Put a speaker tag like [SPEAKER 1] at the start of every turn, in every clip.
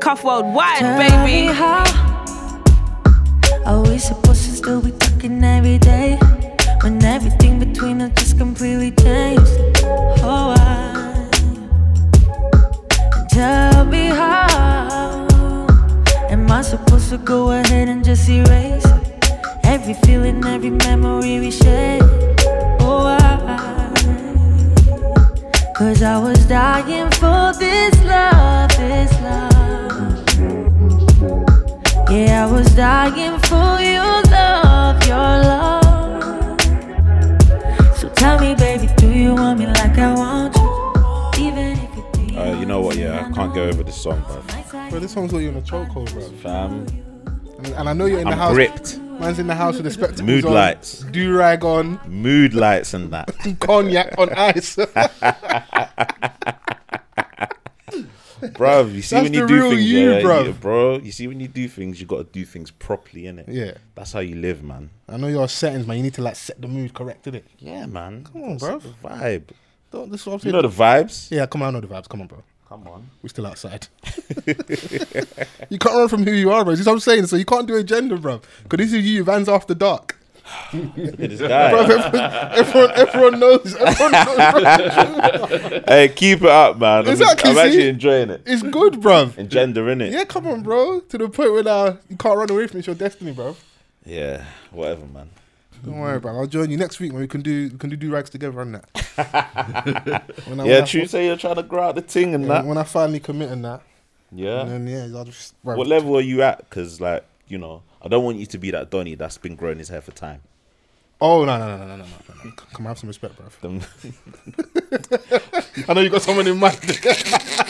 [SPEAKER 1] cuff worldwide,
[SPEAKER 2] Tell
[SPEAKER 1] baby.
[SPEAKER 2] me how are we supposed to still be talking every day when everything between us just completely changed? Oh, I tell me how am I supposed to go ahead and just erase every feeling, every memory we shared? Oh, I. Cause I was dying for this love, this love. Yeah, I was dying for your love, your love. So tell me, baby, do you want me like I want you? Even if it be
[SPEAKER 3] Uh, you know what? Yeah, I can't go over this song, bro.
[SPEAKER 4] Bro, this song's got you in a chokehold, bro.
[SPEAKER 3] Fam,
[SPEAKER 4] And, and I know you're in the
[SPEAKER 3] I'm
[SPEAKER 4] house.
[SPEAKER 3] gripped.
[SPEAKER 4] Man's in the house with the spectacles
[SPEAKER 3] Mood
[SPEAKER 4] on,
[SPEAKER 3] lights.
[SPEAKER 4] do rag on,
[SPEAKER 3] Mood lights and that.
[SPEAKER 4] cognac on ice.
[SPEAKER 3] Bruv, you see
[SPEAKER 4] That's
[SPEAKER 3] when you
[SPEAKER 4] the
[SPEAKER 3] do
[SPEAKER 4] real
[SPEAKER 3] things,
[SPEAKER 4] you,
[SPEAKER 3] yeah,
[SPEAKER 4] bruv.
[SPEAKER 3] you- bro. You see when you do things, you gotta do things properly, innit?
[SPEAKER 4] Yeah.
[SPEAKER 3] That's how you live, man.
[SPEAKER 4] I know your settings, man. You need to like set the mood correct, innit?
[SPEAKER 3] Yeah, man. Come
[SPEAKER 4] on, bruv.
[SPEAKER 3] Vibe.
[SPEAKER 4] Don't this is what I'm
[SPEAKER 3] You
[SPEAKER 4] saying.
[SPEAKER 3] know the vibes.
[SPEAKER 4] yeah, come on, I know the vibes. Come on, bro.
[SPEAKER 3] Come on.
[SPEAKER 4] We're still outside. you can't run from who you are, bro. This is what I'm saying. So you can't do agenda, bro. Because this is you, Vans After Dark.
[SPEAKER 3] Look at this guy.
[SPEAKER 4] Everyone, everyone, everyone knows. Everyone knows bro.
[SPEAKER 3] hey, keep it up, man. I'm,
[SPEAKER 4] Exactly,
[SPEAKER 3] I'm actually
[SPEAKER 4] see?
[SPEAKER 3] enjoying it.
[SPEAKER 4] It's good, bro.
[SPEAKER 3] Engender, innit?
[SPEAKER 4] Yeah, come on, bro. To the point where now you can't run away from it. It's your destiny, bro.
[SPEAKER 3] Yeah, whatever, man.
[SPEAKER 4] Don't worry, bro. I'll join you next week when we can do we can do do rags together and that. when I,
[SPEAKER 3] Yeah,
[SPEAKER 4] when I-
[SPEAKER 3] true. Say you're trying to grow out the ting and that.
[SPEAKER 4] When I finally commit and that,
[SPEAKER 3] Yeah.
[SPEAKER 4] and then yeah, I'll just. Bro,
[SPEAKER 3] What level are you at? Because, like, you know, I don't want you to be that Donny that's been growing his hair for time.
[SPEAKER 4] Oh no no no no no no! no, no. Come have some respect, bro.
[SPEAKER 3] Them-
[SPEAKER 4] I know you got someone in mind.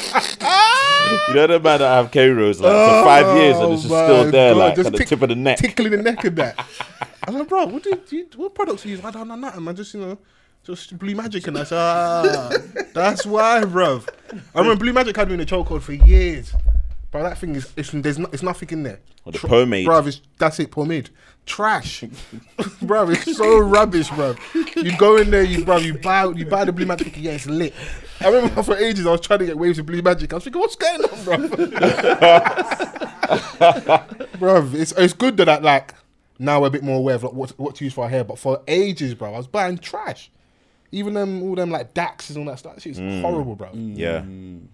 [SPEAKER 3] you know the man that have K Rose like for five years and it's just
[SPEAKER 4] Oh,
[SPEAKER 3] still
[SPEAKER 4] my
[SPEAKER 3] there,
[SPEAKER 4] God,
[SPEAKER 3] like
[SPEAKER 4] just
[SPEAKER 3] at the
[SPEAKER 4] tick-
[SPEAKER 3] tip of the neck.
[SPEAKER 4] tickling the neck of that. I said, bro, what do you, do you what products do you use? I don't know nothing, man. Just you know, just Blue Magic and that's ah, that's why, bro. I remember Blue Magic had me in a chokehold for years, but that thing is it's there's no, it's nothing in there.
[SPEAKER 3] Or the pomade.
[SPEAKER 4] Bruv, it's, that's it, pomade. Trash. bruv, it's so rubbish, bruv. You go in there, you bruv, you buy you buy the blue magic, thinking, yeah, it's lit. I remember for ages I was trying to get waves of blue magic. I was thinking, what's going on, bruv? bruv, it's it's good that I, like now we're a bit more aware of like, what what to use for our hair, but for ages, bruv, I was buying trash. Even them all them like Daxes and all that stuff. That shit's horrible, bruv.
[SPEAKER 3] Yeah.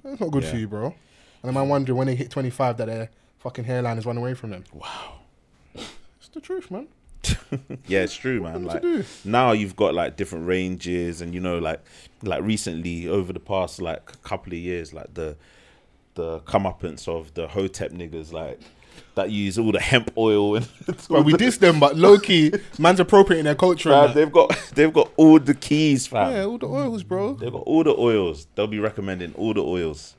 [SPEAKER 4] That's not good for
[SPEAKER 3] Mm. Yeah.
[SPEAKER 4] you, bro. And am I wondering when they hit 25 that their fucking hairline is run away from them? Wow. It's the truth, man.
[SPEAKER 3] Yeah, it's true, man. Like
[SPEAKER 4] do?
[SPEAKER 3] now you've got like different ranges, and you know, like like recently over the past like couple of years, like the the comeuppance of the hotep niggas, like that use all the hemp oil and
[SPEAKER 4] But we diss them, but low key, man's appropriating their culture.
[SPEAKER 3] Fam,
[SPEAKER 4] and that.
[SPEAKER 3] they've got they've got all the keys, fam.
[SPEAKER 4] yeah, all the oils, bro.
[SPEAKER 3] They've got all the oils. They'll be recommending all the oils.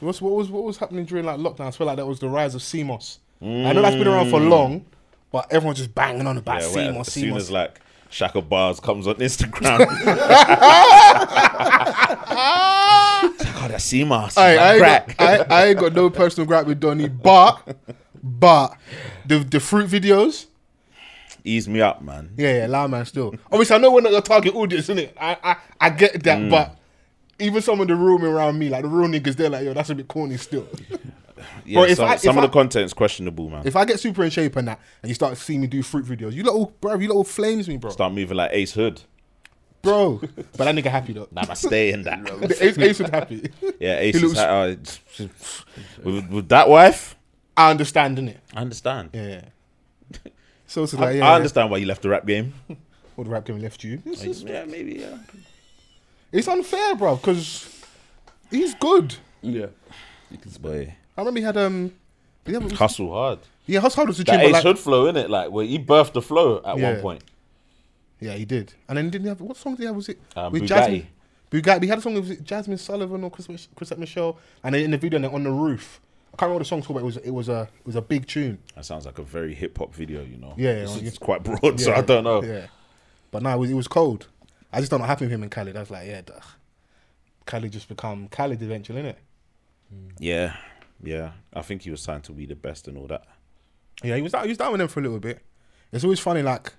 [SPEAKER 4] What's, what was what was happening during like lockdown? I feel like that was the rise of CMOS. I know that's been around for long, but everyone's just banging on about
[SPEAKER 3] Mm. Yeah,
[SPEAKER 4] CMOS,
[SPEAKER 3] well,
[SPEAKER 4] CMOS.
[SPEAKER 3] as soon as like Shaka Bars comes on Instagram. God, that CMOS.
[SPEAKER 4] I, I, ain't
[SPEAKER 3] crack.
[SPEAKER 4] got, I, I ain't got no personal gripe with Donny, but but the the fruit videos.
[SPEAKER 3] Ease me up, man.
[SPEAKER 4] Yeah, yeah, loud man still. Obviously, I know we're not your target audience, innit? I, I, I get
[SPEAKER 3] Mm.
[SPEAKER 4] that, but even some of the room around me, like the real niggas, they're like, yo, that's a bit corny still.
[SPEAKER 3] Yeah,
[SPEAKER 4] Bro, if
[SPEAKER 3] some,
[SPEAKER 4] I- if
[SPEAKER 3] some
[SPEAKER 4] I-
[SPEAKER 3] of the content's questionable, man.
[SPEAKER 4] if I get super in shape and that, and you start seeing me do fruit videos, you little, bro, you little flames me, bro.
[SPEAKER 3] Start moving like Ace Hood.
[SPEAKER 4] Bro. But that nigga happy though.
[SPEAKER 3] Namaste and that.
[SPEAKER 4] Ace, Ace was happy.
[SPEAKER 3] yeah, Ace
[SPEAKER 4] He
[SPEAKER 3] is
[SPEAKER 4] looks-
[SPEAKER 3] like, uh, with, with that wife.
[SPEAKER 4] I understand, innit?
[SPEAKER 3] I understand.
[SPEAKER 4] Yeah, yeah. So it's
[SPEAKER 3] I,
[SPEAKER 4] like,
[SPEAKER 3] I
[SPEAKER 4] yeah, yeah.
[SPEAKER 3] understand why you left the rap game.
[SPEAKER 4] All the rap game left you. It's, just-
[SPEAKER 3] yeah, maybe. Yeah.
[SPEAKER 4] it's unfair, bro, because he's good.
[SPEAKER 5] Yeah.
[SPEAKER 3] Boy,
[SPEAKER 4] I remember he had, um, he had,
[SPEAKER 3] hustle hard.
[SPEAKER 4] yeah, how hard was the
[SPEAKER 3] That
[SPEAKER 4] chamber?
[SPEAKER 3] Ace
[SPEAKER 4] Like,
[SPEAKER 3] Hood flow in it, like where he birthed the flow at
[SPEAKER 4] Yeah.
[SPEAKER 3] one point.
[SPEAKER 4] Yeah, he did. And then didn't he have what song did he have? Was it
[SPEAKER 3] Um, Bugatti.
[SPEAKER 4] Jasmine? Bugatti. He had a song with was it Jasmine Sullivan or Chris, Chrisette Michelle, and they in the video and they're on the roof. I can't remember the song, but it was it was a it was a big tune.
[SPEAKER 3] That sounds like a very hip hop video, you know.
[SPEAKER 4] Yeah, yeah,
[SPEAKER 3] it's,
[SPEAKER 4] yeah.
[SPEAKER 3] it's quite broad, so
[SPEAKER 4] Yeah,
[SPEAKER 3] I don't know.
[SPEAKER 4] Yeah, but no, it was, it was cold. I just don't know what happened with him and Khaled. I was like, yeah, duh. Khaled just become Khaled eventually, innit?
[SPEAKER 3] Yeah, yeah. I think he was signed to be the best and all that.
[SPEAKER 4] Yeah, he was out, he was down with them for a little bit. It's always funny, like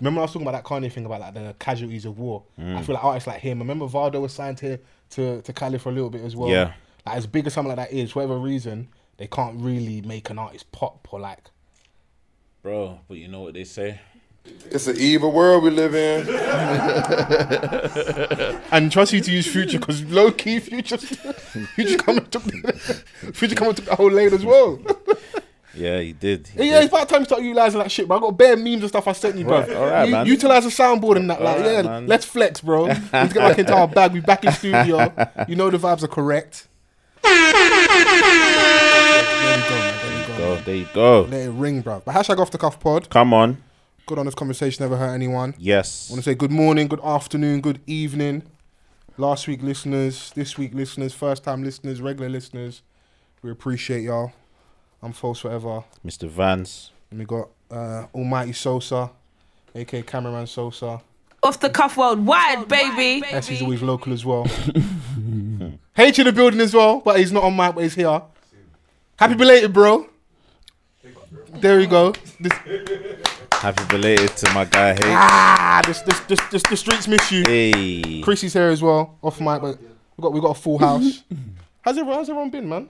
[SPEAKER 4] remember I was talking about that Kanye thing about like the casualties of war. I feel like artists like him. Remember Vardo was signed to to to Cali for a little bit as well.
[SPEAKER 3] Yeah.
[SPEAKER 4] Like as big as something like that is, for whatever reason,
[SPEAKER 6] they can't really make an artist pop or like
[SPEAKER 3] bro. But you know what they say.
[SPEAKER 7] It's an evil world we live in.
[SPEAKER 4] And trust you to use Future because low key Future, Future coming to Future coming to the whole lane as well.
[SPEAKER 3] Yeah, he did. he
[SPEAKER 4] Yeah,
[SPEAKER 3] did.
[SPEAKER 4] it's about time you start utilizing that shit, bro. I got bare memes and stuff I sent you, bro.
[SPEAKER 3] Right, all right,
[SPEAKER 4] you,
[SPEAKER 3] man.
[SPEAKER 4] Utilize the soundboard and that, like,
[SPEAKER 3] right,
[SPEAKER 4] yeah.
[SPEAKER 3] man.
[SPEAKER 4] Let's flex, bro. Let's get back into our bag. We back in studio. You know the vibes are correct. There we go, man. There we go.
[SPEAKER 3] Go, there you go.
[SPEAKER 4] Let it ring, bro. But hashtag off the cuff pod.
[SPEAKER 3] Come on.
[SPEAKER 4] Good honest conversation. Never hurt anyone.
[SPEAKER 3] Yes.
[SPEAKER 4] want to say good morning, good afternoon, good evening. Last week listeners, this week listeners, first time listeners, regular listeners. We appreciate y'all. I'm false forever.
[SPEAKER 3] Mr. Vance.
[SPEAKER 4] And we got uh, Almighty Sosa, aka Cameraman Sosa.
[SPEAKER 1] Off the cuff worldwide, baby.
[SPEAKER 4] Essie's always local as well. H in the building as well, but he's not on mic, but he's here. Happy belated, bro. There we go. This,
[SPEAKER 3] Happy belated to my guy. Hey.
[SPEAKER 4] ah, this, this, this, this, the streets miss you.
[SPEAKER 3] Hey.
[SPEAKER 4] Chrissy's here as well, off mic, but we got we got a full house. how's everyone how's everyone been, man?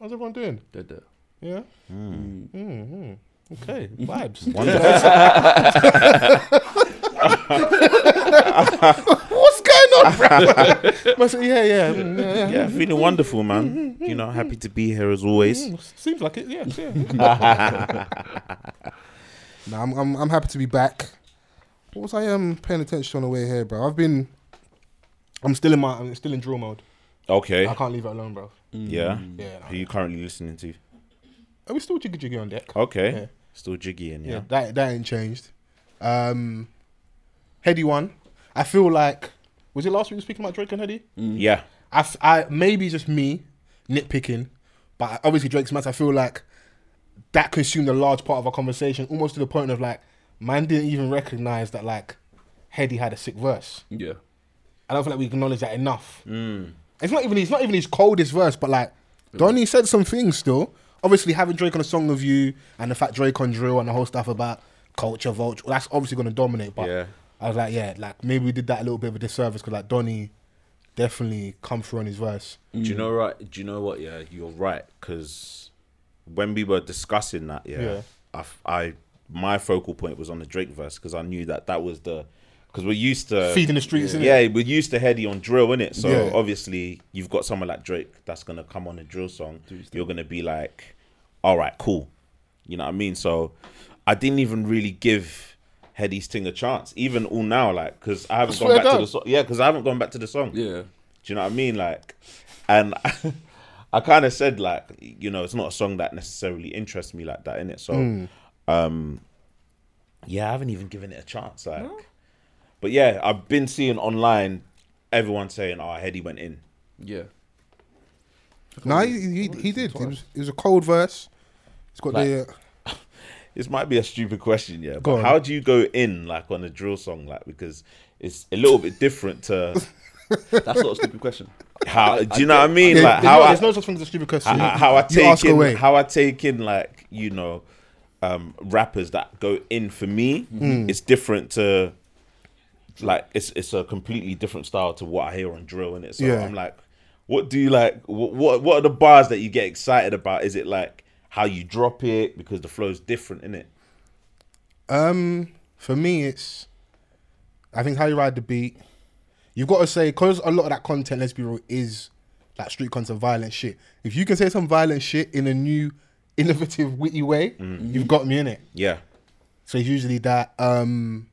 [SPEAKER 4] How's everyone doing?
[SPEAKER 8] Dead, dead.
[SPEAKER 4] Yeah? Mm. hmm Okay, vibes.
[SPEAKER 3] Wonderful.
[SPEAKER 4] What's going on, bro? Man said, yeah, yeah, mm, yeah, yeah.
[SPEAKER 3] Yeah, feeling wonderful, man. You know, happy to be here as always.
[SPEAKER 4] Mm, Seems like it, yeah. yeah. nah, I'm, I'm I'm happy to be back. What was I um paying attention to on the way here, bro? I've been I'm still in my I'm still in drill mode.
[SPEAKER 3] Okay.
[SPEAKER 4] I can't leave it alone, bro.
[SPEAKER 3] Yeah.
[SPEAKER 4] Yeah. nah.
[SPEAKER 3] Who you currently listening to?
[SPEAKER 4] Are we still jiggy jiggy on deck?
[SPEAKER 3] Okay.
[SPEAKER 4] Yeah.
[SPEAKER 3] Still jiggy in,
[SPEAKER 4] yeah.
[SPEAKER 3] yeah.
[SPEAKER 4] that that ain't changed. Um, Heady one. I feel like was it last week we were speaking about Drake and Heady?
[SPEAKER 3] Yeah.
[SPEAKER 4] I, f- I maybe just me nitpicking, but obviously Drake's match. I feel like that consumed a large part of our conversation, almost to the point of like man didn't even recognize that like Heady had a sick verse.
[SPEAKER 8] Yeah.
[SPEAKER 4] I don't feel like we acknowledge that enough. It's not even it's not even his coldest verse, but like Donny said some things still. Obviously, having Drake on a song with you and the fact Drake on drill and the whole stuff about culture vulture, well, that's obviously going to dominate. But
[SPEAKER 3] Yeah.
[SPEAKER 4] I was like, yeah, like maybe we did that a little bit of a disservice because like Donny definitely come through on his verse.
[SPEAKER 3] Do you know right? Do you know what? Yeah, you're right. Because when we were discussing that, yeah,
[SPEAKER 4] Yeah.
[SPEAKER 3] I, f- I- my focal point was on the Drake verse because I knew that that was the because we're used to
[SPEAKER 4] Feeding the streets,
[SPEAKER 3] Yeah,
[SPEAKER 4] innit?
[SPEAKER 3] we're used to heady on drill, innit? So
[SPEAKER 4] Yeah.
[SPEAKER 3] obviously you've got someone like Drake that's gonna come on a drill song. You're gonna be like, all right, cool. You know what I mean? So I didn't even really give Heady's thing a chance, even all now, like, because I haven't gone
[SPEAKER 4] swear
[SPEAKER 3] back to
[SPEAKER 4] down.
[SPEAKER 3] the song. Yeah, because I haven't gone back to the song.
[SPEAKER 8] Yeah.
[SPEAKER 3] Do you know what I mean? Like, and I kind of said like, you know, it's not a song that necessarily interests me like that in it. So,
[SPEAKER 4] Hmm.
[SPEAKER 3] um, yeah, I haven't even given it a chance. Like, but yeah, I've been seeing online everyone saying, "Oh, Heady went in."
[SPEAKER 8] Yeah.
[SPEAKER 4] No, he, he, he did. It was, it was a cold verse. It's got the uh,
[SPEAKER 3] This might be a stupid question, yeah,
[SPEAKER 4] Go
[SPEAKER 3] but
[SPEAKER 4] on.
[SPEAKER 3] how do you go in like on a drill song like because it's a little bit different to
[SPEAKER 8] That's not a stupid question.
[SPEAKER 3] how do you know what I mean?
[SPEAKER 4] yeah,
[SPEAKER 3] like
[SPEAKER 4] there's,
[SPEAKER 3] how
[SPEAKER 4] no,
[SPEAKER 3] I-
[SPEAKER 4] there's no such thing as a stupid question.
[SPEAKER 3] how, how I
[SPEAKER 4] You
[SPEAKER 3] take
[SPEAKER 4] ask
[SPEAKER 3] in
[SPEAKER 4] away.
[SPEAKER 3] how I take in like you know um rappers that go in for me
[SPEAKER 4] Mm.
[SPEAKER 3] it's different to like it's it's a completely different style to what I hear on drill and it so
[SPEAKER 4] Yeah.
[SPEAKER 3] I'm like what do you like what, what what are the bars that you get excited about is it like how you drop it because the flow's different in it
[SPEAKER 4] Um, for me, it's I think how you ride the beat. You've got to say because a lot of that content, let's be real, is like street content, violent shit. If you can say some violent shit in a new, innovative, witty way,
[SPEAKER 3] Mm-hmm.
[SPEAKER 4] you've got me in it.
[SPEAKER 3] yeah
[SPEAKER 4] So it's usually that. um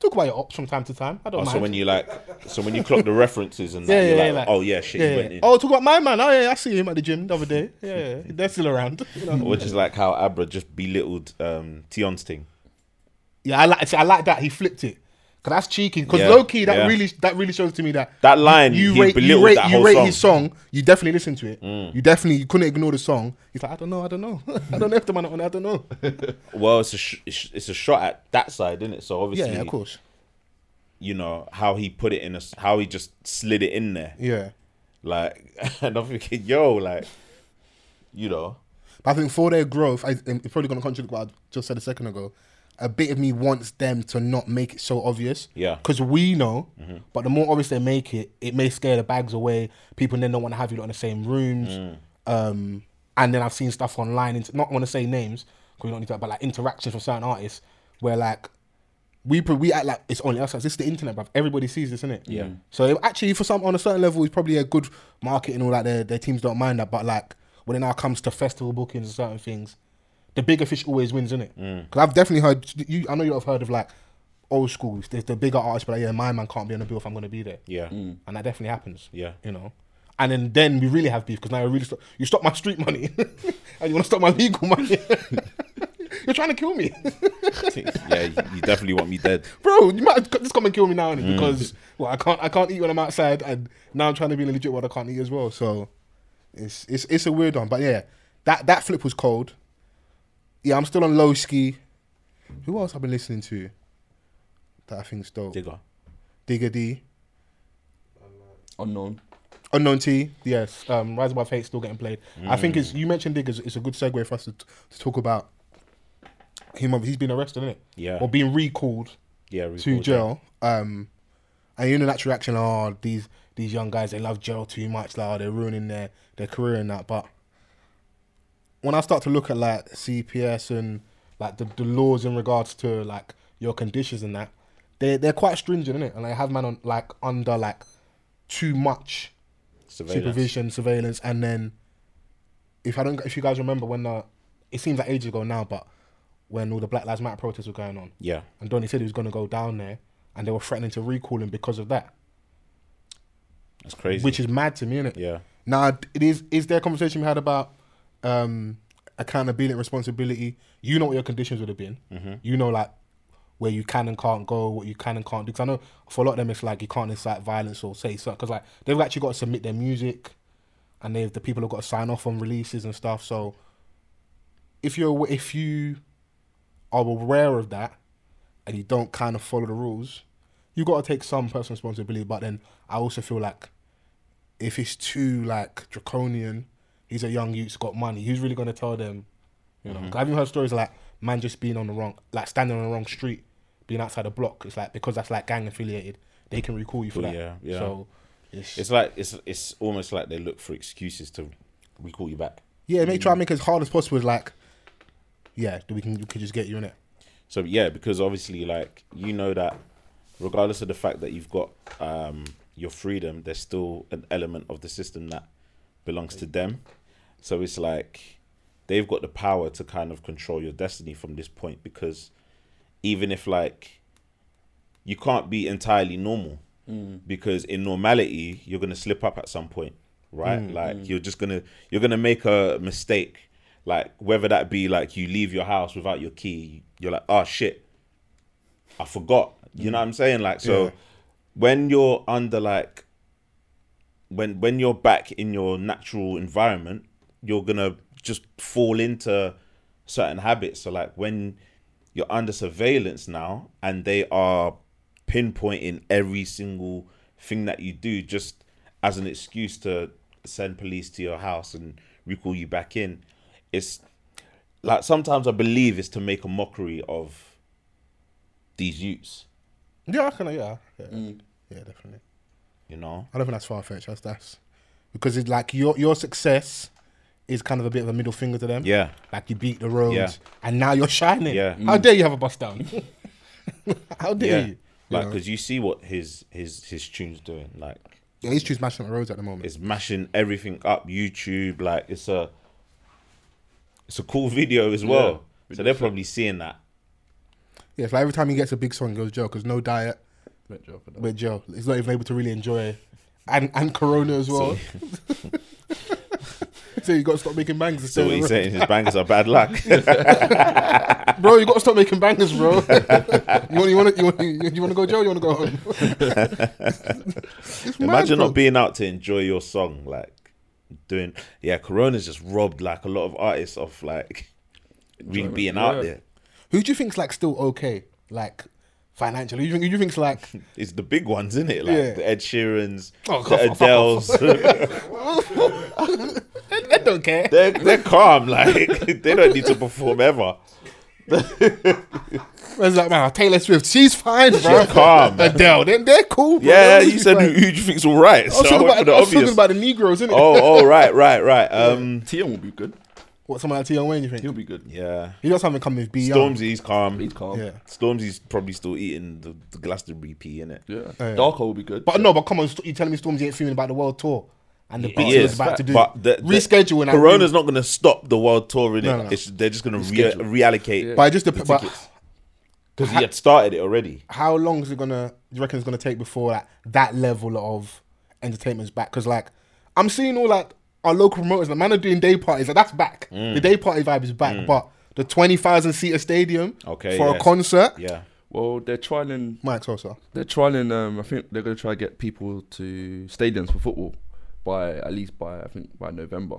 [SPEAKER 4] Talk about your ops from time to time. I don't
[SPEAKER 3] oh,
[SPEAKER 4] mind.
[SPEAKER 3] so when you like so when you clock the references and that,
[SPEAKER 4] yeah, yeah,
[SPEAKER 3] you're
[SPEAKER 4] yeah,
[SPEAKER 3] like,
[SPEAKER 4] like-
[SPEAKER 3] oh yeah shit
[SPEAKER 4] yeah,
[SPEAKER 3] you went
[SPEAKER 4] yeah.
[SPEAKER 3] in
[SPEAKER 4] Oh, talk about my man. Oh yeah, I see him at the gym the other day. Yeah, yeah. they're still around. You know?
[SPEAKER 3] which is like how Abra just belittled um Tion's thing
[SPEAKER 4] Yeah, I like. See, I like that he flipped it. Cause that's cheeky. Cause
[SPEAKER 3] Yeah,
[SPEAKER 4] low key, that
[SPEAKER 3] yeah.
[SPEAKER 4] really, that really shows to me that
[SPEAKER 3] That line,
[SPEAKER 4] you
[SPEAKER 3] he
[SPEAKER 4] rate, you
[SPEAKER 3] belittled
[SPEAKER 4] rate,
[SPEAKER 3] that
[SPEAKER 4] you
[SPEAKER 3] whole
[SPEAKER 4] rate
[SPEAKER 3] song. Mm.
[SPEAKER 4] his song. You definitely listen to it. You definitely, you couldn't ignore the song. He's like, I don't know, I don't know, I don't know if the man on, it, I don't know.
[SPEAKER 3] Well, it's a sh- it's it's a shot at that side, isn't it? So
[SPEAKER 4] yeah,
[SPEAKER 3] obviously,
[SPEAKER 4] yeah, of course.
[SPEAKER 3] you know how he put it in a s- how he just slid it in there,
[SPEAKER 4] Yeah,
[SPEAKER 3] like and I'm thinking, yo, like, you know,
[SPEAKER 4] but I think for their growth, I, and it's probably going to contradict what I just said a second ago. A bit of me wants them to not make it so obvious.
[SPEAKER 3] Yeah.
[SPEAKER 4] because we know, but the more obvious they make it, it may scare the bags away. People then don't want to have you lot in the same rooms. Um, and then I've seen stuff online, int- not want to say names, because we don't need to, but like interactions with certain artists where like we pro- we act like it's only us. Like, this is the internet, bruv. Everybody sees this, innit? Yeah. So it- actually, for some on a certain level, it's probably a good market and all that. Their, their teams don't mind that, but like when it now comes to festival bookings and certain things, the bigger fish always wins, innit? Because
[SPEAKER 3] Mm.
[SPEAKER 4] I've definitely heard you. I know you have heard of like old school. There's the bigger artists, but like, yeah, my man can't be on the bill if I'm going to be there.
[SPEAKER 3] Yeah.
[SPEAKER 4] And that definitely happens.
[SPEAKER 3] Yeah.
[SPEAKER 4] You know. And then, then we really have beef because now you really stop, you stop my street money and you want to stop my legal money. You're trying to kill me.
[SPEAKER 3] yeah, you, you definitely want me dead.
[SPEAKER 4] bro, you might just come and kill me now innit? because well, I can't I can't eat when I'm outside, and now I'm trying to be in a legit world I can't eat as well. So it's it's it's a weird one, but yeah, that that flip was cold. Yeah, I'm still on low ski. Who else I've been listening to that I think's dope?
[SPEAKER 3] Digger.
[SPEAKER 4] Digger D,
[SPEAKER 8] Unknown.
[SPEAKER 4] Unknown T, yes. Um, Rise Above Hate still getting played. I think it's you mentioned Diggers. It's a good segue for us to, to talk about him. He's been arrested, isn't it?
[SPEAKER 3] Yeah.
[SPEAKER 4] Or being recalled.
[SPEAKER 3] Yeah,
[SPEAKER 4] to
[SPEAKER 3] record that.
[SPEAKER 4] jail. Um, and you know that reaction, oh, these these young guys they love jail too much, like oh, they're ruining their their career and that. But when I start to look at like CPS and like the, the laws in regards to like your conditions and that, they they're quite stringent, innit? And they have man on like under like too much
[SPEAKER 3] Surveillance.
[SPEAKER 4] supervision, surveillance, and then if I don't, if you guys remember when the, it seems like ages ago now, but when all the Black Lives Matter protests were going on,
[SPEAKER 3] Yeah.
[SPEAKER 4] and Donny said he was going to go down there, and they were threatening to recall him because of that,
[SPEAKER 3] That's crazy.
[SPEAKER 4] which is mad to me, innit?
[SPEAKER 3] Yeah.
[SPEAKER 4] Now, it is is there a conversation we had about um, accountability, and responsibility? You know what your conditions would have been. You know, like where you can and can't go, what you can and can't do. Because I know for a lot of them, it's like you can't incite violence or say so. Because like they've actually got to submit their music, and they've the people have got to sign off on releases and stuff. So if you're if you are aware of that and you don't kind of follow the rules, you got to take some personal responsibility. But then I also feel like if it's too like draconian, he's a young youth's got money. Who's really gonna tell them? You
[SPEAKER 3] Mm-hmm.
[SPEAKER 4] know, 'Cause I've even heard stories like man just being on the wrong, like standing on the wrong street, being outside a block. It's like because that's like gang affiliated, they can recall you for that.
[SPEAKER 3] Yeah, yeah.
[SPEAKER 4] So it's,
[SPEAKER 3] It's like it's it's almost like they look for excuses to recall you back.
[SPEAKER 4] yeah, make
[SPEAKER 3] mm.
[SPEAKER 4] try and make it as hard as possible. It's like yeah, we can we can just get you in it.
[SPEAKER 3] So yeah, because obviously, like you know that, regardless of the fact that you've got um, your freedom, there's still an element of the system that belongs to them. So it's like they've got the power to kind of control your destiny from this point because even if like you can't be entirely normal because in normality you're gonna slip up at some point, right? Like you're just gonna you're gonna make a mistake. Like whether that be like you leave your house without your key, you're like, oh shit, I forgot. You know what I'm saying? Like so
[SPEAKER 4] Yeah.
[SPEAKER 3] when you're under like when when you're back in your natural environment, you're gonna just fall into certain habits. So like when you're under surveillance now and they are pinpointing every single thing that you do just as an excuse to send police to your house and recall you back in, it's like sometimes I believe it's to make a mockery of these youths,
[SPEAKER 4] Yeah, I can. Yeah, yeah,
[SPEAKER 3] Mm.
[SPEAKER 4] yeah, definitely.
[SPEAKER 3] you know?
[SPEAKER 4] I don't think that's far fetched. That's that's because it's like your your success is kind of a bit of a middle finger to them.
[SPEAKER 3] Yeah.
[SPEAKER 4] like you beat the roads,
[SPEAKER 3] Yeah.
[SPEAKER 4] and now you're shining.
[SPEAKER 3] Yeah. Mm.
[SPEAKER 4] how dare you have a bust down? how dare
[SPEAKER 3] Yeah.
[SPEAKER 4] you?
[SPEAKER 3] Like,
[SPEAKER 4] know?
[SPEAKER 3] because you see what his his his tune's doing. Like,
[SPEAKER 4] yeah, he's too smashing up the roads at the moment.
[SPEAKER 3] it's mashing everything up. YouTube, like, it's a it's a cool video as well. so they're probably seeing that.
[SPEAKER 4] yeah, it's like every time he gets a big song, he goes Joe because no diet
[SPEAKER 8] Great job for that.
[SPEAKER 4] with Joe. He's not even able to really enjoy it, and and Corona as well. so you got to stop making bangs. to stay
[SPEAKER 3] So
[SPEAKER 4] on
[SPEAKER 3] what
[SPEAKER 4] the
[SPEAKER 3] he's
[SPEAKER 4] road.
[SPEAKER 3] saying, his bangers are bad luck.
[SPEAKER 4] bro, you got to stop making bangers, bro. you want you want to you want you, you want to go Joe? You want to go home? It's mad,
[SPEAKER 3] Imagine
[SPEAKER 4] bro.
[SPEAKER 3] not being out to enjoy your song, like doing. Yeah, Corona's just robbed like a lot of artists of like really being out
[SPEAKER 8] yeah.
[SPEAKER 3] there.
[SPEAKER 4] Who do you think's like still okay, like financially? Who do you think, who do you think's like?
[SPEAKER 3] It's the big ones, isn't it? Like
[SPEAKER 4] Yeah.
[SPEAKER 3] the Ed Sheerans,
[SPEAKER 4] Oh,
[SPEAKER 3] the
[SPEAKER 4] fuck off,
[SPEAKER 3] Adele's.
[SPEAKER 4] I don't care.
[SPEAKER 3] they're, they're calm. Like they don't need to perform ever.
[SPEAKER 4] It's like, man, Taylor Swift, she's fine, bro.
[SPEAKER 3] calm, man.
[SPEAKER 4] Adele, then they're cool. Bro.
[SPEAKER 3] Yeah,
[SPEAKER 4] They're
[SPEAKER 3] you said who,
[SPEAKER 4] like-
[SPEAKER 3] who do you think's all right?
[SPEAKER 4] I was,
[SPEAKER 3] So I
[SPEAKER 4] talking
[SPEAKER 3] went for
[SPEAKER 4] about,
[SPEAKER 3] the
[SPEAKER 4] I was talking
[SPEAKER 3] obvious.
[SPEAKER 4] about the Negroes, innit?
[SPEAKER 3] oh, oh, right, right, right. Um,
[SPEAKER 8] Tion will be good.
[SPEAKER 4] What, someone like Tion Wayne, you
[SPEAKER 8] He'll
[SPEAKER 4] think?
[SPEAKER 8] be good.
[SPEAKER 3] yeah.
[SPEAKER 4] He does something coming with B. Young.
[SPEAKER 3] Stormzy's calm.
[SPEAKER 8] He's calm.
[SPEAKER 4] Yeah.
[SPEAKER 3] Stormzy's probably still eating the, the Glastonbury pee, innit?
[SPEAKER 8] Yeah.
[SPEAKER 4] Oh, yeah.
[SPEAKER 8] Darko will be good.
[SPEAKER 4] But no, but come on, St- you telling me Stormzy ain't feeling about the world tour and the
[SPEAKER 3] He
[SPEAKER 4] beats he was
[SPEAKER 3] is,
[SPEAKER 4] about to do
[SPEAKER 3] but the, the-
[SPEAKER 4] rescheduling. and
[SPEAKER 3] Corona's not going to stop the world tour, innit?
[SPEAKER 4] No, no, no.
[SPEAKER 3] It's, they're just going to re- reallocate
[SPEAKER 4] But it just depends. But
[SPEAKER 3] because he had started it already.
[SPEAKER 4] how long is it gonna? You reckon it's gonna take before like that level of entertainment's back? Because like I'm seeing all like our local promoters, the man are doing day parties. Like that's back. The day party vibe is back. But the twenty thousand seater stadium
[SPEAKER 3] Okay,
[SPEAKER 4] for
[SPEAKER 3] yeah.
[SPEAKER 4] a concert,
[SPEAKER 3] Yeah.
[SPEAKER 8] Well, they're trialing.
[SPEAKER 4] Mike's also.
[SPEAKER 8] They're trialing. Um, I think they're going to try to get people to stadiums for football by at least by I think by November.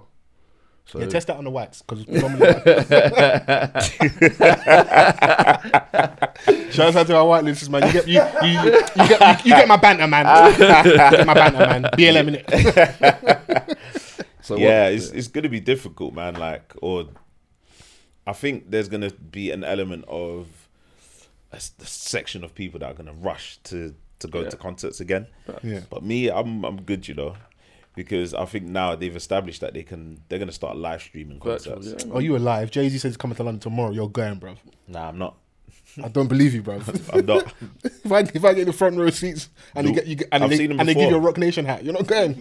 [SPEAKER 8] So
[SPEAKER 4] Yeah, test that on the whites because it's predominantly. Shout out to our white listeners, man. You get you you, you, you get you, you get my banter, man. get my banter, man. BLM in it.
[SPEAKER 8] so what-
[SPEAKER 3] yeah, it's it's gonna be difficult, man. Like, or I think there's gonna be an element of a, s- a section of people that are gonna rush to to go
[SPEAKER 8] Yeah.
[SPEAKER 3] to concerts again.
[SPEAKER 4] Yeah.
[SPEAKER 3] But me, I'm I'm good, you know, because I think now they've established that they can they're gonna start live streaming
[SPEAKER 8] virtual,
[SPEAKER 3] concerts.
[SPEAKER 8] yeah.
[SPEAKER 4] Are you alive? Jay Z says he's coming to London tomorrow. You're going, bro.
[SPEAKER 3] Nah, I'm not.
[SPEAKER 4] I don't believe you, bro.
[SPEAKER 3] I'm not.
[SPEAKER 4] if I if I get the front row seats and you
[SPEAKER 3] Nope.
[SPEAKER 4] get you get, and,
[SPEAKER 3] I've
[SPEAKER 4] they,
[SPEAKER 3] seen him
[SPEAKER 4] and they give
[SPEAKER 3] before.
[SPEAKER 4] you a Rock Nation hat, you're not going.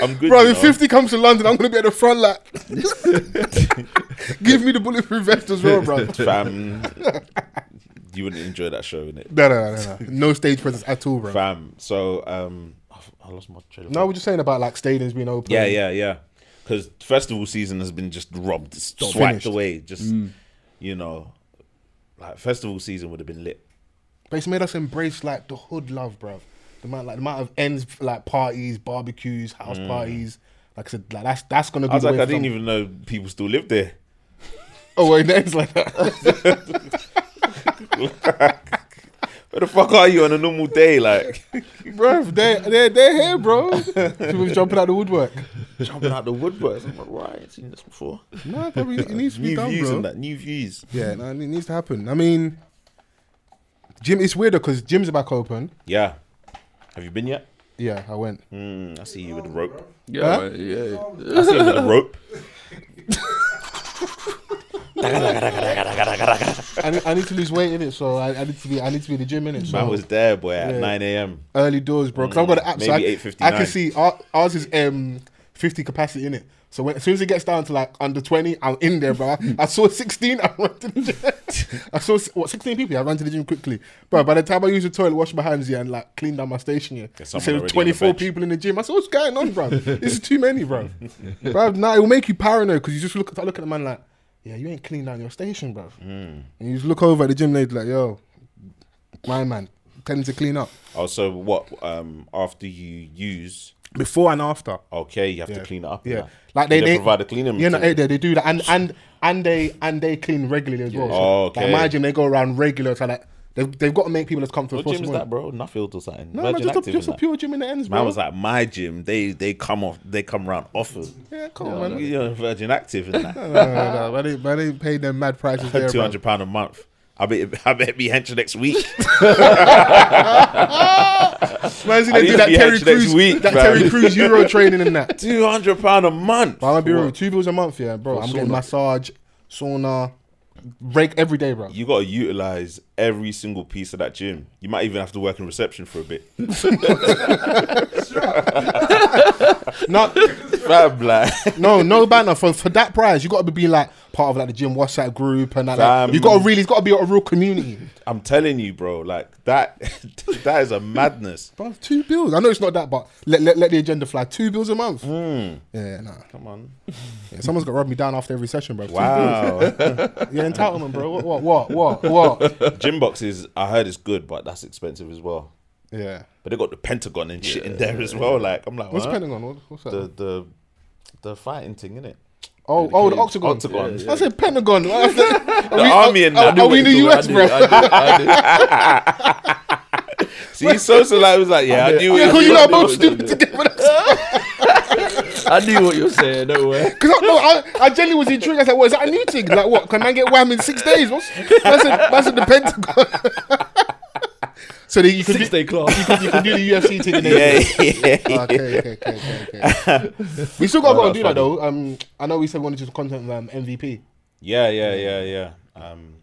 [SPEAKER 3] I'm good,
[SPEAKER 4] Bro,
[SPEAKER 3] you
[SPEAKER 4] if
[SPEAKER 3] know.
[SPEAKER 4] 50 comes to London, I'm going to be at the front lap. Give me the bulletproof vest as well, bro.
[SPEAKER 3] fam. you wouldn't enjoy that show, innit?
[SPEAKER 4] No, no, no, no. No No stage presence at all, bro.
[SPEAKER 3] Fam. So um, I've- I lost my trailer.
[SPEAKER 4] No, we're just saying about like stadiums being open.
[SPEAKER 3] Yeah, yeah, yeah. Because festival season has been just robbed, s-
[SPEAKER 4] Done.
[SPEAKER 3] swiped
[SPEAKER 4] Finished. Mm.
[SPEAKER 3] away. Just you know, like festival season would have been lit.
[SPEAKER 4] But it's made us embrace like the hood love, bro. The amount, like the amount of ends, like parties, barbecues, house parties. Like I said, like that's that's gonna be.
[SPEAKER 3] Mm. I was
[SPEAKER 4] the
[SPEAKER 3] like,
[SPEAKER 4] way
[SPEAKER 3] I
[SPEAKER 4] for
[SPEAKER 3] didn't
[SPEAKER 4] some-
[SPEAKER 3] even know people still lived there.
[SPEAKER 4] Oh wait, no, it's like that.
[SPEAKER 3] Where the fuck are you on a normal day? Like
[SPEAKER 4] bro, they they they're here, bro. People jumping out the woodwork.
[SPEAKER 3] jumping out the woodwork. I'm like, right, I ain't seen this before.
[SPEAKER 4] No, probably it needs to be
[SPEAKER 3] new
[SPEAKER 4] done,
[SPEAKER 3] views
[SPEAKER 4] bro.
[SPEAKER 3] and that, new views.
[SPEAKER 4] Yeah, no, it needs to happen. I mean, gym. It's weirder because gyms are back open.
[SPEAKER 3] Yeah. Have you been yet?
[SPEAKER 4] Yeah, I went.
[SPEAKER 3] Mm, I see you with a rope.
[SPEAKER 8] yeah,
[SPEAKER 4] Huh?
[SPEAKER 8] yeah.
[SPEAKER 3] I see you with a rope.
[SPEAKER 4] I, need, I need to lose weight in it, so I, I need to be I need to be in the gym in it. So
[SPEAKER 3] Man was there, boy, at
[SPEAKER 4] Oh. Yeah.
[SPEAKER 3] 9 a.m.
[SPEAKER 4] early doors, bro. Because I've got an app, so
[SPEAKER 3] Maybe
[SPEAKER 4] I, c- I
[SPEAKER 3] 8.59.
[SPEAKER 4] can see our, ours is um fifty capacity in it. So when, as soon as it gets down to like under twenty, I'm in there, bro. I, I saw sixteen. I ran to the gym. I saw s- what sixteen people. I ran to the gym quickly, bro. By the time I used the toilet, washed my hands here, and like cleaned down my station here,
[SPEAKER 3] There's
[SPEAKER 4] so
[SPEAKER 3] someone already on the
[SPEAKER 4] twenty four
[SPEAKER 3] bench.
[SPEAKER 4] people in the gym. I said, what's going on, bro? this is too many, bro. bro, now it will make you paranoid because you just look. I look at the man like, yeah, you ain't cleaned down your station, bro.
[SPEAKER 3] Hmm.
[SPEAKER 4] And you just look over at the gym lady like, yo, my man, tell him to clean up
[SPEAKER 3] Also, Oh, what um after you use,
[SPEAKER 4] before and after.
[SPEAKER 3] okay, you have
[SPEAKER 4] Yeah.
[SPEAKER 3] to clean it up. and
[SPEAKER 4] Yeah,
[SPEAKER 3] that.
[SPEAKER 4] like
[SPEAKER 3] Do
[SPEAKER 4] they,
[SPEAKER 3] they
[SPEAKER 4] they
[SPEAKER 3] provide a cleaning.
[SPEAKER 4] Yeah, no,
[SPEAKER 3] material?
[SPEAKER 4] eh, they, they do that, and and and they and they clean regularly as well. So,
[SPEAKER 3] Oh,
[SPEAKER 4] Like,
[SPEAKER 3] okay.
[SPEAKER 4] imagine they go around regular, so like they've, they've got to make people as comfortable
[SPEAKER 3] What
[SPEAKER 4] as
[SPEAKER 3] gym is
[SPEAKER 4] possible.
[SPEAKER 3] that, bro? Nuffield or something?
[SPEAKER 4] No, man,
[SPEAKER 3] Virgin
[SPEAKER 4] just, a,
[SPEAKER 3] Active
[SPEAKER 4] just
[SPEAKER 3] and
[SPEAKER 4] a
[SPEAKER 3] that.
[SPEAKER 4] pure gym in the ends, bro.
[SPEAKER 3] Man was like, my gym. They they come off. They come round often.
[SPEAKER 4] yeah, come on, man.
[SPEAKER 3] You know, Virgin Active and that.
[SPEAKER 4] No, no, no, I didn't, I didn't pay them mad prices there,
[SPEAKER 3] Two
[SPEAKER 4] bro.
[SPEAKER 3] hundred pound a month. I bet I bet be hench next week.
[SPEAKER 4] Man, see,
[SPEAKER 3] I
[SPEAKER 4] they
[SPEAKER 3] need
[SPEAKER 4] do
[SPEAKER 3] to
[SPEAKER 4] that
[SPEAKER 3] be
[SPEAKER 4] Terry
[SPEAKER 3] hedged next
[SPEAKER 4] Crews,
[SPEAKER 3] week,
[SPEAKER 4] that
[SPEAKER 3] bro.
[SPEAKER 4] Terry Crews Euro training and that.
[SPEAKER 3] Two hundred pound a month.
[SPEAKER 4] But I'm gonna be real, two bills a month, yeah, bro. I'm getting massage, sauna, break every day, bro.
[SPEAKER 3] You gotta utilize every single piece of that gym. You might even have to work in reception for a bit.
[SPEAKER 4] No,
[SPEAKER 3] Fab, like,
[SPEAKER 4] No, no banner for for that prize. You got to be like part of like the gym WhatsApp group and that.
[SPEAKER 3] Fam.
[SPEAKER 4] Like, you got to really, it's got to be a real community.
[SPEAKER 3] I'm telling you, bro. Like that. that is a madness.
[SPEAKER 4] Bro, two bills. I know it's not that, but let let, let the agenda fly. Two bills a month. Yeah, nah.
[SPEAKER 3] Mm. Come on.
[SPEAKER 4] Yeah, someone's got to rub me down after every session, bro.
[SPEAKER 3] Wow.
[SPEAKER 4] Yeah, entitlement, bro. What, what, what, what, what?
[SPEAKER 3] gym boxes. I heard is good, but that's expensive as well.
[SPEAKER 4] Yeah.
[SPEAKER 3] But they got the Pentagon and shit in there as well. Like I'm like,
[SPEAKER 4] What's
[SPEAKER 3] huh?
[SPEAKER 4] Pentagon? What, what's that?
[SPEAKER 3] the the the fighting thing in it.
[SPEAKER 4] oh, oh, the
[SPEAKER 8] cage.
[SPEAKER 4] Octagon.
[SPEAKER 3] Octagon.
[SPEAKER 4] I said Pentagon. I said,
[SPEAKER 3] The army and that.
[SPEAKER 4] are we in the
[SPEAKER 8] I
[SPEAKER 4] US,
[SPEAKER 8] did,
[SPEAKER 4] bro?
[SPEAKER 8] I did, I did.
[SPEAKER 3] See, he's social like was like, yeah, I knew
[SPEAKER 4] Yeah,
[SPEAKER 3] it.
[SPEAKER 4] because you know
[SPEAKER 3] was-
[SPEAKER 4] both stupid together.
[SPEAKER 8] I knew what you were saying. No way.
[SPEAKER 4] Cause I, no, I, I genuinely was intrigued. I was like, "What is that a new thing? Like, what can I get wham in six days? What's that's a, that's a the Pentagon." so then you can, do,
[SPEAKER 8] Six day class.
[SPEAKER 4] you can do the UFC thing. Yeah,
[SPEAKER 3] yeah, yeah.
[SPEAKER 4] okay, okay, okay, okay, okay. we still gotta
[SPEAKER 3] Oh,
[SPEAKER 4] go and
[SPEAKER 3] that's
[SPEAKER 4] do
[SPEAKER 3] funny.
[SPEAKER 4] that though. Um, I know we said we wanted to do content um, MVP.
[SPEAKER 3] Yeah, yeah, yeah, yeah. Um,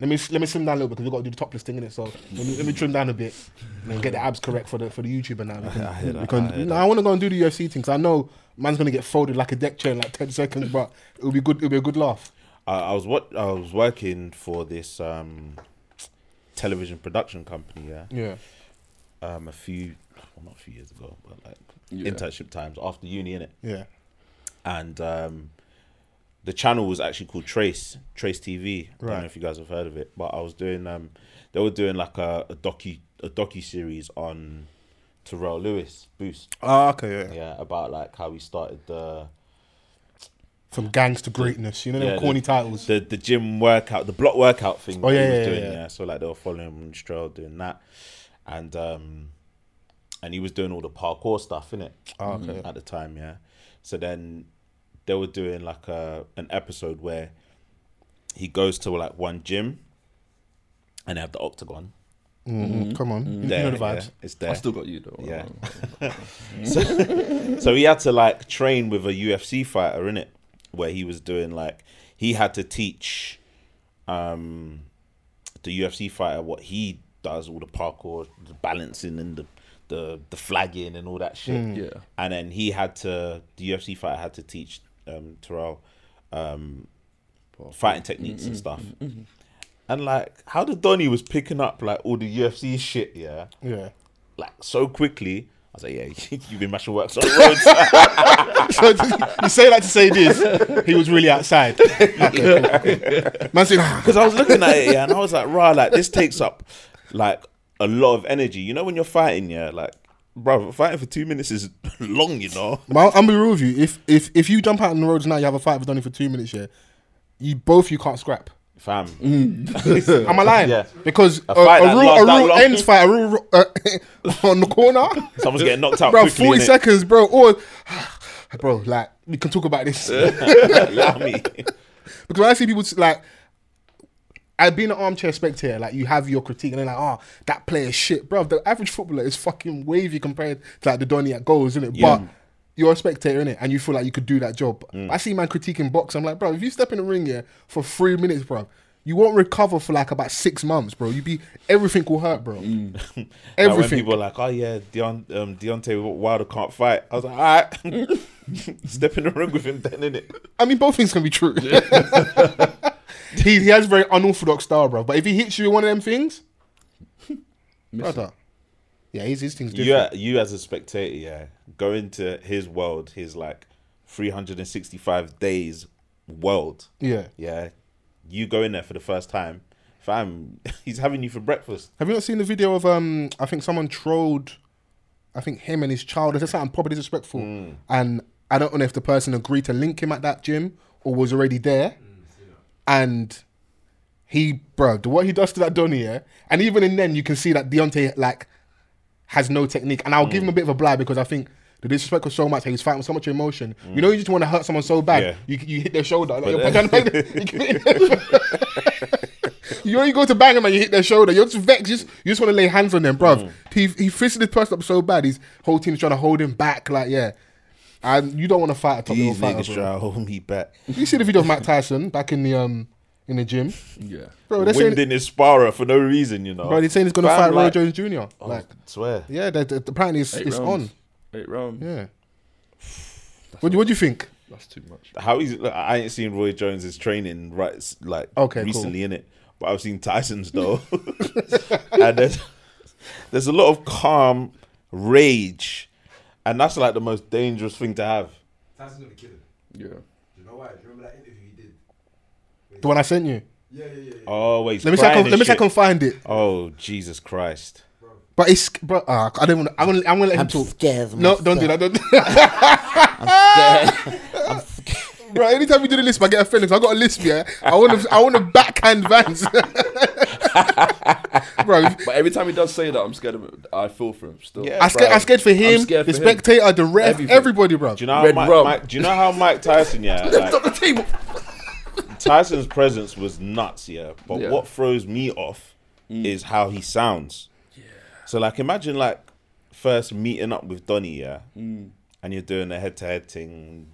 [SPEAKER 4] Let me s- let me slim down a little bit because we got to do the topless thing in it. So let me, let me trim down a bit and then get the abs correct for the for the YouTuber now. We can-
[SPEAKER 3] I hear that,
[SPEAKER 4] we can-
[SPEAKER 3] I hear
[SPEAKER 4] no, I want to go and do the UFC thing 'cause I know man's gonna get folded like a deck chair in like ten seconds, but it'll be good. It'll be a good laugh.
[SPEAKER 3] I, I was what I was working for this um, television production company. Yeah,
[SPEAKER 4] Yeah.
[SPEAKER 3] um, a few, well, not a few years ago, but like
[SPEAKER 8] Yeah.
[SPEAKER 3] internship times after uni, innit?
[SPEAKER 4] Yeah.
[SPEAKER 3] and um, the channel was actually called Trace Trace TV. I don't
[SPEAKER 4] Right.
[SPEAKER 3] know if you guys have heard of it, but I was doing um, they were doing like a, a docu a docu series on Terrell Lewis Boost,
[SPEAKER 4] Ah, okay.
[SPEAKER 3] yeah, about like how he started the
[SPEAKER 4] From gangs to greatness, you know them
[SPEAKER 3] Yeah,
[SPEAKER 4] corny
[SPEAKER 3] the-
[SPEAKER 4] titles.
[SPEAKER 3] the the gym workout, the block workout thing.
[SPEAKER 4] Oh,
[SPEAKER 3] that
[SPEAKER 4] yeah,
[SPEAKER 3] he was
[SPEAKER 4] yeah,
[SPEAKER 3] doing,
[SPEAKER 4] yeah, yeah.
[SPEAKER 3] So like they were following him on his trail doing that, and um, and he was doing all the parkour stuff in it
[SPEAKER 4] Ah, okay.
[SPEAKER 3] at the time, yeah. So then they were doing like a an episode where he goes to like one gym, and they have the octagon.
[SPEAKER 4] Mm, Come on, you, you
[SPEAKER 3] There,
[SPEAKER 4] know the
[SPEAKER 3] yeah,
[SPEAKER 4] vibes.
[SPEAKER 3] it's there.
[SPEAKER 8] I still got you though.
[SPEAKER 3] Yeah. so he had to like train with a UFC fighter in it, where he was doing like he had to teach um the UFC fighter what he does, all the parkour, the balancing, and the the the flagging and all that shit.
[SPEAKER 8] Yeah.
[SPEAKER 3] And then he had to the UFC fighter had to teach um Terrell um fighting techniques and stuff. And like how the Donny was picking up like all the UFC shit, yeah
[SPEAKER 4] Yeah.
[SPEAKER 3] like so quickly. I was like, yeah, you've been mashing works on the roads.
[SPEAKER 4] So you say that to say this. He was really outside. Man said, "Ah,
[SPEAKER 3] Because I was looking at it, yeah, and I was like, rah, like this takes up like a lot of energy. You know, when you're fighting, yeah, like, bro, fighting for two minutes is long, you know?
[SPEAKER 4] But I'll, I'll be real with you. If if if you jump out on the roads now, you have a fight with Donny for two minutes. Yeah, you both you can't scrap.
[SPEAKER 3] Fam.
[SPEAKER 4] Mm. Am I lying?
[SPEAKER 3] Yeah.
[SPEAKER 4] Because a, a,
[SPEAKER 3] fight that
[SPEAKER 4] rule,
[SPEAKER 3] lasts
[SPEAKER 4] a
[SPEAKER 3] that
[SPEAKER 4] rule
[SPEAKER 3] long.
[SPEAKER 4] ends fight. A rule uh, on the corner,
[SPEAKER 3] Someone's getting knocked out
[SPEAKER 4] bro.
[SPEAKER 3] quickly.
[SPEAKER 4] Forty
[SPEAKER 3] innit?
[SPEAKER 4] seconds, bro. Or bro, like we can talk about this
[SPEAKER 3] Allow me.
[SPEAKER 4] because when I see people s- like. I've been an armchair spectator, like you have your critique, and they're like, "Oh, that player shit, bro." The average footballer is fucking wavy compared to like the Donny at goals, isn't it?
[SPEAKER 3] Yeah.
[SPEAKER 4] But you're a spectator, innit? And you feel like you could do that job. I see man critiquing box. I'm like, bro, if you step in the ring here for three minutes, bro, you won't recover for like about six months, bro. You be everything will hurt, bro.
[SPEAKER 3] Like when
[SPEAKER 4] Everything.
[SPEAKER 3] people are like, oh, yeah, Deont- um, Deontay Wilder can't fight. I was like, all right. Step in the ring with him then, innit?
[SPEAKER 4] I mean, both things can be true. he, he has very unorthodox style, bro. But if he hits you with one of them things, brother, yeah, his, his thing's different.
[SPEAKER 3] you, a- you as a spectator, yeah, go into his world, his like 365 days world.
[SPEAKER 4] Yeah.
[SPEAKER 3] Yeah. You go in there for the first time, fam, he's having you for breakfast.
[SPEAKER 4] Have you not seen the video of um? I think someone trolled, I think him and his child. Is something probably disrespectful?
[SPEAKER 3] Mm.
[SPEAKER 4] And I don't know if the person agreed to link him at that gym or was already
[SPEAKER 3] Mm,
[SPEAKER 4] there. And he, bro, what he does to that Donny, yeah. And even in then, you can see that Deontay like has no technique. And I'll give
[SPEAKER 3] Mm.
[SPEAKER 4] him a bit of a blind because I think. The disrespect was so much. He was fighting with so much emotion. You know, you just want to hurt someone so bad.
[SPEAKER 3] Mm. Yeah.
[SPEAKER 4] You, you hit their shoulder. Like, you're
[SPEAKER 3] But
[SPEAKER 4] trying to make them- you you know, you go to bang him and you hit their shoulder. You're just vexed. You just, you just want to lay hands on them, bruv. He
[SPEAKER 3] Mm.
[SPEAKER 4] he fisted this person up so bad. His whole team's trying to hold him back. Like, yeah. And you don't want to fight a top level
[SPEAKER 3] These
[SPEAKER 4] fighter.
[SPEAKER 3] niggas
[SPEAKER 4] Bro.
[SPEAKER 3] try to hold me back.
[SPEAKER 4] You see the video of Matt Tyson back in the um in the gym,
[SPEAKER 8] Yeah.
[SPEAKER 4] bro. They're saying,
[SPEAKER 3] Winding his sparrer for no reason, you know.
[SPEAKER 4] bro, they're saying he's gonna
[SPEAKER 3] Fam,
[SPEAKER 4] fight
[SPEAKER 3] like-
[SPEAKER 4] Roy Jones Jr.
[SPEAKER 3] Oh,
[SPEAKER 4] like,
[SPEAKER 3] I swear.
[SPEAKER 4] yeah, they they- apparently it's,
[SPEAKER 8] Eight
[SPEAKER 4] it's on.
[SPEAKER 8] rounds. Eight round.
[SPEAKER 4] Yeah. What do, what do you think?
[SPEAKER 8] That's too much.
[SPEAKER 3] How he's, like, I ain't seen Roy Jones's training right, s- like
[SPEAKER 4] Okay, cool.
[SPEAKER 3] recently in it, but I've seen Tyson's though, and there's there's a lot of calm rage, and that's like the most dangerous thing to have.
[SPEAKER 9] Tyson's gonna kill him.
[SPEAKER 8] Yeah.
[SPEAKER 9] Do you know why? Do you remember that interview he did?
[SPEAKER 4] The one I sent you.
[SPEAKER 9] Yeah, yeah, yeah, yeah.
[SPEAKER 3] Oh wait, he's
[SPEAKER 4] Let me see. I
[SPEAKER 3] crying
[SPEAKER 4] can,
[SPEAKER 3] and
[SPEAKER 4] let me see. I
[SPEAKER 3] shit.
[SPEAKER 4] can find it.
[SPEAKER 3] Oh Jesus Christ!
[SPEAKER 4] But it's bro. Uh, I don't. Wanna, I'm gonna. I'm gonna let him talk.
[SPEAKER 10] scared.
[SPEAKER 4] No, don't do that. Don't. Bro, anytime we do the lisp, I get offended. 'cause I got a lisp, yeah. I want to, I want to backhand Vance. bro.
[SPEAKER 8] But every time he does say that, I'm scared of him. I feel for him still.
[SPEAKER 3] Yeah.
[SPEAKER 4] I scared,
[SPEAKER 8] Bro,
[SPEAKER 4] I scared for him,
[SPEAKER 8] scared
[SPEAKER 4] the
[SPEAKER 8] for him.
[SPEAKER 4] spectator, the ref,
[SPEAKER 8] Everything.
[SPEAKER 4] everybody, bro.
[SPEAKER 3] Do you know how
[SPEAKER 8] Red
[SPEAKER 3] Mike,
[SPEAKER 8] rum.
[SPEAKER 3] Mike- Do you know how Mike Tyson? Yeah, like,
[SPEAKER 8] Stop the table.
[SPEAKER 3] Tyson's presence was nuts. Yeah, but
[SPEAKER 8] Yeah.
[SPEAKER 3] what throws me off is how he sounds. So like, imagine like first meeting up with Donny. Yeah, and you're doing a head-to-head thing,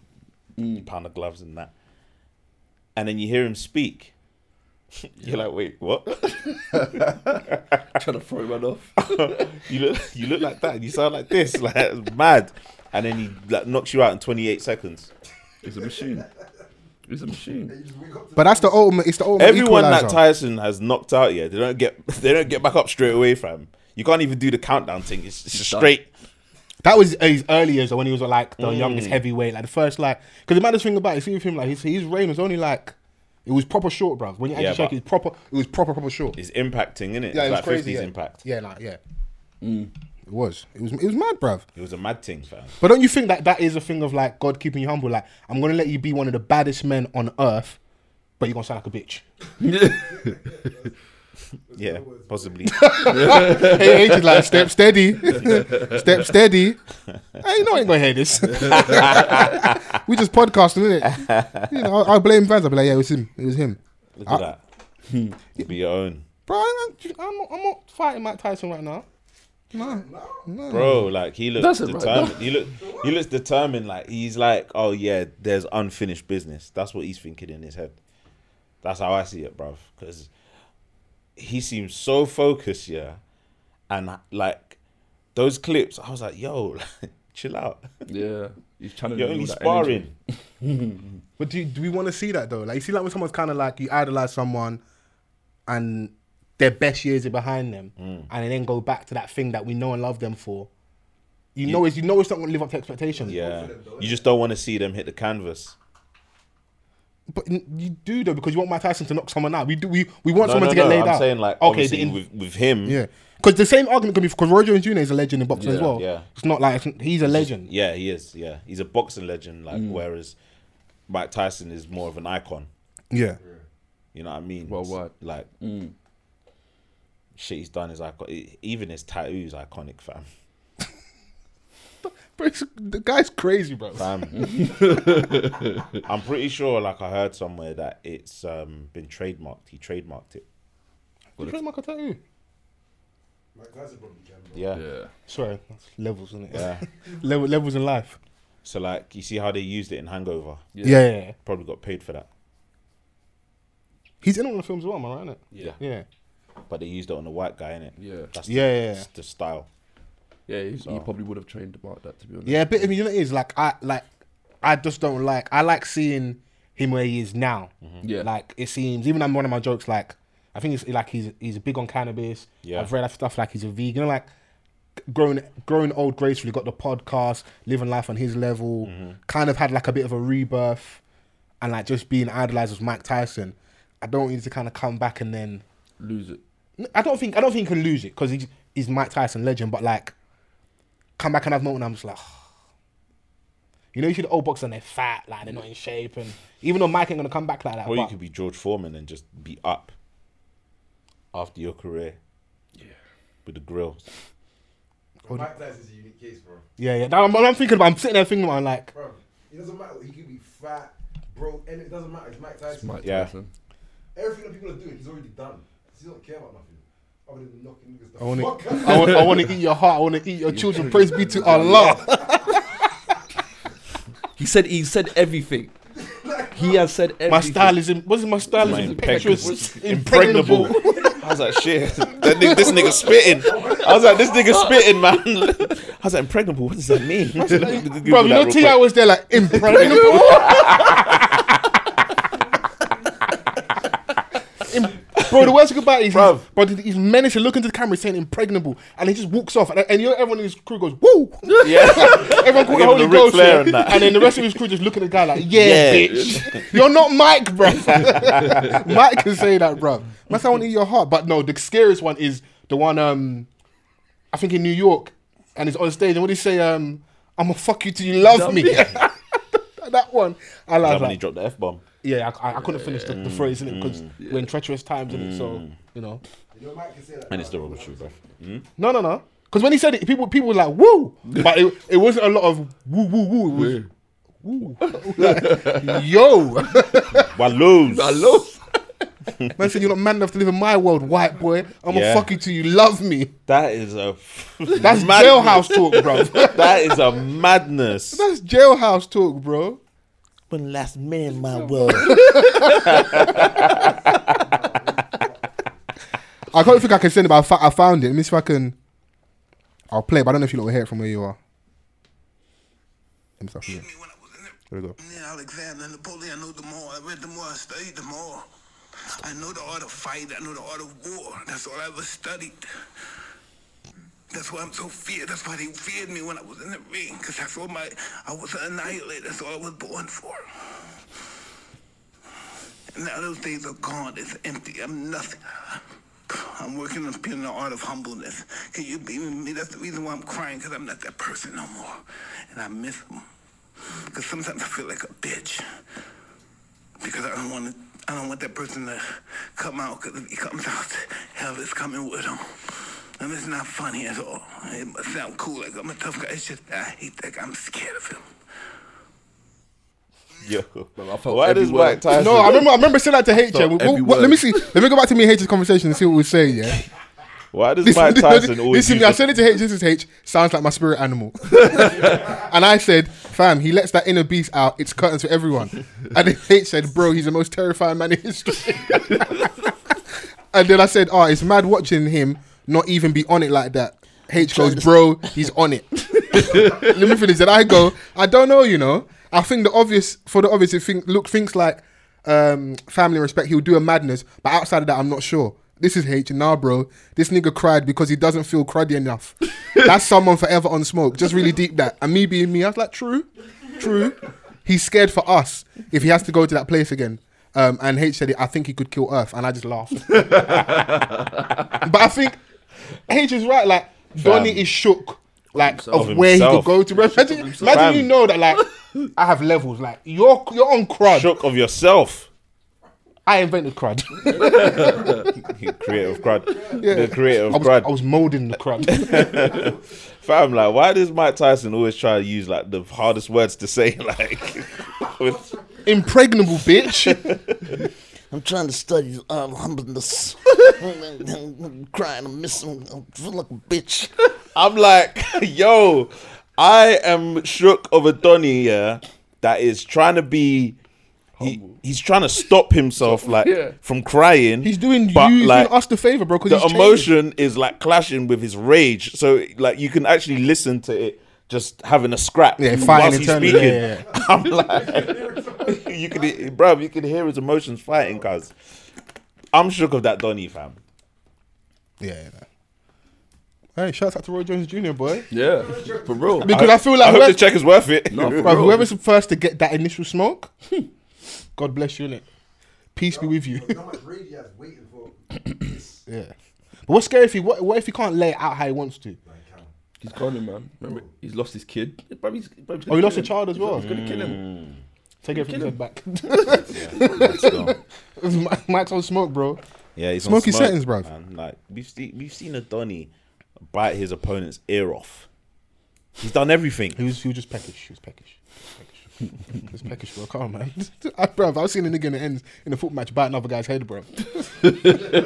[SPEAKER 3] pound of gloves and that, and then you hear him speak. You're like, wait, what?
[SPEAKER 8] trying to throw him off.
[SPEAKER 3] you look, you look like that. You sound like this, like it's mad. And then he like knocks you out in 28 seconds.
[SPEAKER 8] He's a machine. He's a machine.
[SPEAKER 4] But that's the ultimate. It's the ultimate
[SPEAKER 3] Everyone
[SPEAKER 4] equalizer.
[SPEAKER 3] that Tyson has knocked out, yeah, they don't get they don't get back up straight away, fam. You can't even do the countdown thing. It's, it's
[SPEAKER 8] done.
[SPEAKER 3] straight.
[SPEAKER 4] That was his early years, though, when he was like
[SPEAKER 3] Mm.
[SPEAKER 4] the youngest heavyweight, like the first like. Because the maddest thing about it, see with him, like his his reign was only like, it was proper short, bro. When you actually
[SPEAKER 3] Yeah,
[SPEAKER 4] check,
[SPEAKER 3] but-
[SPEAKER 4] it, proper. It was proper, proper short.
[SPEAKER 3] It's impacting, innit?
[SPEAKER 4] yeah,
[SPEAKER 3] it's
[SPEAKER 4] it was
[SPEAKER 3] like
[SPEAKER 4] crazy.
[SPEAKER 3] 50s
[SPEAKER 4] yeah.
[SPEAKER 3] impact.
[SPEAKER 4] Yeah, like yeah. It was. It was. It was mad, bruv.
[SPEAKER 3] It was a mad thing, fam.
[SPEAKER 4] But don't you think that that is a thing of like God keeping you humble? Like I'm gonna let you be one of the baddest men on earth, but you're gonna sound like a bitch.
[SPEAKER 3] Yeah, possibly.
[SPEAKER 4] hey, hey, just like step steady, step steady. Hey, no, I ain't gonna hear this. we just podcasting, innit? You know, I, I blame Vans. I'll be like, yeah, it was him. It was him.
[SPEAKER 3] Look at that. It'd be your own,
[SPEAKER 4] Bro, I- I'm, I'm, not, I'm not fighting Mike Tyson right now.
[SPEAKER 3] bro. Like he looks
[SPEAKER 8] That's it, right?
[SPEAKER 3] determined. He look he looks determined. Like he's like, oh yeah, there's unfinished business. That's what he's thinking in his head. That's how I see it, bruv. Because he seems so focused, yeah. And like those clips, I was like, yo, chill out.
[SPEAKER 8] Yeah. He's channeling
[SPEAKER 3] You're
[SPEAKER 8] all
[SPEAKER 3] only
[SPEAKER 8] that energy.
[SPEAKER 3] sparring.
[SPEAKER 4] But do, do we want to see that though? Like, you see, like when someone's kind of like you idolize someone, and their best years are behind them,
[SPEAKER 3] Mm.
[SPEAKER 4] and they then go back to that thing that we know and love them for. You, know, it's you know it's not gonna live up to expectations.
[SPEAKER 3] Yeah, you just don't want to see them hit the canvas.
[SPEAKER 4] But n- you do though because you want Mike Tyson to knock someone out. We do. We, we want
[SPEAKER 3] No,
[SPEAKER 4] someone
[SPEAKER 3] no,
[SPEAKER 4] to get
[SPEAKER 3] no.
[SPEAKER 4] laid
[SPEAKER 3] I'm
[SPEAKER 4] out.
[SPEAKER 3] saying like
[SPEAKER 4] okay,
[SPEAKER 3] obviously
[SPEAKER 4] the in-
[SPEAKER 3] with, with him.
[SPEAKER 4] yeah, because the same argument can be because Roger and Jr. is a legend in boxing as
[SPEAKER 8] Yeah,
[SPEAKER 4] well.
[SPEAKER 3] yeah.
[SPEAKER 4] it's not like it's- he's a legend.
[SPEAKER 3] Yeah, he is. Yeah, he's a boxing legend.
[SPEAKER 4] Mm.
[SPEAKER 3] Like whereas Mike Tyson is more of an icon.
[SPEAKER 4] Yeah,
[SPEAKER 3] You know what I mean?
[SPEAKER 8] Worldwide.
[SPEAKER 3] Like shit he's done is icon. e- Even his tattoos iconic, fam.
[SPEAKER 4] but it's, the guy's crazy, bro.
[SPEAKER 3] Fam. Um, I'm pretty sure. Like I heard somewhere that it's um, been trademarked. He trademarked it.
[SPEAKER 4] Did you try Michael Tattoo?
[SPEAKER 9] Mike Tyson probably can, bro.
[SPEAKER 3] Yeah. yeah.
[SPEAKER 8] Yeah.
[SPEAKER 4] Sorry, that's levels in it. Level, levels in life.
[SPEAKER 3] So like you see how they used it in Hangover.
[SPEAKER 4] Yeah. yeah, yeah.
[SPEAKER 3] Probably got paid for that.
[SPEAKER 4] he's in all the films as well. Am I right? innit?
[SPEAKER 8] Yeah.
[SPEAKER 4] yeah.
[SPEAKER 3] But they used it on a white guy, innit?
[SPEAKER 8] Yeah.
[SPEAKER 3] That's
[SPEAKER 4] Yeah,
[SPEAKER 3] the,
[SPEAKER 4] yeah, yeah.
[SPEAKER 3] the style.
[SPEAKER 8] Yeah, he, he probably would have trained about that to be honest.
[SPEAKER 4] Yeah, but I mean, you know, it is like I like I just don't like. I like seeing him where he is now.
[SPEAKER 8] Mm-hmm. Yeah.
[SPEAKER 4] like it seems. Even I'm one of my jokes. Like I think it's like he's he's big on cannabis.
[SPEAKER 3] Yeah.
[SPEAKER 4] I've read stuff like he's a vegan. You know, like growing growing old gracefully. Got the podcast, living life on his level.
[SPEAKER 8] Mm-hmm.
[SPEAKER 4] Kind of had like a bit of a rebirth, and like just being idolized as Mike Tyson. I don't need to kind of come back and then.
[SPEAKER 8] Lose it.
[SPEAKER 4] I don't think I don't think he can lose it because he's he's Mike Tyson legend. But like, come back and have moment, and I'm just like, you know, you see the old boxers and they're fat, like they're not in shape, and even though Mike ain't gonna come back like that,
[SPEAKER 3] Or you
[SPEAKER 4] but
[SPEAKER 3] could be George Foreman and just be up after your career. Yeah. With the grills.
[SPEAKER 9] But Mike Tyson's a unique case, bro.
[SPEAKER 4] yeah, yeah. Now I'm, I'm thinking about, I'm sitting there thinking about like,
[SPEAKER 9] Bro, it doesn't matter. He could be fat, broke, and it doesn't matter. It's Mike Tyson.
[SPEAKER 8] Mike
[SPEAKER 3] Yeah.
[SPEAKER 8] Tyson.
[SPEAKER 9] Everything that people are doing, he's already done. He doesn't care about nothing. Other than knocking niggas
[SPEAKER 4] I want
[SPEAKER 9] the fuck
[SPEAKER 4] to,
[SPEAKER 9] out.
[SPEAKER 4] I want, I want to eat your heart, I want to eat your children. Praise be to Allah.
[SPEAKER 8] He said he said everything. he has said everything.
[SPEAKER 4] My style is, in, what's it, my style
[SPEAKER 3] My
[SPEAKER 4] is
[SPEAKER 3] impeccable-
[SPEAKER 4] impetuous,
[SPEAKER 3] Impregnable.
[SPEAKER 4] impregnable.
[SPEAKER 3] I was like, shit. That nigga, this nigga spitting. I was like, this nigga spitting, man. I was like, impregnable. What does that mean?
[SPEAKER 4] Bro, you know, T.I. was there like impregnable. Im- Bro, the worst thing about it is, he's,
[SPEAKER 3] Bruv.
[SPEAKER 4] bro, he's menacing, looking to the camera, saying impregnable, and he just walks off, and, and you know, everyone in his crew goes, woo!
[SPEAKER 3] Yeah.
[SPEAKER 4] Everyone called the
[SPEAKER 3] Give him
[SPEAKER 4] Holy
[SPEAKER 3] the Ric
[SPEAKER 4] Ghost,
[SPEAKER 3] Flair
[SPEAKER 4] yeah.
[SPEAKER 3] and
[SPEAKER 4] and,
[SPEAKER 3] that.
[SPEAKER 4] then the rest of his crew just look at the guy like, yeah,
[SPEAKER 3] Yeah.
[SPEAKER 4] bitch, you're not Mike, bro. Mike can say that, bro. Must I want to eat your heart, but no, the scariest one is the one, um, I think in New York, and he's on stage, and what did he say? Um, I'm gonna fuck you till you love me. that one, I
[SPEAKER 3] That's
[SPEAKER 4] love
[SPEAKER 3] when he
[SPEAKER 4] that.
[SPEAKER 3] dropped the F bomb.
[SPEAKER 4] Yeah, I, I, I couldn't finish the, the phrase in it because we're in treacherous times in it. So You know,
[SPEAKER 9] You know, Mike can say that.
[SPEAKER 3] And it's the rubber shoe, bruv.
[SPEAKER 4] no, no, no. Because when he said it, people people were like woo, but it, it wasn't a lot of woo woo woo. It was woo, Like, yo.
[SPEAKER 3] Wallows.
[SPEAKER 4] Man said you're not man enough to live in my world, white boy. I'm
[SPEAKER 3] Yeah.
[SPEAKER 4] gonna fuck you till you love me.
[SPEAKER 3] That is a.
[SPEAKER 4] That's jailhouse talk, bro.
[SPEAKER 3] That is a madness.
[SPEAKER 4] That's jailhouse talk, bro.
[SPEAKER 3] One last minute in my world.
[SPEAKER 4] I don't think I can send it, but I, fo- I found it. Let me see if I can. I'll play, it, but I don't know if you lot will hear it from where you are. Let me start from here.
[SPEAKER 10] when I was in
[SPEAKER 4] There we go.
[SPEAKER 10] there. Alexander, Napoleon, I know them all. I read them all. I studied them all. I know the art of fight. I know the art of war. That's all I ever studied. That's why I'm so feared. That's why they feared me when I was in the ring. Because that's all my, I was an annihilator. That's all I was born for. And now those days are gone. It's empty. I'm nothing. I'm working on being the art of humbleness. Can you be with me? That's the reason why I'm crying, because I'm not that person no more. And I miss them. Because sometimes I feel like a bitch. Because I don't want to, I don't want that person to come out. Because if he comes out, hell is coming with him. And it's not funny at all. It must sound cool, like I'm a tough guy. It's just I hate that guy. I'm scared of him.
[SPEAKER 3] Yo,
[SPEAKER 8] I felt
[SPEAKER 3] why
[SPEAKER 8] every
[SPEAKER 3] does
[SPEAKER 8] word.
[SPEAKER 3] Mike Tyson?
[SPEAKER 4] No, I remember. I remember saying that to H.
[SPEAKER 8] So
[SPEAKER 4] yeah. Well,
[SPEAKER 8] every
[SPEAKER 4] well, let me
[SPEAKER 8] word.
[SPEAKER 4] see. Let me go back to me and H's conversation and see what we say. Yeah.
[SPEAKER 3] Why does Mike Tyson always?
[SPEAKER 4] listen,
[SPEAKER 3] use
[SPEAKER 4] I
[SPEAKER 3] the-
[SPEAKER 4] said it to H. This is H. Sounds like my spirit animal. and I said, "Fam, he lets that inner beast out. It's curtains for everyone." And then H said, "Bro, he's the most terrifying man in history." and then I said, "Oh, it's mad watching him not even be on it like that." H goes, "Bro, he's on it." Let me finish. Then I go, "I don't know, you know. I think the obvious for the obvious, it think look things like um, family respect. He'll do a madness, but outside of that, I'm not sure." This is H. Nah, bro. This nigga cried because he doesn't feel cruddy enough. That's someone forever on smoke. Just really deep that. And me being me, I was like, true, true. He's scared for us if he has to go to that place again. Um, and H said, I think he could kill Earth. And I just laughed. but I think H is right. Like, Donnie is shook. Like of,
[SPEAKER 3] Of
[SPEAKER 4] where he
[SPEAKER 3] himself.
[SPEAKER 4] could go to. Imagine, imagine
[SPEAKER 3] Fam.
[SPEAKER 4] you know that like I have levels. Like you're you're on crud.
[SPEAKER 3] shock of yourself.
[SPEAKER 4] I invented crud.
[SPEAKER 3] Creative crud. The creative
[SPEAKER 4] I was,
[SPEAKER 3] crud.
[SPEAKER 4] I was molding the crud.
[SPEAKER 3] Fam, like, why does Mike Tyson always try to use like the hardest words to say? Like, with,
[SPEAKER 4] Impregnable bitch.
[SPEAKER 11] I'm trying to study the art of humbleness. I'm crying, I'm missing, I feel like a bitch.
[SPEAKER 3] I'm like, yo, I am shook of a Donny, yeah, that is trying to be. He, he's trying to stop himself, like,
[SPEAKER 8] Yeah.
[SPEAKER 3] from crying.
[SPEAKER 4] He's doing
[SPEAKER 3] but,
[SPEAKER 4] you, he's
[SPEAKER 3] like,
[SPEAKER 4] doing us the favor, bro. Because
[SPEAKER 3] the emotion is like clashing with his rage. So like you can actually listen to it just having a scrap.
[SPEAKER 4] Yeah,
[SPEAKER 3] whilst
[SPEAKER 4] fighting
[SPEAKER 3] he's
[SPEAKER 4] internally,
[SPEAKER 3] speaking.
[SPEAKER 4] yeah,
[SPEAKER 3] I'm like, you can, bro, you can hear his emotions fighting, cuz. I'm shook of that Donny fam.
[SPEAKER 4] Yeah. yeah, yeah. Hey, shouts out to Roy Jones Jr. boy.
[SPEAKER 8] Yeah, for real.
[SPEAKER 4] Because I, feel
[SPEAKER 3] I
[SPEAKER 4] like
[SPEAKER 3] hope
[SPEAKER 4] whoever,
[SPEAKER 3] the check is worth it.
[SPEAKER 8] No,
[SPEAKER 4] bro,
[SPEAKER 8] Bro.
[SPEAKER 4] whoever's the first to get that initial smoke,
[SPEAKER 3] Hmm.
[SPEAKER 4] God bless you, innit? Peace be with you.
[SPEAKER 9] Look how much rage he has waiting for. this.
[SPEAKER 4] yeah. But what's scary if he what, what if he can't lay it out how he wants to?
[SPEAKER 8] He's calling, man. Remember, he's lost his kid. Bro, he's- bro, he's
[SPEAKER 4] Oh, he
[SPEAKER 8] gonna
[SPEAKER 4] lost a
[SPEAKER 8] kill him.
[SPEAKER 4] child as well. Mm.
[SPEAKER 8] He's gonna kill him.
[SPEAKER 4] Take it from
[SPEAKER 8] Kill
[SPEAKER 4] the
[SPEAKER 8] him.
[SPEAKER 4] back.
[SPEAKER 3] Let's go.
[SPEAKER 4] Mike's on smoke, bro.
[SPEAKER 3] Yeah, he's on
[SPEAKER 4] Smoky
[SPEAKER 3] smoke,
[SPEAKER 4] settings, bruv.
[SPEAKER 3] man. Like we've seen, we've seen a Donny bite his opponent's ear off. He's done everything.
[SPEAKER 4] He was he was just peckish. He was peckish. Peckish. He was peckish, bro. Come on, man. I, bro, I've seen a nigga in the ends in a foot match bite another guy's head, bro.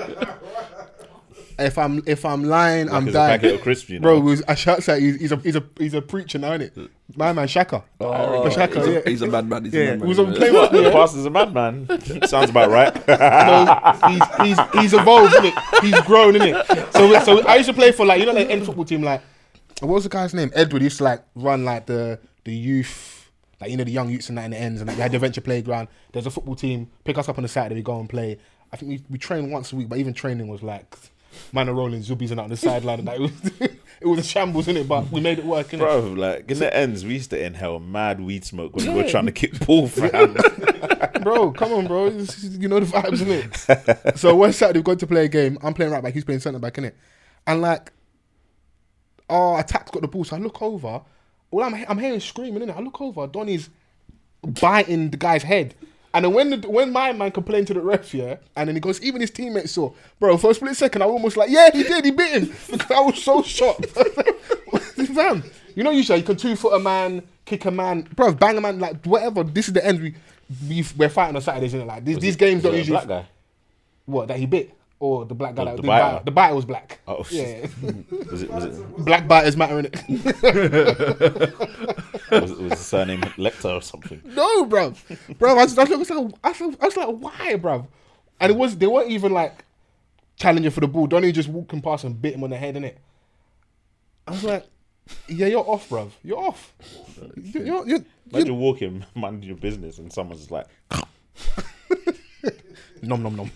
[SPEAKER 4] if I'm if I'm lying, I'm
[SPEAKER 3] Like it's a
[SPEAKER 4] dying.
[SPEAKER 3] packet of crisps, you know.
[SPEAKER 4] Bro, was, I shouts at you. He's a he's a he's a preacher now, is it? My man Shaka.
[SPEAKER 8] Oh,
[SPEAKER 4] But
[SPEAKER 8] he's,
[SPEAKER 4] Shaka,
[SPEAKER 8] a,
[SPEAKER 4] yeah.
[SPEAKER 8] he's a madman. He's
[SPEAKER 4] yeah,
[SPEAKER 8] a
[SPEAKER 4] he
[SPEAKER 8] madman.
[SPEAKER 4] was on
[SPEAKER 8] yeah.
[SPEAKER 4] play what?
[SPEAKER 3] The pastor's a madman. Sounds about right.
[SPEAKER 4] he's, he's he's evolved, is He's grown, is it? So so I used to play for like you know like end football team like what was the guy's name? Edward he used to like run like the the youth like you know the young youths and that in the ends and like we had the venture playground. There's a football team, pick us up on a Saturday, we go and play. I think we, we train once a week, but even training was like man are rolling zoobies and out the sideline and that it was it was a shambles, innit? But we made it work, innit?
[SPEAKER 3] Bro, like in the ends, we used to inhale mad weed smoke when we were trying to kick ball, fam.
[SPEAKER 4] bro, come on, bro. It's- it's- you know the vibes, innit? so one Saturday we've got to play a game. I'm playing right back. He's playing centre back, innit? And like, oh, attack's got the ball. So I look over. Well, I'm I'm hearing screaming, innit? I look over. Donny's biting the guy's head. And then when the, when my man complained to the ref, yeah, and then he goes, even his teammates saw, bro. For a split second, I was almost like, yeah, he did, he bit him because I was so shocked. Fam, you know, usually you can two foot a man, kick a man, bro, bang a man, like whatever. This is the end. We, we we're fighting on Saturdays, isn't it? Like these, these
[SPEAKER 3] Was
[SPEAKER 4] games don't
[SPEAKER 3] it a
[SPEAKER 4] usually
[SPEAKER 3] black guy.
[SPEAKER 4] what that he bit or the black guy.
[SPEAKER 3] Oh,
[SPEAKER 4] that
[SPEAKER 3] the
[SPEAKER 4] the, biter.
[SPEAKER 3] biter.
[SPEAKER 4] the biter was black.
[SPEAKER 3] Oh,
[SPEAKER 4] yeah,
[SPEAKER 3] Was it was it
[SPEAKER 4] black biters matter in it.
[SPEAKER 3] was, was his surname Lecter or something?
[SPEAKER 4] No, bro, bro. I was, I was like, I was, I was like, why, bro? And it was they weren't even like challenging for the ball. Donny just walking past and bit him on the head, innit? I was like, yeah, you're off, bro. You're off. You're, you're, you're,
[SPEAKER 3] Imagine walking, minding your business, and someone's just like,
[SPEAKER 4] nom nom nom.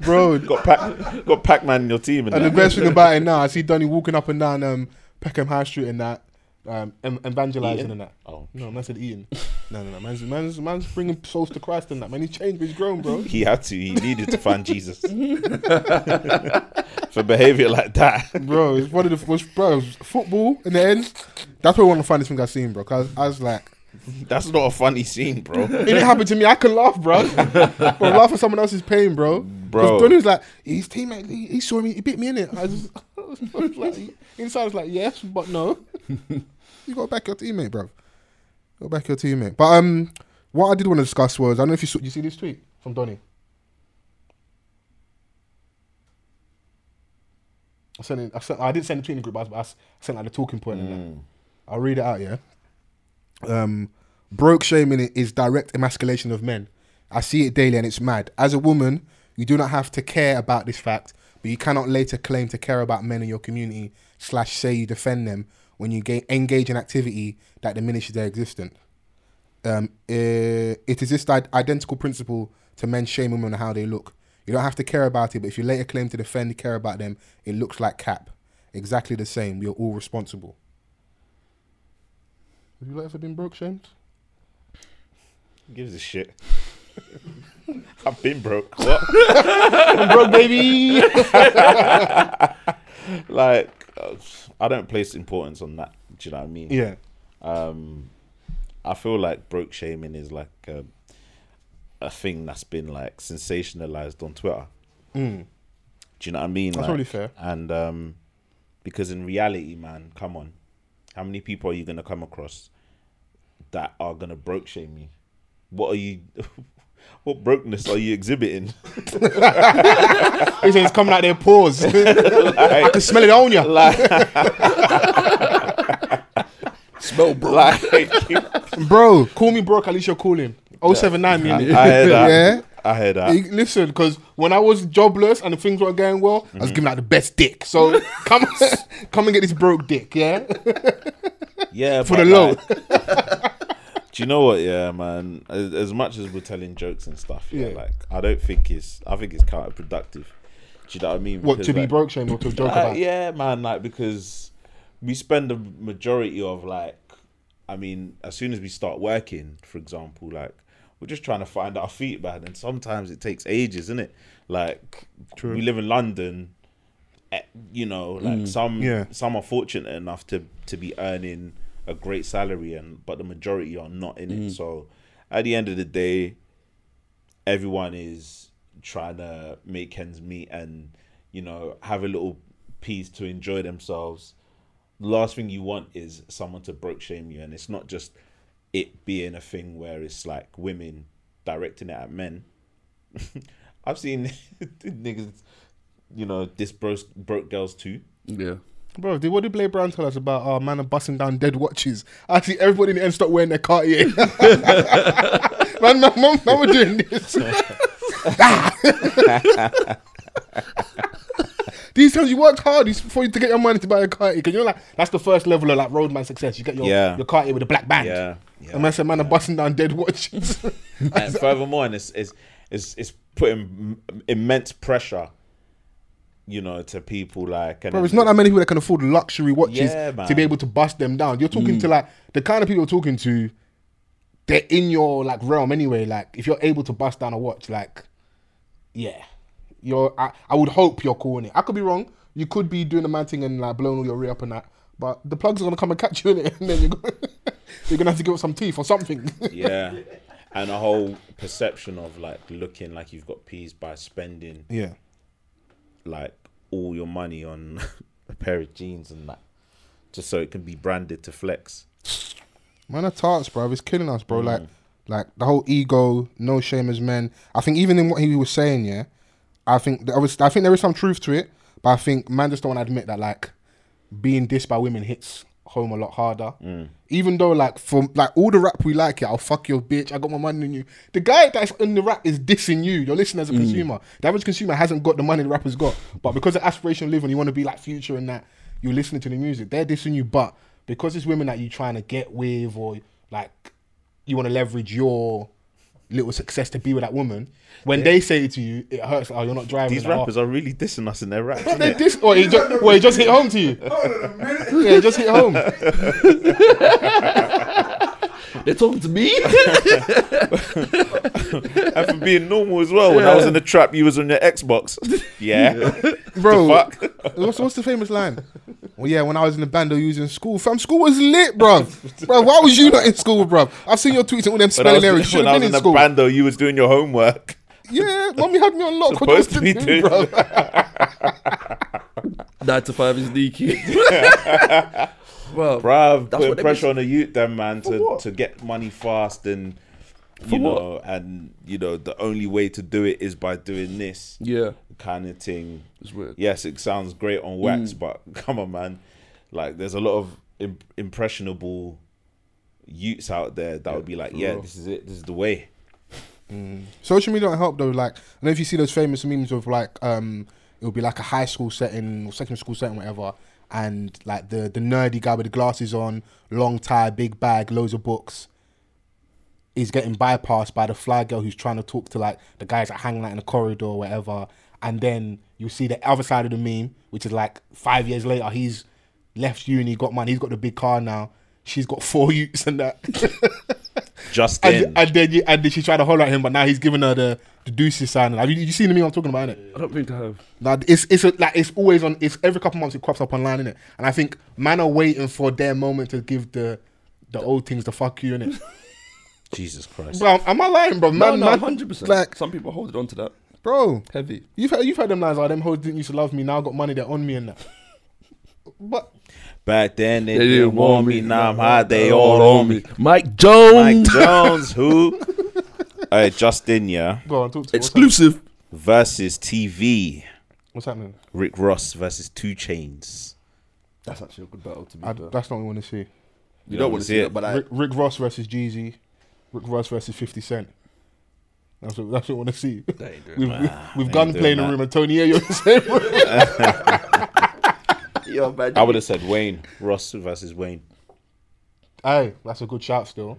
[SPEAKER 4] bro,
[SPEAKER 3] got Pac, got Pac Man in your team, and,
[SPEAKER 4] And the
[SPEAKER 3] that.
[SPEAKER 4] best thing about it now, I see Donny walking up and down um, Peckham High Street and that, um, em- evangelizing
[SPEAKER 3] Eating?
[SPEAKER 4] and that.
[SPEAKER 3] Oh.
[SPEAKER 4] no, man said eating. no, no, no, man's man's, man's bringing souls to Christ and that. Man, he's changed, he's grown, bro.
[SPEAKER 3] he had to, he needed to find Jesus for behavior like that.
[SPEAKER 4] bro, it's one of the was, bro it's football in the end. That's probably one of the funniest things I've seen, bro. Cause I was like,
[SPEAKER 3] That's not a funny scene, bro.
[SPEAKER 4] it didn't happen to me. I can laugh, bro. bro, laugh at someone else's pain, bro.
[SPEAKER 3] Bro.
[SPEAKER 4] Because Donny was like, his teammate, he, he saw me, he bit me in it. I was, I was like, inside, I was like, yes, but no. you got to back your teammate, bro. Go back your teammate. But um, what I did want to discuss was, I don't know if you saw, you see this tweet from Donny. I sent, it, I sent. I didn't send the tweet in the group, but I, but I s- sent like the talking point. And that. I'll read it out. Yeah. Um, broke shaming i- is direct emasculation of men. I see it daily, and it's mad. As a woman, you do not have to care about this fact, but you cannot later claim to care about men in your community slash say you defend them when you ga- engage in activity that diminishes their existence. Um, eh, it is this i- identical principle to men shaming women on how they look. You don't have to care about it, but if you later claim to defend and care about them, it looks like cap. Exactly the same. We are all responsible. Have you ever been broke shamed?
[SPEAKER 3] Gives a shit. I've been broke. What?
[SPEAKER 4] broke, baby.
[SPEAKER 3] like, uh, I don't place importance on that. Do you know what I mean?
[SPEAKER 4] yeah.
[SPEAKER 3] um, I feel like broke shaming is like a, a thing that's been like sensationalized on Twitter. Do you know what I mean? That's
[SPEAKER 4] probably Mm. fair.
[SPEAKER 3] And um, because in reality, man, come on, how many people are you gonna come across that are gonna broke shame you? What are you? what brokenness are you exhibiting?
[SPEAKER 4] It's, it's coming out their pores. I can smell it on you.
[SPEAKER 8] Smell, bro.
[SPEAKER 3] like,
[SPEAKER 4] Bro, call me broke. At least you're calling. 079
[SPEAKER 3] I
[SPEAKER 4] me.
[SPEAKER 3] heard that.
[SPEAKER 4] Yeah.
[SPEAKER 3] I heard that.
[SPEAKER 4] Hey, Listen, because when I was jobless and things weren't going well, I was
[SPEAKER 3] Mm-hmm.
[SPEAKER 4] giving out the best dick. So come, come and get this broke dick, yeah.
[SPEAKER 3] Yeah,
[SPEAKER 4] For
[SPEAKER 3] but
[SPEAKER 4] the low.
[SPEAKER 3] like- do you know what? Yeah, man. As, as much as we're telling jokes and stuff, yeah,
[SPEAKER 4] Yeah.
[SPEAKER 3] Like, I don't think it's. I think it's counterproductive. Do you know what I mean?
[SPEAKER 4] What
[SPEAKER 3] Because,
[SPEAKER 4] to be
[SPEAKER 3] like,
[SPEAKER 4] broke shame or to joke
[SPEAKER 3] like,
[SPEAKER 4] about?
[SPEAKER 3] yeah, man. Like because we spend the majority of like, I mean, as soon as we start working, for example, like we're just trying to find our feet, man. And sometimes it takes ages, isn't it? Like we live in London. eh, You know, like some
[SPEAKER 4] Mm. yeah.
[SPEAKER 3] some are fortunate enough to to be earning a great salary, and but the majority are not in
[SPEAKER 4] Mm.
[SPEAKER 3] it. So at the end of the day, everyone is trying to make ends meet and you know have a little piece to enjoy themselves last thing you want is someone to broke shame you and it's not just it being a thing where it's like women directing it at men i've seen niggas you know this broke, broke girls too
[SPEAKER 8] Yeah.
[SPEAKER 4] Bro, did, what did Blair Brown tell us about our man busting down dead watches? Actually, everybody in the end stopped wearing their Cartier. man, man, man, man, we're doing this. These times you worked hard it's for you to get your money to buy a Cartier. Because you know, like, that's the first level of like roadman success. You get your,
[SPEAKER 3] Yeah.
[SPEAKER 4] your Cartier with a black band.
[SPEAKER 3] yeah, yeah.
[SPEAKER 4] And man said, man, I'm busting down dead watches.
[SPEAKER 3] and furthermore, and it's, it's it's it's putting m- immense pressure, you know, to people like. And
[SPEAKER 4] Bro, it's not that many people that can afford luxury watches
[SPEAKER 3] Yeah,
[SPEAKER 4] to
[SPEAKER 3] man. Mm.
[SPEAKER 4] be able to bust them down. You're talking to like the kind of people you're talking to, they're in your like realm anyway. Like if you're able to bust down a watch, like yeah, you're. I, I would hope you're calling it. I could be wrong. You could be doing the man thing and like blowing all your rear up and that. But the plugs are gonna come and catch you in it, and then you're gonna, You're gonna have to give up some teeth or something.
[SPEAKER 3] yeah, and a whole perception of like looking like you've got peas by spending
[SPEAKER 4] yeah.
[SPEAKER 3] like all your money on a pair of jeans and that, just so it can be branded to flex.
[SPEAKER 4] Man, that's tarts, bro. It's killing us, bro. Like, like the whole ego, no shame as men. I think even in what he was saying, yeah, I think there was, I think there is some truth to it, but I think man just don't want to admit that like being dissed by women hits home a lot harder. Even though like from like all the rap we like, yeah, I'll fuck your bitch. I got my money in you. The guy that's in the rap is dissing you. You're listening as a consumer. The average consumer hasn't got the money the rappers got, but because of aspiration live and you want to be like future and that, you're listening to the music. They're dissing you, but because it's women that you're trying to get with or like you want to leverage your little success to be with that woman, when they say it to you, it hurts. Oh, you're not driving.
[SPEAKER 3] These
[SPEAKER 4] like, oh.
[SPEAKER 3] rappers are really dissing us in their raps.
[SPEAKER 4] But they
[SPEAKER 3] innit?
[SPEAKER 4] dis- or it just, well, it just hit home to you. yeah, it just hit home.
[SPEAKER 8] They're talking to me.
[SPEAKER 3] and for being normal as well. When I was in the trap, you was on your Xbox. Yeah,
[SPEAKER 4] Bro,
[SPEAKER 3] The fuck?
[SPEAKER 4] what's, what's the famous line? Well, yeah, when I was in the band, I was in school. Fam, school was lit, bro. Bro, why was you not in school, bro? I've seen your tweets and all them
[SPEAKER 3] when I
[SPEAKER 4] spelling
[SPEAKER 3] was,
[SPEAKER 4] errors.
[SPEAKER 3] when
[SPEAKER 4] Should
[SPEAKER 3] I was in
[SPEAKER 4] have been in
[SPEAKER 3] the
[SPEAKER 4] school.
[SPEAKER 3] band though, you was doing your homework.
[SPEAKER 4] Yeah, mommy had me on lock. What
[SPEAKER 3] Supposed
[SPEAKER 4] else
[SPEAKER 3] to be
[SPEAKER 4] do,
[SPEAKER 3] doing.
[SPEAKER 4] bro?
[SPEAKER 8] Nine to five is Nikki. well,
[SPEAKER 3] Bruv,
[SPEAKER 8] That's what
[SPEAKER 3] putting
[SPEAKER 8] they
[SPEAKER 3] pressure
[SPEAKER 8] be-
[SPEAKER 3] on a youth then man to, to get money fast and you
[SPEAKER 8] what?
[SPEAKER 3] know and you know the only way to do it is by doing this
[SPEAKER 8] yeah,
[SPEAKER 3] kind of thing.
[SPEAKER 8] it's weird.
[SPEAKER 3] Yes, it sounds great on
[SPEAKER 8] Mm.
[SPEAKER 3] wax, but come on man. Like there's a lot of im- impressionable youths out there that would be like, yeah, this is it, this is the way.
[SPEAKER 4] Social media don't help though. Like, I don't know if you see those famous memes of like, um, it'll be like a high school setting or secondary school setting, whatever, and like the the nerdy guy with the glasses on, long tie, big bag, loads of books, is getting bypassed by the fly girl who's trying to talk to like the guys that hang out in the corridor or whatever. And then you see the other side of the meme, which is like five years later, he's left uni, got money, he's got the big car now. She's got four youths and that.
[SPEAKER 3] Just then
[SPEAKER 4] And, and then you, and then she tried to holler at him, but now he's giving her the, the deuces sign. Have you, you seen the meme I'm talking about? Innit?
[SPEAKER 8] I don't think I have.
[SPEAKER 4] Now it's it's a, like it's always on. It's every couple months it crops up online, innit? And I think man are waiting for their moment to give the the old things the fuck you, innit?
[SPEAKER 3] Jesus Christ.
[SPEAKER 4] bro, am I lying, bro?
[SPEAKER 8] No,
[SPEAKER 4] Man,
[SPEAKER 8] no,
[SPEAKER 4] man-
[SPEAKER 8] hundred percent.
[SPEAKER 4] Like,
[SPEAKER 8] some people hold on to that
[SPEAKER 4] bro,
[SPEAKER 8] heavy.
[SPEAKER 4] you've heard, you've heard them lines. Like them hoes didn't used to love me. Now I got money. They're on me and that. But
[SPEAKER 3] Back then they,
[SPEAKER 8] They
[SPEAKER 3] didn't, want me, now I'm high, they all on me.
[SPEAKER 8] Mike Jones.
[SPEAKER 3] Mike Jones, who? Hey, Justin, yeah.
[SPEAKER 4] go on, talk to me. What's happening?
[SPEAKER 8] Exclusive.
[SPEAKER 3] Versus TV.
[SPEAKER 4] What's happening?
[SPEAKER 3] Rick Ross versus Two Chains.
[SPEAKER 8] That's actually a good battle to be
[SPEAKER 4] I,
[SPEAKER 8] fair.
[SPEAKER 4] that's not what we want to see.
[SPEAKER 8] You don't want to see it, but I,
[SPEAKER 4] Rick, Rick Ross versus Jeezy. Rick Ross versus 50 Cent. That's what, that's what I want to see. We've, we've, we've
[SPEAKER 3] ain't
[SPEAKER 4] gunplay
[SPEAKER 3] doing
[SPEAKER 4] in the
[SPEAKER 3] that.
[SPEAKER 4] room and Tony Ayo in the same room.
[SPEAKER 8] Yo, man,
[SPEAKER 3] I would have said Wayne. Ross versus Wayne.
[SPEAKER 4] Aye, that's a good shout still.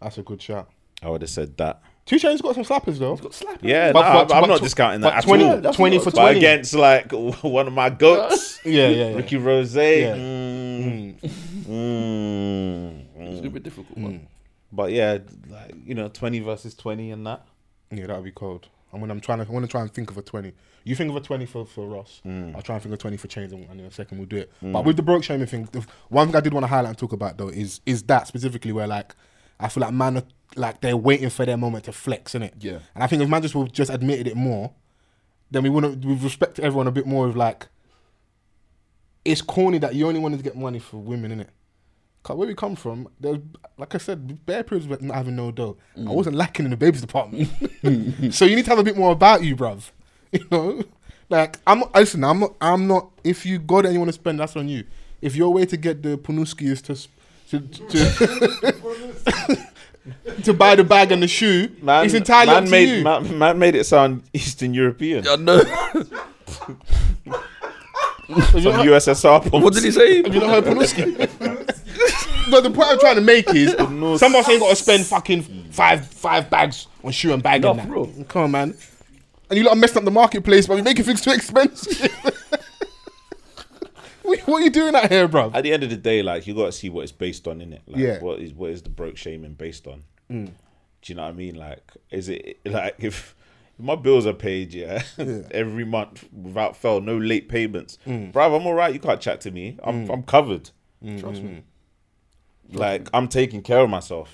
[SPEAKER 4] That's a good shout.
[SPEAKER 3] I would have said that.
[SPEAKER 4] Two Chainz got some slappers though.
[SPEAKER 3] Yeah,
[SPEAKER 4] But-
[SPEAKER 3] nah,
[SPEAKER 4] but-
[SPEAKER 3] I'm
[SPEAKER 4] but
[SPEAKER 3] not
[SPEAKER 4] tw-
[SPEAKER 3] discounting
[SPEAKER 4] but
[SPEAKER 3] that at
[SPEAKER 4] 20,
[SPEAKER 3] all.
[SPEAKER 8] that's
[SPEAKER 4] 20
[SPEAKER 8] what-
[SPEAKER 4] for
[SPEAKER 8] but
[SPEAKER 3] But
[SPEAKER 4] 20.
[SPEAKER 3] against like one of my goats,
[SPEAKER 4] Yeah, yeah, yeah.
[SPEAKER 3] Ricky Rose. Mm,
[SPEAKER 8] it's
[SPEAKER 3] mm,
[SPEAKER 8] gonna
[SPEAKER 3] mm.
[SPEAKER 8] be a difficult one.
[SPEAKER 3] But yeah, like you know, twenty versus twenty and that.
[SPEAKER 4] Yeah, that'd be cold. And when I'm trying to, I want to try and think of a 20. You think of a 20 for, for Ross. I'll try and think of 20 for Chains and, and in a second we'll do it. But with the broke shaming thing, the, one thing I did want to highlight and talk about though is is that specifically where like, I feel like man, are- like they're waiting for their moment to flex, innit?
[SPEAKER 8] Yeah.
[SPEAKER 4] And I think if man just would just admitted it more, then we wouldn't, we respect everyone a bit more of like, it's corny that you only wanted to get money for women, innit? 'Cause Where we come from, there's like I said, bare periods of not having no dough.
[SPEAKER 3] Mm.
[SPEAKER 4] I wasn't lacking in the babies department, so you need to have a bit more about you, bruv. You know, like I'm not, listen, I'm not, I'm not. If you got it and you want to spend, that's on you. If your way to get the punuski is to s- to to, to buy the bag and the shoe, it's entirely
[SPEAKER 3] man
[SPEAKER 4] up to
[SPEAKER 3] made
[SPEAKER 4] you.
[SPEAKER 3] Man, man made it sound Eastern European.
[SPEAKER 8] I know.
[SPEAKER 3] Some USSR pumps.
[SPEAKER 8] what did he say?
[SPEAKER 4] Have you not heard Panuski? but the point I'm trying to make is someone's ain't got to spend fucking five five bags on shoe and bag
[SPEAKER 8] No,
[SPEAKER 4] and that.
[SPEAKER 8] for real.
[SPEAKER 4] Come on, man. And you lot are messing up the marketplace, but you're making things too expensive. what, what are you doing out here, bro?
[SPEAKER 3] At the end of the day, like you got to see what it's based on, innit? Like,
[SPEAKER 4] Yeah. Mm.
[SPEAKER 3] What is what is the broke shaming based on? Do you know what I mean? Like, is it like if if my bills are paid, yeah, every month without fail, no late
[SPEAKER 4] Mm. mm,
[SPEAKER 3] payments, bruv, I'm all right. You can't chat to me. I'm I'm covered.
[SPEAKER 8] Trust me.
[SPEAKER 3] Like I'm taking care of myself.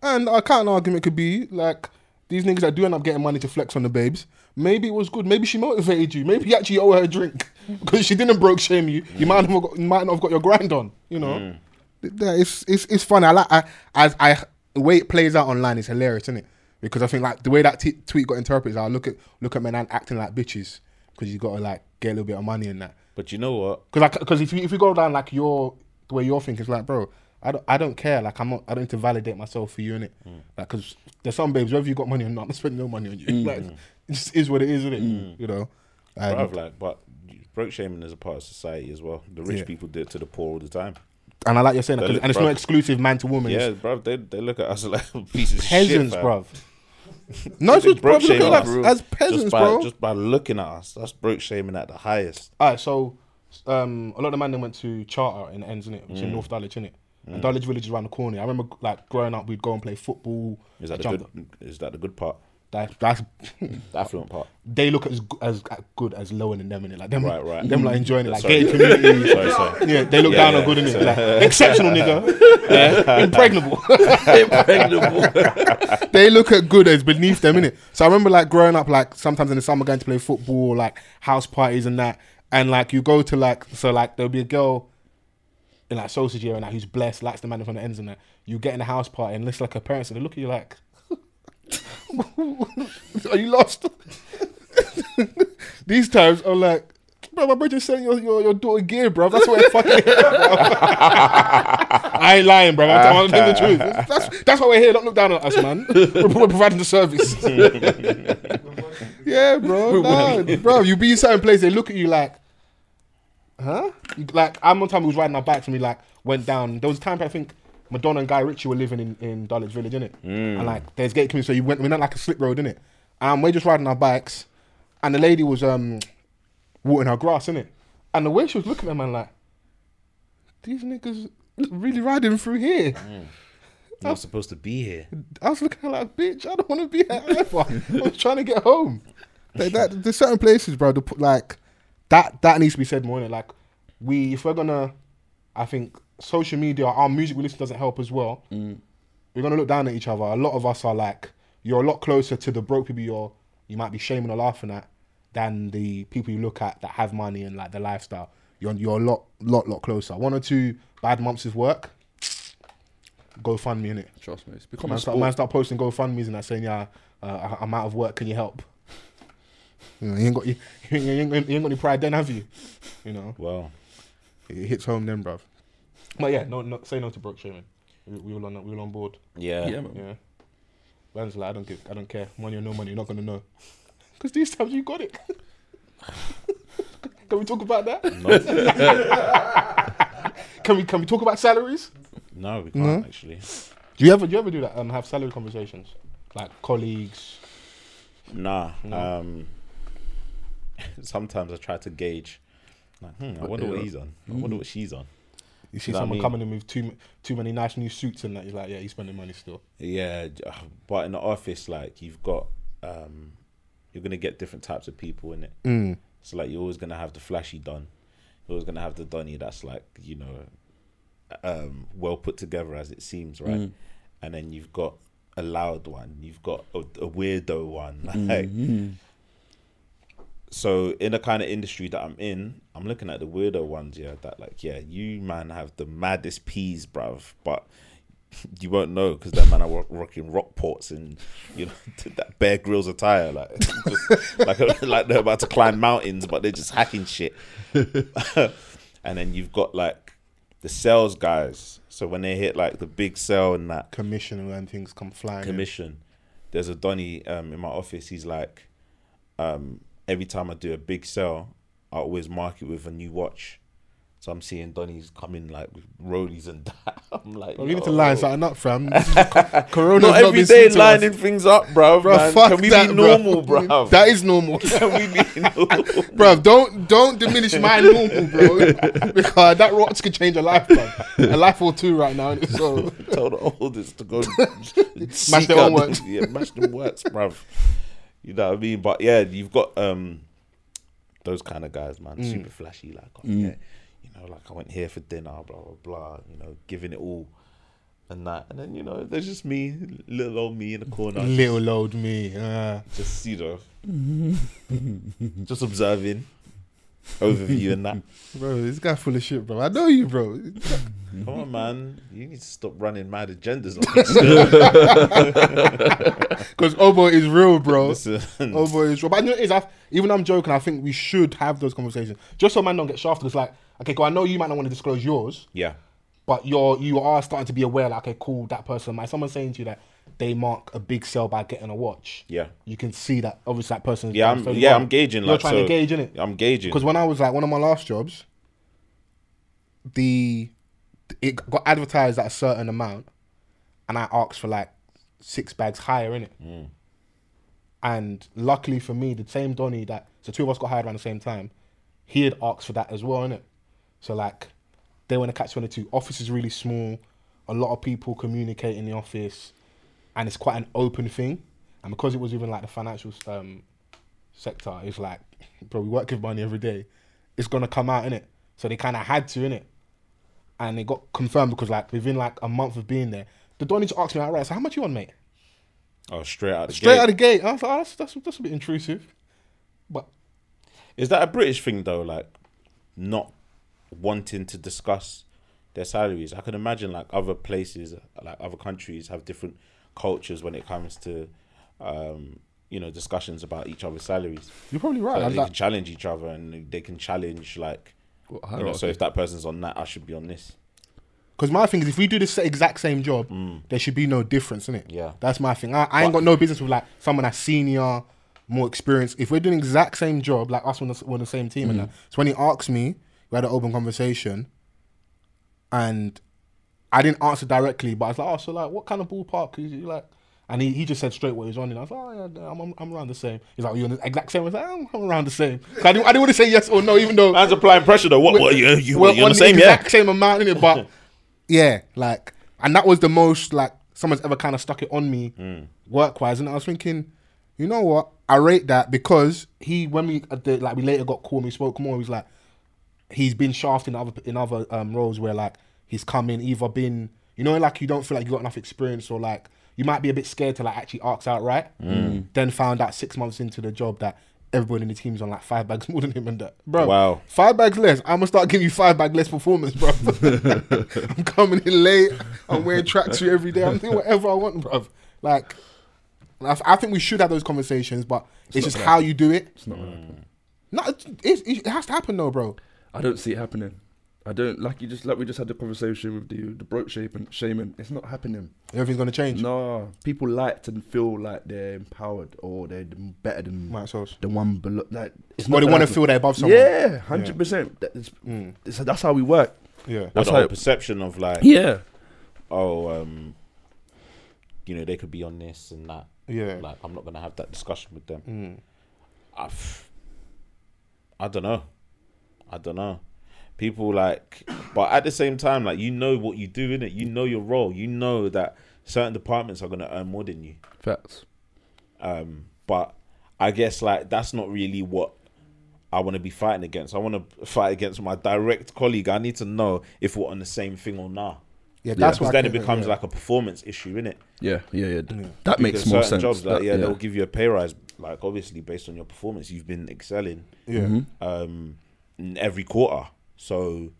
[SPEAKER 4] And a counter argument could be like these niggas that do end up getting money to flex on the babes. Maybe it was good. Maybe she motivated you. Maybe you actually owe her a drink because she didn't broke shame you. You might not have got, you might not have got your grind on. You know, Th- that- it's it's it's funny. I like I as I the way it plays out online is hilarious, isn't it? Because I think like the way that t- tweet got interpreted, is I look at look at men and acting like bitches because you got to like get a little bit of money in that.
[SPEAKER 3] But you know what?
[SPEAKER 4] Because because if you if you go down like your the way you're thinking, it's like, bro, I don't I don't care. Like I'm not I don't need to validate myself for you in it.
[SPEAKER 3] Mm.
[SPEAKER 4] Like because there's some babes whether you got money or not, I'm not spending no money on you. Like it just is what it is, isn't it? You know. And
[SPEAKER 3] Mm. Bruv, like, but broke shaming is a part of society as well. The rich
[SPEAKER 4] Yeah.
[SPEAKER 3] people do it to the poor all the time.
[SPEAKER 4] and I like you're saying that, 'cause-
[SPEAKER 3] Look,
[SPEAKER 4] and it's
[SPEAKER 3] bruv.
[SPEAKER 4] not exclusive man to woman.
[SPEAKER 3] Yeah,
[SPEAKER 4] it's
[SPEAKER 3] bruv, they, they look at us like pieces of
[SPEAKER 4] peasants,
[SPEAKER 3] shit,
[SPEAKER 4] bruv. No, it's just
[SPEAKER 3] Broke
[SPEAKER 4] bruv, look
[SPEAKER 3] shaming
[SPEAKER 4] at
[SPEAKER 3] us
[SPEAKER 4] us as peasants,
[SPEAKER 3] just by,
[SPEAKER 4] bro.
[SPEAKER 3] Just by looking at us, that's broke shaming at the highest.
[SPEAKER 4] All right, so um, a lot of the man then went to Charter in ends, innit?
[SPEAKER 3] Mm.
[SPEAKER 4] Which in North Dulwich, innit? And Dulwich Village is around the corner. I remember like growing up, we'd go and play football.
[SPEAKER 3] Is that the
[SPEAKER 4] jump-
[SPEAKER 3] good? Is that the good part?
[SPEAKER 4] that- that's
[SPEAKER 3] The affluent part.
[SPEAKER 4] they look as g- as uh, good as lower than them in it. Like them,
[SPEAKER 3] Right, right.
[SPEAKER 4] them like enjoying it, like
[SPEAKER 3] Sorry.
[SPEAKER 4] gay community.
[SPEAKER 3] Sorry, sorry.
[SPEAKER 4] Yeah, they look
[SPEAKER 3] Yeah,
[SPEAKER 4] down
[SPEAKER 3] yeah.
[SPEAKER 4] on good in it. Like, exceptional nigga, yeah, impregnable. they look at good as beneath them in it. So I remember like growing up, like sometimes in the summer going to play football, like house parties and that, and like you go to like so like there'll be a girl in like sausage here and that who's blessed, likes the man from the ends and that. You get in a house party and looks like her parents and they look at you like, are you lost? These times I'm like, bro, my brother just selling your, your, your daughter gear, bro. That's what it fucking is, bro. I ain't lying, bro. I'm telling- I'm telling the truth. It's- That's, that's why we're here. Don't look down on us, man. We're, we're providing the service. yeah, bro. Nah, bro, you be in certain place, they look at you like, huh? You- Like, I'm one time we was riding our bikes and we like went down. There was a time I think Madonna and Guy Ritchie were living in, in Dulwich Village, innit? And like, there's gate community, so you went, we're not like a slip road, innit? And we're just riding our bikes, and the lady was um watering her grass, innit? And the way she was looking at man, like, these niggas really riding through here.
[SPEAKER 3] You're not supposed to be here.
[SPEAKER 4] I was looking at her like, bitch, I don't want to be here ever. I was trying to get home. Like that, there's certain places, bro. The, p- like that, that needs to be said more. Innit? Like we, if we're gonna, I think social media, our music we listen doesn't help as well. We're gonna look down at each other. A lot of us are like, you're a lot closer to the broke people you're, you might be shaming or laughing at, than the people you look at that have money and like the lifestyle. You're you're a lot, lot, lot closer. One or two bad months of work, GoFundMe in it.
[SPEAKER 8] Trust me, it's become
[SPEAKER 4] Man
[SPEAKER 8] a
[SPEAKER 4] start,
[SPEAKER 8] sport.
[SPEAKER 4] man start posting GoFundMe's and that saying, yeah, uh, I- I'm out of work, can you help? You, know, you, ain't got, you, ain't- you ain't, got- you ain't got any pride then, have you? You know,
[SPEAKER 3] Well,
[SPEAKER 4] it hits home then, bruv. But yeah, no, no say no to broke shaming. We, we all on we all on board.
[SPEAKER 3] yeah.
[SPEAKER 8] yeah, man.
[SPEAKER 4] Yeah, Man's like, I don't give, I don't care. Money or no money, you're not gonna know. Because these times you got it. can we talk about that?
[SPEAKER 3] No,
[SPEAKER 4] Can we can we talk about salaries?
[SPEAKER 3] no, we can't actually.
[SPEAKER 4] Do you ever do you ever do that? Um, have salary conversations like colleagues?
[SPEAKER 3] Nah. Um, sometimes I try to gauge. Like, hmm, I wonder what Hmm. he's on. I wonder what she's on.
[SPEAKER 4] You see
[SPEAKER 3] Know what I
[SPEAKER 4] someone
[SPEAKER 3] mean?
[SPEAKER 4] coming in with too m- too many nice new suits and that. You're like, yeah, he's spending money still.
[SPEAKER 3] Yeah, j- ah, but in the office, like you've got, um, you're gonna get different types of people in it. Mm. So like you're always gonna have the flashy don, you're always gonna have the donny that's like you know, um, well put together as it seems, right? And then you've got a loud one, you've got a, a weirdo one. Like, so in the kind of industry that I'm in, I'm looking at the weirdo ones, yeah. That like, yeah, you man have the maddest peas, bruv, but you won't know because that man are rock, rocking Rockports and you know that Bear Grylls attire, like just, like like they're about to climb mountains, but they're just hacking shit. and then you've got like the sales guys. So when they hit like the big sale and that
[SPEAKER 4] Commission and when things come flying. in.
[SPEAKER 3] commission. There's a Donny um, in my office. He's like, um, every time I do a big sale, I always mark it with a new watch. So I'm seeing Donny's coming like with rollies and that. I'm like,
[SPEAKER 4] Bro, you need to
[SPEAKER 3] yo.
[SPEAKER 4] line something up, fam. This is co- Corona's
[SPEAKER 3] Not every day
[SPEAKER 4] been sweet to us.
[SPEAKER 3] lining things up, bro.
[SPEAKER 4] Bruv, fuck
[SPEAKER 3] Can we
[SPEAKER 4] that,
[SPEAKER 3] be
[SPEAKER 4] bruv.
[SPEAKER 3] normal, bro?
[SPEAKER 4] That is normal,
[SPEAKER 3] Can we be normal?
[SPEAKER 4] bro. Don't don't diminish my normal, bro. Because that rots could change a life, bro. A life or two right now. innit? So
[SPEAKER 3] Tell the oldest to go
[SPEAKER 4] Mash
[SPEAKER 3] mash
[SPEAKER 4] their own works.
[SPEAKER 3] Yeah, mash them works, bruv. You know what I mean? But yeah, you've got um those kind of guys, man.
[SPEAKER 4] Mm.
[SPEAKER 3] Super flashy, like oh, yeah, you know, like I went here for dinner, blah blah blah. You know, giving it all. and that. And then you know, there's just me, little old me in the corner,
[SPEAKER 4] Little old me. Uh,
[SPEAKER 3] just you know, just observing, overview and that.
[SPEAKER 4] bro, this guy full of shit, bro. I know you, bro.
[SPEAKER 3] Come on, man, you need to stop running mad agendas. on Instagram.
[SPEAKER 4] Because Obo is real, bro.
[SPEAKER 3] Listen.
[SPEAKER 4] Obo is real. But I know it is, I, even though I'm joking, I think we should have those conversations. Just so man don't get shafted. It's like, okay, cool, I know you might not want to disclose yours,
[SPEAKER 3] yeah,
[SPEAKER 4] but you're you are starting to be aware, like, okay, cool, that person might someone's saying to you that they mark a big sale by getting a watch.
[SPEAKER 3] Yeah.
[SPEAKER 4] You can see that obviously that person's
[SPEAKER 3] yeah, I'm, yeah, I'm gauging.
[SPEAKER 4] You're
[SPEAKER 3] like,
[SPEAKER 4] trying
[SPEAKER 3] so
[SPEAKER 4] to gauge, innit?
[SPEAKER 3] I'm gauging.
[SPEAKER 4] Because when I was like one of my last jobs, the it got advertised at a certain amount, and I asked for like six bags higher in it. And luckily for me, the same Donny that so two of us got hired around the same time, he had asked for that as well in it. So like, they want to catch one or two. Office is really small, a lot of people communicate in the office, and it's quite an open thing. And because it was even like the financial um, sector is like, bro, we work with money every day. It's gonna come out in it. So they kind of had to in it, and it got confirmed because like within like a month of being there, the Donny just asked me outright, "So how much you on, mate?"
[SPEAKER 3] oh, straight out the
[SPEAKER 4] Straight
[SPEAKER 3] gate.
[SPEAKER 4] out of the gate, I was like, oh, that's, "That's that's a bit intrusive," but
[SPEAKER 3] Is that a British thing though? Like not wanting to discuss their salaries. I can imagine like other places, like other countries, have different cultures when it comes to, um, you know, discussions about each other's salaries.
[SPEAKER 4] you're probably right.
[SPEAKER 3] Like,
[SPEAKER 4] I
[SPEAKER 3] they
[SPEAKER 4] was like,
[SPEAKER 3] can challenge each other, and they can challenge like,
[SPEAKER 8] What,
[SPEAKER 3] you know, so
[SPEAKER 8] hierarchy?
[SPEAKER 3] if that person's on that, I should be on this.
[SPEAKER 4] Because my thing is, if we do this exact same job, there should be no difference in it.
[SPEAKER 3] Yeah.
[SPEAKER 4] that's my thing. I, I ain't got no business with like someone that's senior, more experienced. If we're doing the exact same job, like us on the, s- we're on the same team, and that. So when he asked me, we had an open conversation, and I didn't answer directly, but I was like, "Oh, so like, what kind of ballpark is you like?" And he, he just said straight what he was on, and I was like, "Oh yeah, I'm, I'm, I'm around the same." He's like, "You're the exact same." I was like, "I'm, I'm around the same." 'Cause I didn't, I didn't want to say yes or no, even though
[SPEAKER 3] Man's applying pressure though. What?
[SPEAKER 4] we're-
[SPEAKER 3] what you? You?
[SPEAKER 4] we're
[SPEAKER 3] You're on the same?
[SPEAKER 4] exact
[SPEAKER 3] Yeah.
[SPEAKER 4] same amount in it, but yeah, like, and that was the most like someone's ever kind of stuck it on me
[SPEAKER 3] Hmm.
[SPEAKER 4] work wise, and I was thinking, you know what, I rate that because he when we uh, the, like we later got called, and we spoke more. He was like, he's been shafted in other in other um, roles where like he's come in either been you know like you don't feel like you got enough experience or like you might be a bit scared to like actually ask outright. Then found out six months into the job that everybody in the team's on like five bags more than him and that. Bro,
[SPEAKER 3] Wow.
[SPEAKER 4] five bags less. I'm gonna start giving you five bag less performance, bro. I'm coming in late. I'm wearing tracksuit every day. I'm doing whatever I want, bro. Like, I, I think we should have those conversations, but it's, just how you do it.
[SPEAKER 8] It's not gonna happen.
[SPEAKER 4] No, it, it, it has to happen though, bro.
[SPEAKER 8] I don't see it happening. I don't like you just like we just had the conversation with the the broke shape and shaming. It's not happening.
[SPEAKER 4] Everything's gonna change.
[SPEAKER 8] Nah, people like to feel like they're empowered or they're better than
[SPEAKER 4] Right, so-
[SPEAKER 8] the one below. Like it's
[SPEAKER 4] Well, they
[SPEAKER 8] not gonna
[SPEAKER 4] want to
[SPEAKER 8] happen.
[SPEAKER 4] feel they're above someone.
[SPEAKER 8] Yeah, Mm. hundred percent. That is, it's- That's how we work.
[SPEAKER 4] Yeah.
[SPEAKER 3] That's
[SPEAKER 8] That's
[SPEAKER 3] the whole
[SPEAKER 8] how-
[SPEAKER 3] perception of like,
[SPEAKER 8] Yeah,
[SPEAKER 3] oh, um, you know, they could be on this and that.
[SPEAKER 4] Yeah.
[SPEAKER 3] Like, I'm not gonna have that discussion with them. I've, I don't know. I don't know. People like, but at the same time, like you know what you do in it. You know your role. You know that certain departments are gonna earn more than you.
[SPEAKER 8] facts.
[SPEAKER 3] Um, but I guess like that's not really what I want to be fighting against. I want to fight against my direct colleague. I need to know if we're on the same thing or not.
[SPEAKER 4] Yeah, that's
[SPEAKER 3] Because
[SPEAKER 4] what
[SPEAKER 3] then
[SPEAKER 4] I
[SPEAKER 3] it
[SPEAKER 4] can-
[SPEAKER 3] becomes
[SPEAKER 4] yeah.
[SPEAKER 3] like a performance issue, innit?
[SPEAKER 8] Yeah, yeah, yeah. th- That
[SPEAKER 3] Because
[SPEAKER 8] makes more
[SPEAKER 3] certain
[SPEAKER 8] sense.
[SPEAKER 3] jobs, like,
[SPEAKER 8] That-
[SPEAKER 3] yeah, they'll give you a pay rise, like obviously based on your performance. You've been excelling
[SPEAKER 4] yeah. Mm-hmm.
[SPEAKER 3] um, in every quarter. So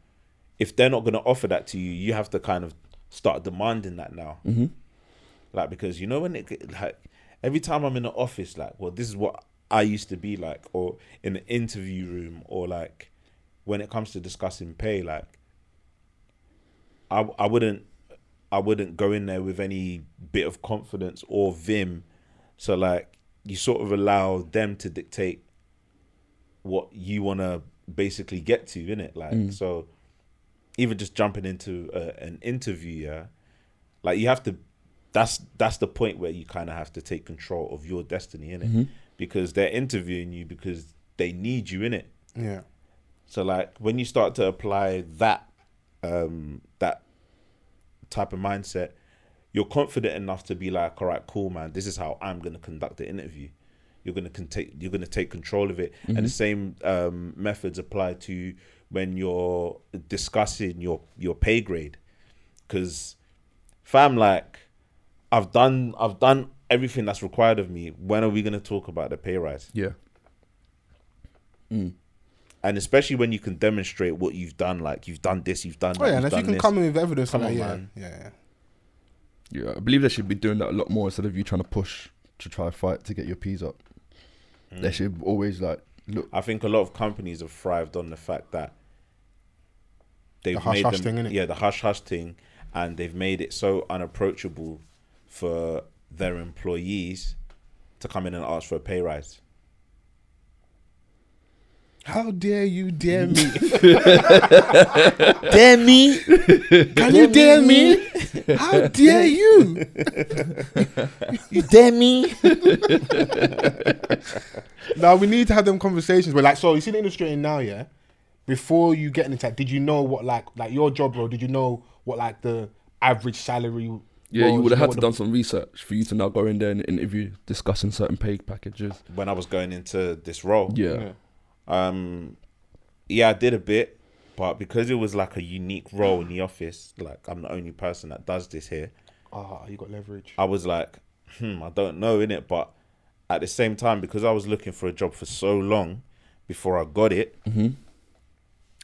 [SPEAKER 3] if they're not going to offer that to you, you have to kind of start demanding that now. Mm-hmm. Like because you know when it get- like every time I'm in the office, like well this is what I used to be like, or in an interview room, or like when it comes to discussing pay, like I I wouldn't I wouldn't go in there with any bit of confidence or vim. So like you sort of allow them to dictate what you want to basically get to in it like so even just jumping into a, an interview yeah like you have to that's that's the point where you kind of have to take control of your destiny in it because they're interviewing you because they need you in it
[SPEAKER 4] Yeah.
[SPEAKER 3] so like when you start to apply that um that type of mindset, you're confident enough to be like, all right, cool, man, this is how I'm gonna conduct the interview. You're gonna con- take you're gonna take control of it. And the same um, methods apply to when you're discussing your your pay grade. Cause fam, like I've done, I've done everything that's required of me. When are we gonna talk about the pay rise?
[SPEAKER 8] Yeah.
[SPEAKER 3] And especially when you can demonstrate what you've done, like you've done this, you've done.
[SPEAKER 4] Oh
[SPEAKER 3] that,
[SPEAKER 4] yeah,
[SPEAKER 3] you've
[SPEAKER 4] and if you
[SPEAKER 3] done
[SPEAKER 4] can
[SPEAKER 3] this.
[SPEAKER 4] come in with evidence,
[SPEAKER 3] Come
[SPEAKER 4] like,
[SPEAKER 3] on,
[SPEAKER 4] yeah,
[SPEAKER 3] man.
[SPEAKER 4] yeah, yeah.
[SPEAKER 8] Yeah, I believe they should be doing that a lot more instead of you trying to push to try to fight to get your P's up. They should always like look.
[SPEAKER 3] I think a lot of companies have thrived on the fact that they've
[SPEAKER 4] The hush
[SPEAKER 3] made
[SPEAKER 4] hush
[SPEAKER 3] them,
[SPEAKER 4] thing, innit?
[SPEAKER 3] yeah, the hush hush thing, and they've made it so unapproachable for their employees to come in and ask for a pay rise.
[SPEAKER 4] How dare you dare me?
[SPEAKER 11] Dare me?
[SPEAKER 4] Can you dare me? How dare you?
[SPEAKER 11] You dare me?
[SPEAKER 4] Now we need to have them conversations. But like, so you see the industry in now, yeah. Before you get into that, did you know what like like your job role? Did you know what like the average salary?
[SPEAKER 8] Yeah,
[SPEAKER 4] was?
[SPEAKER 8] you would have
[SPEAKER 4] know
[SPEAKER 8] had
[SPEAKER 4] what
[SPEAKER 8] to
[SPEAKER 4] the-
[SPEAKER 8] done some research for you to now go in there and interview discussing certain pay packages.
[SPEAKER 3] When I was going into this role,
[SPEAKER 8] Yeah.
[SPEAKER 3] um, yeah, I did a bit, but because it was like a unique role in the office, like I'm the only person that does this here.
[SPEAKER 4] Ah, you got leverage.
[SPEAKER 3] I was like, hmm, I don't know, innit? But at the same time, because I was looking for a job for so long before I got it,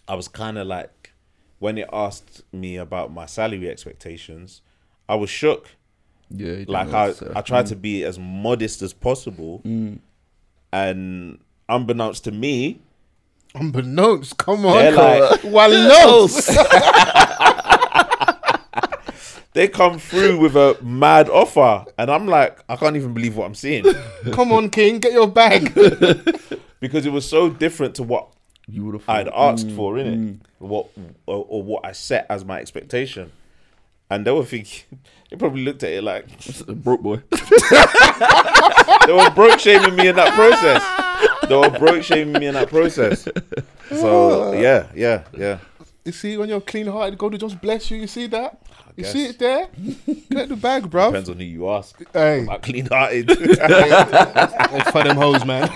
[SPEAKER 3] I was kind of like, when it asked me about my salary expectations, I was shook.
[SPEAKER 8] Yeah. you don't
[SPEAKER 3] Like,
[SPEAKER 8] know, uh,
[SPEAKER 3] I,
[SPEAKER 8] so-
[SPEAKER 3] I tried to be as modest as possible. And unbeknownst to me,
[SPEAKER 4] Unbeknownst, come
[SPEAKER 3] they're
[SPEAKER 4] on,
[SPEAKER 3] like,
[SPEAKER 4] Walos.
[SPEAKER 3] they come through with a mad offer. And I'm like, I can't even believe what I'm seeing
[SPEAKER 4] come on, King, get your bag.
[SPEAKER 3] because it was so different to what
[SPEAKER 8] You would have.
[SPEAKER 3] I'd asked for, in it, what or, or what I set as my expectation, and they were thinking they probably looked at it like
[SPEAKER 8] broke boy.
[SPEAKER 3] they were broke shaming me in that process. They were broke shaming me in that process. So yeah, yeah, yeah.
[SPEAKER 4] You see, when you're clean hearted, God will just bless you. You see that? You
[SPEAKER 3] guess.
[SPEAKER 4] see it there? Get the bag, bruv.
[SPEAKER 3] Depends on who you ask.
[SPEAKER 4] Hey,
[SPEAKER 3] Am I clean hearted?
[SPEAKER 4] for them hoes, man.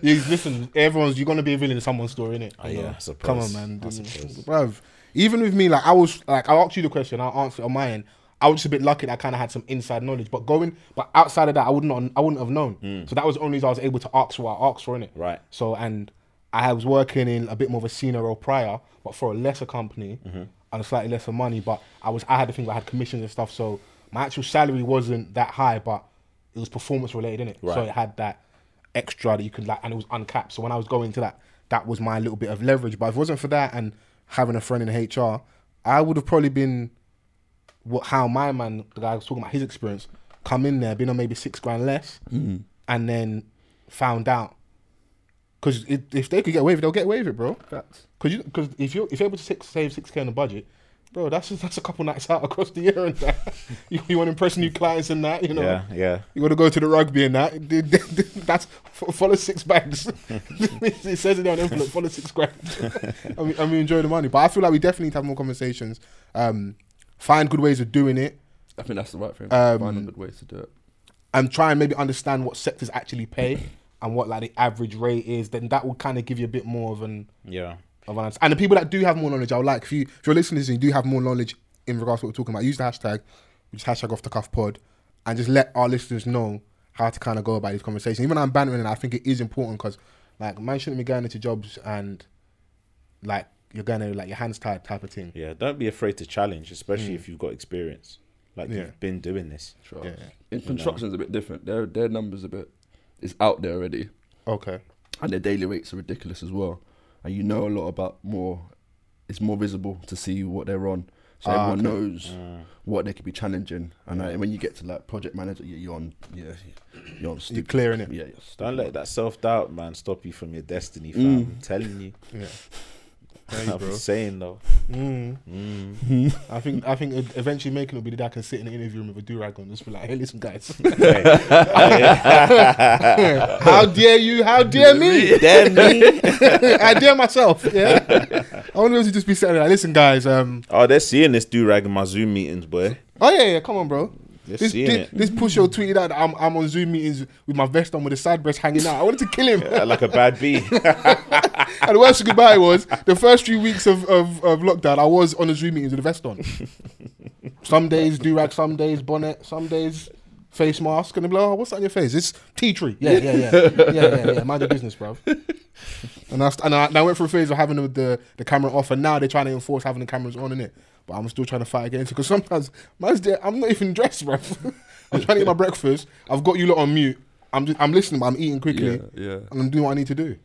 [SPEAKER 4] you, listen, everyone's you're gonna be a villain in someone's story, innit?
[SPEAKER 3] Oh,
[SPEAKER 4] You
[SPEAKER 3] yeah,
[SPEAKER 4] know?
[SPEAKER 3] I suppose.
[SPEAKER 4] Come on, man,
[SPEAKER 3] I suppose.
[SPEAKER 4] bruv. Even with me, like I was, like I asked you the question, I answered on mine. I was just a bit lucky that I kind of had some inside knowledge, but going, but outside of that, I wouldn't, I wouldn't have known. So that was the only reason I was able to ask what I asked for, innit?
[SPEAKER 3] Hmm. Right.
[SPEAKER 4] So and I was working in a bit more of a senior role prior, but for a lesser company and slightly lesser money. But I was I had to think I had commissions and stuff, so my actual salary wasn't that high, but it was performance related, innit? So
[SPEAKER 3] Right.
[SPEAKER 4] it had that extra that you could like, and it was uncapped. So when I was going to that, that was my little bit of leverage. But if it wasn't for that and having a friend in HR, I would have probably been what how my man, the guy I was talking about his experience, come in there, been on maybe six grand less, and then found out. Because if they could get away with it, they'll get away with it, bro. Because you, cause if you're if you're able to six, save six k on the budget, bro, that's just, that's a couple nights out across the year and that. you, you want to impress new clients and that, you know.
[SPEAKER 3] yeah, yeah.
[SPEAKER 4] You got to go to the rugby and that. That's f- follow six bags. it says it on the envelope. Follow six grand. and, we, and we enjoy the money. But I feel like we definitely need to have more conversations. Um, find good ways of doing it,
[SPEAKER 8] I think that's the right thing.
[SPEAKER 4] Um,
[SPEAKER 8] Finding good ways to do it.
[SPEAKER 4] and try and maybe understand what sectors actually pay and what like the average rate is. Then that will kind of give you a bit more of an
[SPEAKER 3] Yeah.
[SPEAKER 4] of an answer. And the people that do have more knowledge, I would like if you if you're listening to this and you do have more knowledge in regards to what we're talking about, use the hashtag, which is hashtag off the cuff pod, and just let our listeners know how to kind of go about these conversations. Even though I'm bantering, and I think it is important because like man shouldn't be going into jobs and like you're going to like your hands tied type of thing.
[SPEAKER 3] Yeah, don't be afraid to challenge, especially if you've got experience. Like
[SPEAKER 4] Yeah.
[SPEAKER 3] you've been doing this.
[SPEAKER 8] Sure. In construction's a bit different. Their their numbers a bit is out there already,
[SPEAKER 4] Okay.
[SPEAKER 8] and their daily rates are ridiculous as well. And you know a lot about more. It's more visible to see what they're on, so
[SPEAKER 4] Ah,
[SPEAKER 8] everyone knows
[SPEAKER 3] Uh,
[SPEAKER 8] what they could be challenging. And uh, when you get to like project manager, yeah, you're on. Yeah, you're on.
[SPEAKER 4] You're
[SPEAKER 8] Stupid.
[SPEAKER 4] clearing it.
[SPEAKER 8] Yeah, you're stupid.
[SPEAKER 3] Don't let that self doubt, man, stop you from your destiny, fam. I'm telling you.
[SPEAKER 4] Yeah.
[SPEAKER 3] I'm saying though.
[SPEAKER 4] Mm. I think I think e- eventually making it will be that I can sit in an interview room with a do rag on and just be like, hey, listen, guys, how dare you? How dare me?
[SPEAKER 3] Dare me?
[SPEAKER 4] I dare myself. Yeah. I want to just be sitting there like, listen, guys. Um.
[SPEAKER 3] Oh, they're seeing this do rag in my Zoom meetings, boy.
[SPEAKER 4] Oh yeah, yeah. Come on, bro.
[SPEAKER 3] They're
[SPEAKER 4] This,
[SPEAKER 3] seeing
[SPEAKER 4] this,
[SPEAKER 3] it.
[SPEAKER 4] this pusho tweeted out that I'm, I'm on Zoom meetings with my vest on with a side breast hanging out. I wanted to kill him.
[SPEAKER 3] Yeah, like a bad bee.
[SPEAKER 4] And the worst goodbye was the first three weeks of, of, of lockdown, I was on the Zoom meetings with a vest on. some days do rag, some days bonnet, some days face mask, and they'll be like, oh, what's that on your face? It's tea tree. Yeah, yeah, yeah. yeah, yeah, yeah. Mind your business, bruv. And, I, st- and I, and I went through a phase of having the, the, the camera off, and now they're trying to enforce having the cameras on, innit? But I'm still trying to fight against it because sometimes man's there, I'm not even dressed, bruv. I'm trying to eat my breakfast. I've got you lot on mute. I'm, just, I'm listening, but I'm eating quickly.
[SPEAKER 8] yeah.
[SPEAKER 4] And I'm doing what I need to do.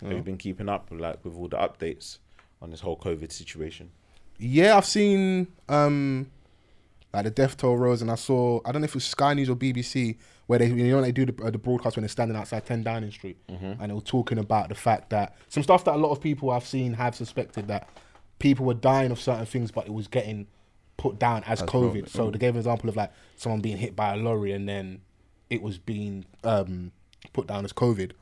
[SPEAKER 3] Have you been keeping up like with all the updates on this whole COVID situation?
[SPEAKER 4] Yeah, I've seen um like the death toll rose, and I saw I don't know if it was Sky News or BBC where they you know they do the, uh, the broadcast when they're standing outside Ten Downing Street, and they were talking about the fact that some stuff that a lot of people I've seen have suspected that people were dying of certain things, but it was getting put down as, COVID. mm. So they gave an example of like someone being hit by a lorry, and then it was being um put down as COVID.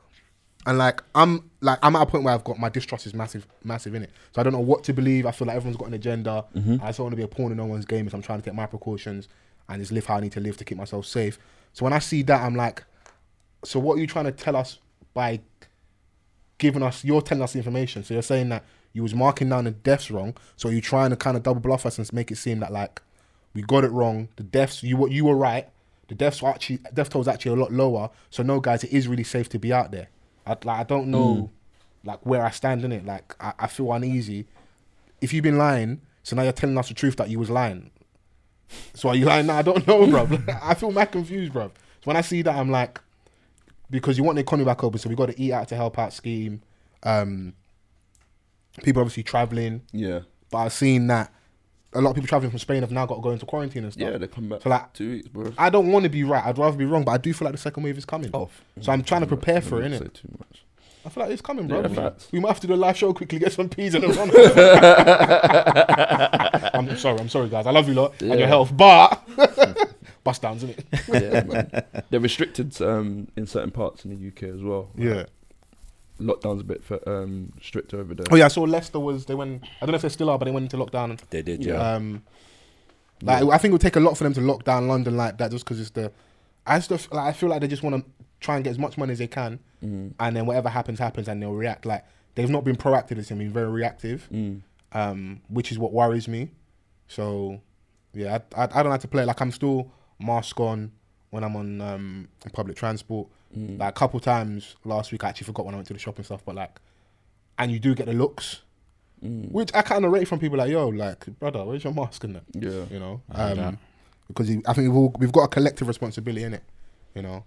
[SPEAKER 4] And like I'm like I'm at a point where I've got my distrust is massive, massive in it. So I don't know what to believe. I feel like everyone's got an agenda. I just don't want to be a pawn in no one's game. So I'm trying to take my precautions and just live how I need to live to keep myself safe. So when I see that, I'm like, so what are you trying to tell us by giving us? You're telling us the information. So you're saying that you was marking down the deaths wrong. So you're trying to kind of double bluff us and make it seem that like we got it wrong. The deaths you were you were right. The deaths were actually death toll was actually a lot lower. So no, guys, it is really safe to be out there. I like I don't know like where I stand in it. Like I, I feel uneasy. If you've been lying, so now you're telling us the truth that you was lying. So are you lying now? I don't know, bro. I feel mad confused, bro. So when I see that, I'm like, because you want the economy back open, so we got to eat out to help out scheme. Um, people obviously traveling,
[SPEAKER 8] Yeah.
[SPEAKER 4] but I've seen that a lot of people traveling from Spain have now got to go into quarantine and stuff.
[SPEAKER 8] Yeah, they come back
[SPEAKER 4] So like,
[SPEAKER 8] two weeks, bro.
[SPEAKER 4] I don't want to be right. I'd rather be wrong, but I do feel like the second wave is coming.
[SPEAKER 8] Oh, f-
[SPEAKER 4] So I'm trying to prepare for it,
[SPEAKER 8] Don't
[SPEAKER 4] innit?
[SPEAKER 8] Say too much.
[SPEAKER 4] I feel like it's coming, bro.
[SPEAKER 8] Yeah,
[SPEAKER 4] we,
[SPEAKER 8] facts.
[SPEAKER 4] we might have to do a live show quickly, get some peas and a run. I'm sorry, I'm sorry, guys. I love you lot and
[SPEAKER 8] Yeah.
[SPEAKER 4] your health, but bust downs, isn't it?
[SPEAKER 8] yeah, man. They're restricted um, in certain parts in the UK as well.
[SPEAKER 4] Yeah.
[SPEAKER 8] Lockdown's a bit for, um, strict over there.
[SPEAKER 4] Oh yeah, I saw Leicester was they went. I don't know if they still are, but they went into lockdown. And,
[SPEAKER 3] They did,
[SPEAKER 4] Um, like I think it would take a lot for them to lock down London like that, just because it's the. I just don't- like I feel like they just want to try and get as much money as they can, and then whatever happens happens, and they'll react. Like they've not been proactive; they've been very reactive, um, which is what worries me. So, yeah, I, I, I don't like to play. Like I'm still mask on when I'm on um, public transport. Like a couple times last week, I actually forgot when I went to the shop and stuff. But like, and you do get the looks, which I kind of rate from people like, yo, like, brother, where's your mask in that?
[SPEAKER 8] Yeah.
[SPEAKER 4] You know? Um, because you- I think we've, all, we've got a collective responsibility in it, you know?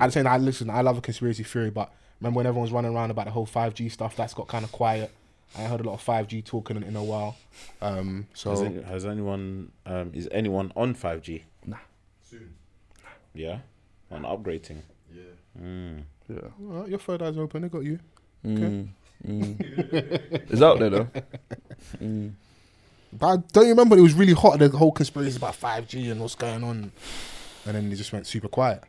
[SPEAKER 4] I'm saying, I listen, I love a conspiracy theory, but remember when everyone was running around about the whole 5G stuff, that's got kind of quiet. I ain't heard a lot of 5G talking in, in a while. Um, so,
[SPEAKER 3] Has, any- has anyone um, is anyone on five G?
[SPEAKER 9] Soon.
[SPEAKER 3] Yeah, on upgrading.
[SPEAKER 9] Yeah.
[SPEAKER 8] Yeah.
[SPEAKER 4] Alright, uh, your third eye's open, they got you.
[SPEAKER 8] Mm, mm. it's out there though.
[SPEAKER 4] But I don't you remember it was really hot, the whole conspiracy about 5G and what's going on. And then they just went super quiet.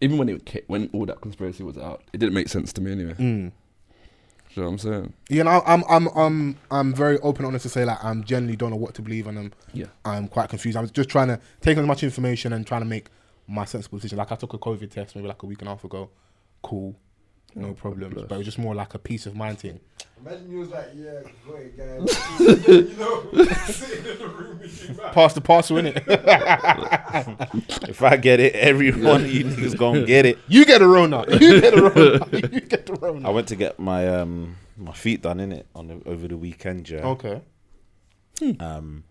[SPEAKER 8] Even when it ca- when all that conspiracy was out, it didn't make sense to me anyway. You know what I'm saying?
[SPEAKER 4] You know, I'm I'm I'm I'm very open honest to say like I'm generally don't know what to believe and I'm
[SPEAKER 8] Yeah.
[SPEAKER 4] I'm quite confused. I'm just trying to take as much information and trying to make my sensible decision. Like I took a COVID test maybe like a week and a half ago. Cool. No problems. But it was just more like a peace of mind thing.
[SPEAKER 9] Imagine you was like, yeah, go ahead, guys. you know, sitting in the room with you, man.
[SPEAKER 4] Pass the parcel, innit?
[SPEAKER 3] If I get it, every one of you niggas gonna get it.
[SPEAKER 4] you get a Rona. You get a Rona. You get a Rona.
[SPEAKER 3] I went to get my um my feet done in it on the, over the weekend, yeah.
[SPEAKER 4] Okay.
[SPEAKER 3] Um,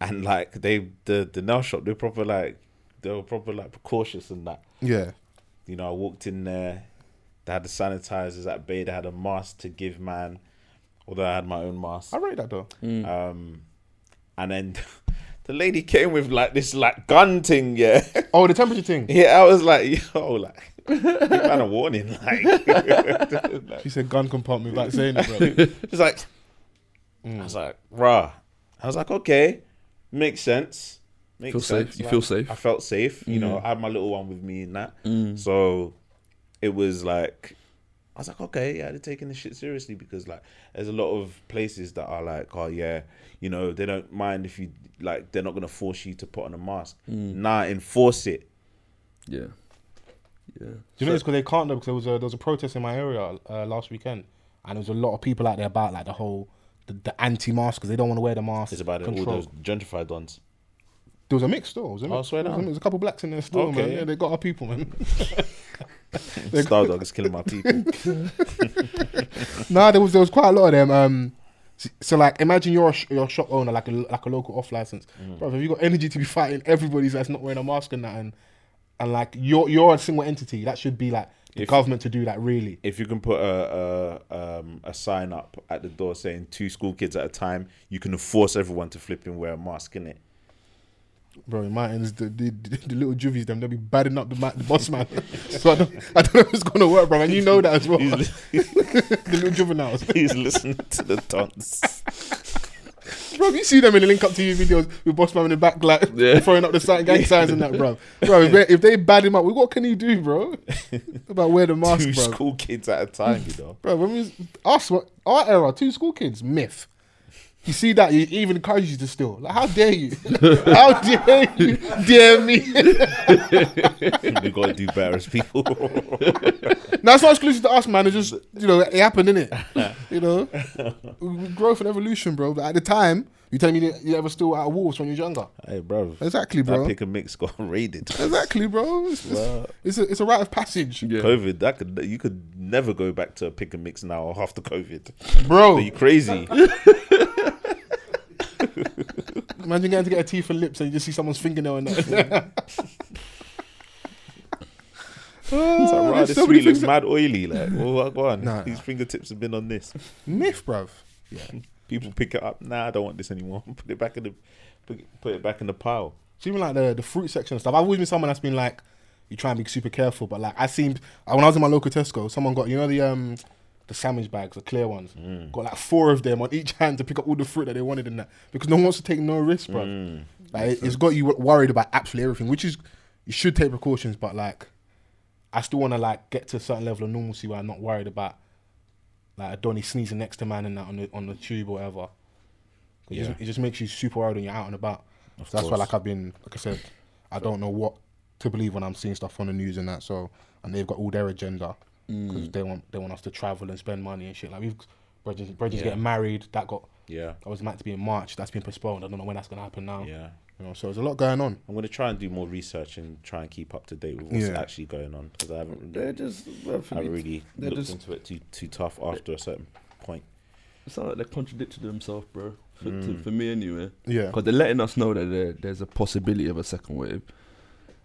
[SPEAKER 3] and like they the the nail shop, they proper like they were proper like cautious and that.
[SPEAKER 4] Yeah.
[SPEAKER 3] You know, I walked in there. They had the sanitizers at bay. They had a mask to give man, although I had my own mask.
[SPEAKER 4] I rate that though.
[SPEAKER 3] Um, and then the lady came with like this like gun thing, yeah.
[SPEAKER 4] Oh, the temperature thing.
[SPEAKER 3] Yeah, I was like, yo, like, you had a warning, like, like,
[SPEAKER 4] She said gun compartment without saying it, bro.
[SPEAKER 3] she's like, I was like, rah. I was like, okay, makes sense. Makes
[SPEAKER 8] Feel safe.
[SPEAKER 3] sense.
[SPEAKER 8] You
[SPEAKER 3] Like,
[SPEAKER 8] feel safe.
[SPEAKER 3] I felt safe. You know, I had my little one with me and that, so it was like, I was like, okay, yeah, they're taking this shit seriously because like there's a lot of places that are like, oh yeah, you know, they don't mind if you like they're not gonna force you to put on a mask. Nah, enforce it.
[SPEAKER 8] Yeah. Yeah.
[SPEAKER 4] Do you know it's because they can't though? Because there was a there was a protest in my area uh, last weekend, and there was a lot of people out there about like the whole the, the anti-mask because they don't want to wear the mask.
[SPEAKER 3] It's about all those gentrified ones.
[SPEAKER 4] There was a mixed store. There was a mix,
[SPEAKER 3] swear
[SPEAKER 4] there was a
[SPEAKER 3] down.
[SPEAKER 4] mix- a couple blacks in their store,
[SPEAKER 3] Okay,
[SPEAKER 4] man.
[SPEAKER 3] yeah.
[SPEAKER 4] Yeah, they got our people, man.
[SPEAKER 3] Star Dog is killing my people.
[SPEAKER 4] nah, there was there was quite a lot of them. Um, so, so like, imagine you're a sh- you're a shop owner, like a lo- like a local off license,
[SPEAKER 3] Mm.
[SPEAKER 4] bro. Have you got energy to be fighting everybody that's not wearing a mask and that, and and like you're you're a single entity that should be like the government to do that really.
[SPEAKER 3] if you can put a a, um, a sign up at the door saying two school kids at a time, you can force everyone to flip and wear a mask in it.
[SPEAKER 4] Bro, Martins, the, the, the little juvies, them, they'll be batting up the, ma- the boss man. so I don't, I don't know if it's going to work, bro. And you know that as well.
[SPEAKER 3] He's,
[SPEAKER 4] the
[SPEAKER 3] li-
[SPEAKER 4] little juveniles.
[SPEAKER 3] he's listening to the taunts.
[SPEAKER 4] Bro, you see them in the link up to you videos with boss man in the back, like throwing up the sign, gang signs and that, bro. Bro, if they, if they bat him up, what can he do, bro? About wear the mask,
[SPEAKER 3] Two
[SPEAKER 4] bro.
[SPEAKER 3] school kids at a time, you know.
[SPEAKER 4] Bro, when we was, us, what- our era, two school kids, myth. You see that, you even encourage you to steal. Like, how dare you? how dare you? Dare me.
[SPEAKER 3] we got to do better as people.
[SPEAKER 4] No, it's not exclusive to us, man. It's just you know it happened, innit? you know, growth and evolution, bro. But at the time, you tell me you, didn't- you ever still out of wolves when you're younger.
[SPEAKER 3] hey, bro.
[SPEAKER 4] Exactly,
[SPEAKER 3] That
[SPEAKER 4] bro.
[SPEAKER 3] pick a mix got raided.
[SPEAKER 4] Exactly, bro. It's, it's, it's a it's a rite of passage,
[SPEAKER 3] COVID, that could you could never go back to a pick and mix now after COVID. Are
[SPEAKER 4] bro.
[SPEAKER 3] you crazy?
[SPEAKER 4] Imagine getting to get a teeth and lips and you just see someone's fingernail and that.
[SPEAKER 3] It's like, right,
[SPEAKER 4] there's
[SPEAKER 3] this
[SPEAKER 4] so many
[SPEAKER 3] sweet looks
[SPEAKER 4] things that-
[SPEAKER 3] mad oily. Like, well, go on.
[SPEAKER 4] Nah.
[SPEAKER 3] These fingertips have been on this.
[SPEAKER 4] Myth, bro.
[SPEAKER 3] People pick it up. Nah, I don't want this anymore. Put it back in the put it- put it back in the pile.
[SPEAKER 4] So even like the, the fruit section and stuff. I've always been someone that's been like, you try and be super careful, but like I seemed uh, when I was in my local Tesco, someone got you know the um the sandwich bags, the clear ones, got like four of them on each hand to pick up all the fruit that they wanted in that because no one wants to take no risk, bro. Like it, has got you worried about absolutely everything, which is you should take precautions, but like I still want to like get to a certain level of normalcy where I'm not worried about like a Donny sneezing next to man and that on the on the tube or whatever. It, just, it just makes you super worried when you're out and about. So that's why, like I've been, like I said, I don't know what to believe when I'm seeing stuff on the news and that. So, and they've got all their agenda because they want they want us to travel and spend money and shit. Like we've, Bridget's, Bridget's getting married. That got
[SPEAKER 3] Yeah.
[SPEAKER 4] That was meant to be in March. That's been postponed. I don't know when that's gonna happen now.
[SPEAKER 3] Yeah.
[SPEAKER 4] You know, so there's a lot going on.
[SPEAKER 3] I'm gonna try and do more research and try and keep up to date with what's
[SPEAKER 4] Yeah.
[SPEAKER 3] actually going on because I haven't
[SPEAKER 8] They're
[SPEAKER 3] I
[SPEAKER 8] just.
[SPEAKER 3] haven't really
[SPEAKER 8] they're
[SPEAKER 3] looked
[SPEAKER 8] just-
[SPEAKER 3] into it too too tough after a certain point.
[SPEAKER 8] It's not like they're contradicting themselves, bro. For, to, for me, anyway.
[SPEAKER 4] Yeah.
[SPEAKER 8] Because they're letting us know that there, there's a possibility of a second wave,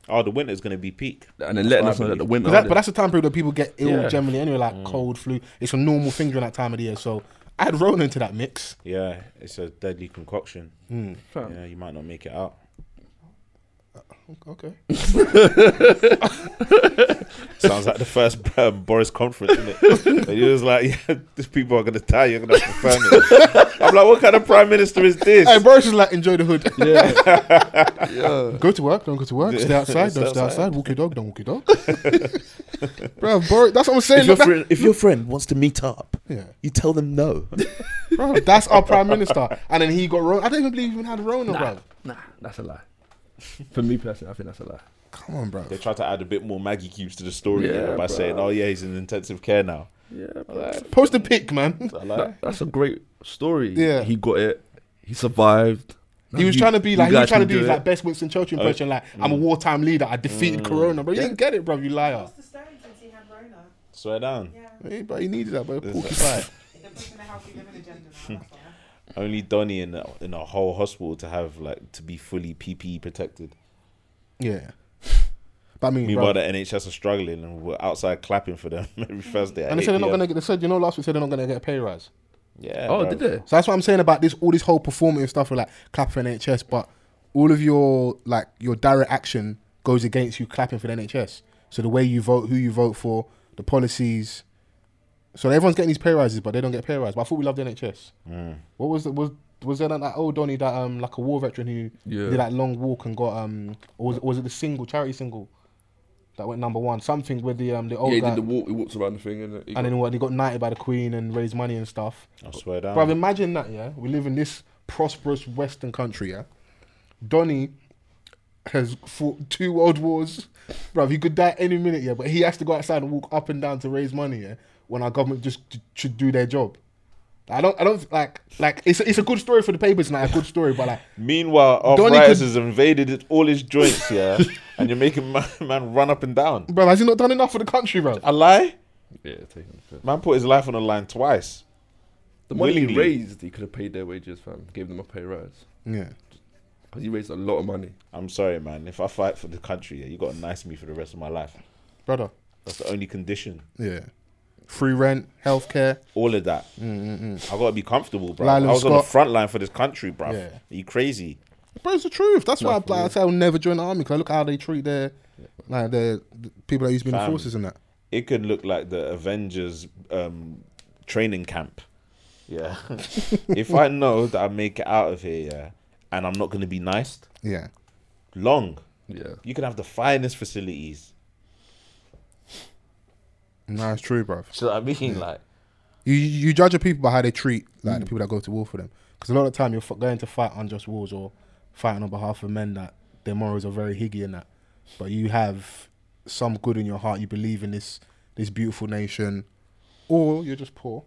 [SPEAKER 3] Oh, the winter's gonna be peak.
[SPEAKER 8] and they're letting
[SPEAKER 3] what I
[SPEAKER 8] us know that the
[SPEAKER 3] believe.
[SPEAKER 8] winter.
[SPEAKER 4] But, that, but that's the time period where people get ill
[SPEAKER 8] Yeah.
[SPEAKER 4] generally anyway, like cold, flu. It's a normal thing during that time of the year. So add Rona into that mix.
[SPEAKER 3] Yeah, it's a deadly concoction.
[SPEAKER 8] Fam.
[SPEAKER 3] Yeah, you might not make it out.
[SPEAKER 4] Okay.
[SPEAKER 3] Sounds like the first um, Boris conference, isn't it? And he was like, "Yeah, these people are gonna die. You're gonna have to confirm it." I'm like, "What kind of prime minister is this?"
[SPEAKER 4] Hey, Boris is like, enjoy the hood.
[SPEAKER 8] yeah. yeah.
[SPEAKER 4] Go to work, don't go to work. Stay outside, don't
[SPEAKER 3] Stay
[SPEAKER 4] stay
[SPEAKER 3] outside.
[SPEAKER 4] outside. Walk your dog, don't walk your dog. bro, bro, that's what I'm saying.
[SPEAKER 12] If your,
[SPEAKER 4] That-
[SPEAKER 12] friend, if your friend wants to meet up,
[SPEAKER 4] yeah,
[SPEAKER 12] you tell them no.
[SPEAKER 4] bro, that's our prime minister. And then he got Rona. I don't even believe he even had Rona, bro.
[SPEAKER 8] Nah, that's a lie. For me personally, I think that's a lie.
[SPEAKER 4] Come on, bro.
[SPEAKER 3] They try to add a bit more Maggie cubes to the story you know,
[SPEAKER 8] Yeah,
[SPEAKER 3] by
[SPEAKER 8] bruh.
[SPEAKER 3] saying, "Oh yeah, he's in intensive care now."
[SPEAKER 8] Yeah, bro.
[SPEAKER 4] Post a pic, man.
[SPEAKER 3] I like,
[SPEAKER 8] That's a great story.
[SPEAKER 4] Yeah.
[SPEAKER 8] He got it. He survived.
[SPEAKER 4] He was
[SPEAKER 8] You-
[SPEAKER 4] trying to be
[SPEAKER 8] you
[SPEAKER 4] like he was
[SPEAKER 8] guys
[SPEAKER 4] trying to
[SPEAKER 8] can
[SPEAKER 4] do his
[SPEAKER 8] it.
[SPEAKER 4] like best Winston Churchill impression, like I'm a wartime leader, I defeated Corona, bro. You didn't get it, bro. You liar.
[SPEAKER 13] the Stones since he had Rona.
[SPEAKER 3] swear down.
[SPEAKER 13] Yeah,
[SPEAKER 4] Hey, bro, he needed that, bro.
[SPEAKER 3] It's
[SPEAKER 4] Porcupine.
[SPEAKER 3] like,
[SPEAKER 13] they're pushing the healthy living agenda now. That's all.
[SPEAKER 3] only Donny in a, in a whole hospital to have like to be fully PPE protected.
[SPEAKER 4] Yeah. But I mean,
[SPEAKER 3] Meanwhile,
[SPEAKER 4] bro,
[SPEAKER 3] the NHS are struggling and we're outside clapping for them every Thursday. at
[SPEAKER 4] Mm. and they said they're
[SPEAKER 3] 8
[SPEAKER 4] not
[SPEAKER 3] PM.
[SPEAKER 4] gonna get. They said you know last week said they're not gonna get a pay rise.
[SPEAKER 3] Yeah.
[SPEAKER 8] Oh,
[SPEAKER 3] bruv.
[SPEAKER 8] did they?
[SPEAKER 4] So that's what I'm saying about this all this whole performative stuff with like clap for NHS, but all of your like your direct action goes against you clapping for the NHS. So the way you vote, who you vote for, the policies. So everyone's getting these pay rises, but they don't get pay rises. But I thought we loved the NHS.
[SPEAKER 8] Mm.
[SPEAKER 4] What was the, was was there that, that old Donny that um like a war veteran who
[SPEAKER 8] Yeah.
[SPEAKER 4] did that long walk and got um or was, or was it the single charity single that went number one. Something with the um the
[SPEAKER 8] yeah,
[SPEAKER 4] old
[SPEAKER 8] he
[SPEAKER 4] guy.
[SPEAKER 8] did the walk. He walked around the thing, and,
[SPEAKER 4] and then what? He got knighted by the Queen and raised money and stuff.
[SPEAKER 3] I swear down.
[SPEAKER 4] Bruv, imagine that, yeah? We live in this prosperous Western country, yeah? Donnie has fought two world wars. Bruv, he could die any minute, yeah? But he has to go outside and walk up and down to raise money, yeah? When our government just j- should do their job. I don't, I don't, like, like it's, it's a good story for the papers, not a good story, but like,
[SPEAKER 3] Meanwhile, our
[SPEAKER 4] Donny
[SPEAKER 3] Rice
[SPEAKER 4] could-
[SPEAKER 3] has invaded it- all his joints, yeah, and you're making man, man run up and down.
[SPEAKER 4] bruv, has he not done enough for the country, bruv?
[SPEAKER 3] A lie?
[SPEAKER 8] yeah, take him.
[SPEAKER 3] Man put his life on the line twice.
[SPEAKER 8] The money
[SPEAKER 3] Willingly.
[SPEAKER 8] he raised, he could have paid their wages, fam. Gave them a pay rise.
[SPEAKER 4] Yeah.
[SPEAKER 8] Because he raised a lot of money.
[SPEAKER 3] I'm sorry, man. If I fight for the country, yeah, you got to nice me for the rest of my life.
[SPEAKER 4] Brother.
[SPEAKER 3] That's the only condition.
[SPEAKER 4] Yeah. Free rent, healthcare.
[SPEAKER 3] All of that.
[SPEAKER 4] Mm,
[SPEAKER 3] I got to be comfortable, bro.
[SPEAKER 4] Lyle and
[SPEAKER 3] I was on the
[SPEAKER 4] Scott.
[SPEAKER 3] front line for this country, bro.
[SPEAKER 4] Yeah.
[SPEAKER 3] Are you crazy?
[SPEAKER 4] But it's the truth. That's why I, like, I say I'll never join the army because I look how they treat their, like, their the people that used to be in the
[SPEAKER 3] Fam.
[SPEAKER 4] forces and that.
[SPEAKER 3] It could look like the Avengers um, training camp. Yeah. if I know that I make it out of here, yeah, and I'm not going to be nice,
[SPEAKER 4] Yeah.
[SPEAKER 3] long.
[SPEAKER 8] Yeah.
[SPEAKER 3] You can have the finest facilities.
[SPEAKER 4] No, it's true, bruv.
[SPEAKER 3] So I mean, like,
[SPEAKER 4] You you you judge a people by how they treat like the people that go to war for them. Because a lot of the time you're f- going to fight unjust wars or fighting on behalf of men that their morals are very higgy and that. But you have some good in your heart. You believe in this this beautiful nation, or you're just poor.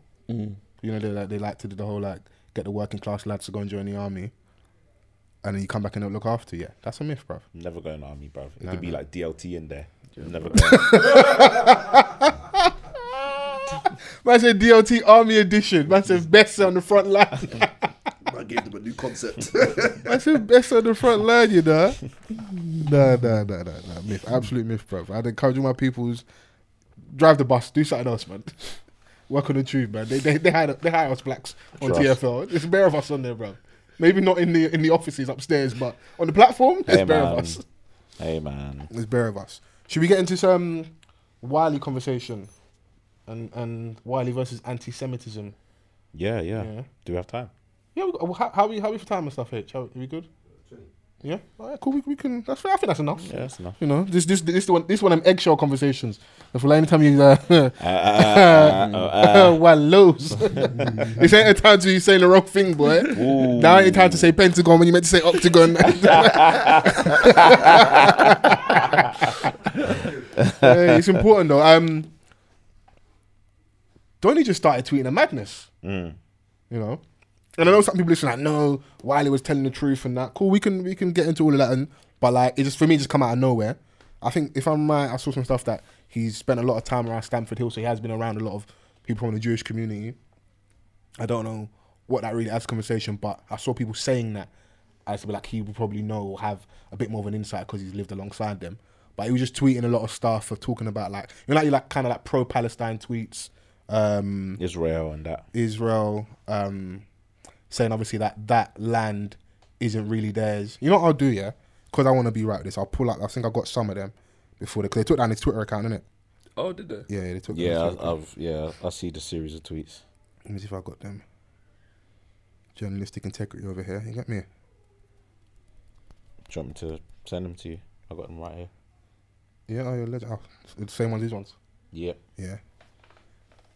[SPEAKER 4] You know they like they like to do the whole like get the working class lads to go and join the army, and then you come back and don't look after you. That's a myth, bruv.
[SPEAKER 3] never going army, bro. It
[SPEAKER 4] No,
[SPEAKER 3] could be
[SPEAKER 4] no.
[SPEAKER 3] like DLT in there. Never
[SPEAKER 4] Man said DLT Army Edition. Man said best on the front line.
[SPEAKER 8] I gave them a new concept.
[SPEAKER 4] Man said best on the front line, you know. Nah, nah, nah, nah, nah. Myth. Absolute myth, bro. I'd encourage all my peoples, drive the bus, do something else, man. Work on the tube, man. They they, they, hire, they hire us blacks on
[SPEAKER 3] Trust.
[SPEAKER 4] TFL. There's a bear of us on there, bro. Maybe not in the in the offices upstairs, but on the platform, there's
[SPEAKER 3] hey,
[SPEAKER 4] bare
[SPEAKER 3] man.
[SPEAKER 4] of us.
[SPEAKER 3] Hey, man.
[SPEAKER 4] There's bare of us. Should we get into some Wiley conversation? And and Wiley versus anti Semitism.
[SPEAKER 3] Yeah, yeah.
[SPEAKER 4] Yeah.
[SPEAKER 3] Do we have time?
[SPEAKER 4] Yeah, we, well, how, how we how we for time and stuff, H? How, are we good? Yeah, All right, cool. We, we can. That's fair. I think that's enough.
[SPEAKER 3] Yeah, that's enough. Uh,
[SPEAKER 4] You know, this this this the one this one of them eggshell conversations. If like anytime you uh,
[SPEAKER 3] Uh, uh, uh, uh, uh.
[SPEAKER 4] while lows, this ain't a time to you saying the wrong thing, boy.
[SPEAKER 3] Ooh.
[SPEAKER 4] Now ain't time to say pentagon when you meant to say octagon. Hey, it's important though. Um, Donny just started tweeting a madness. You know, and I know some people listen like, no, Wiley was telling the truth and that. Cool, we can we can get into all of that, and but like it just for me it just come out of nowhere. I think if I'm right, I saw some stuff that he's spent a lot of time around Stanford Hill, so he has been around a lot of people from the Jewish community. I don't know what that really adds to conversation, but I saw people saying that as to be like he would probably know or have a bit more of an insight because he's lived alongside them. But he was just tweeting a lot of stuff of talking about like you know like you like kind of like pro Palestine tweets. Um,
[SPEAKER 3] Israel and that.
[SPEAKER 4] Israel, um, saying obviously that that land isn't really theirs. You know what I'll do, yeah? Because I want to be right with this. I'll pull up. I think I got some of them before they, cause they took down his Twitter account, innit?
[SPEAKER 8] oh, did they?
[SPEAKER 4] Yeah, they took. down his
[SPEAKER 3] Yeah,
[SPEAKER 4] Twitter
[SPEAKER 3] I-
[SPEAKER 4] account.
[SPEAKER 3] I've yeah, I see the series of tweets.
[SPEAKER 4] Let me see if I got them. Journalistic integrity over here. You get me?
[SPEAKER 3] Do you want me to send them to you? I got them right here.
[SPEAKER 4] Yeah, oh, you're a legend. Oh, it's the same ones, these ones.
[SPEAKER 3] Yeah.
[SPEAKER 4] Yeah.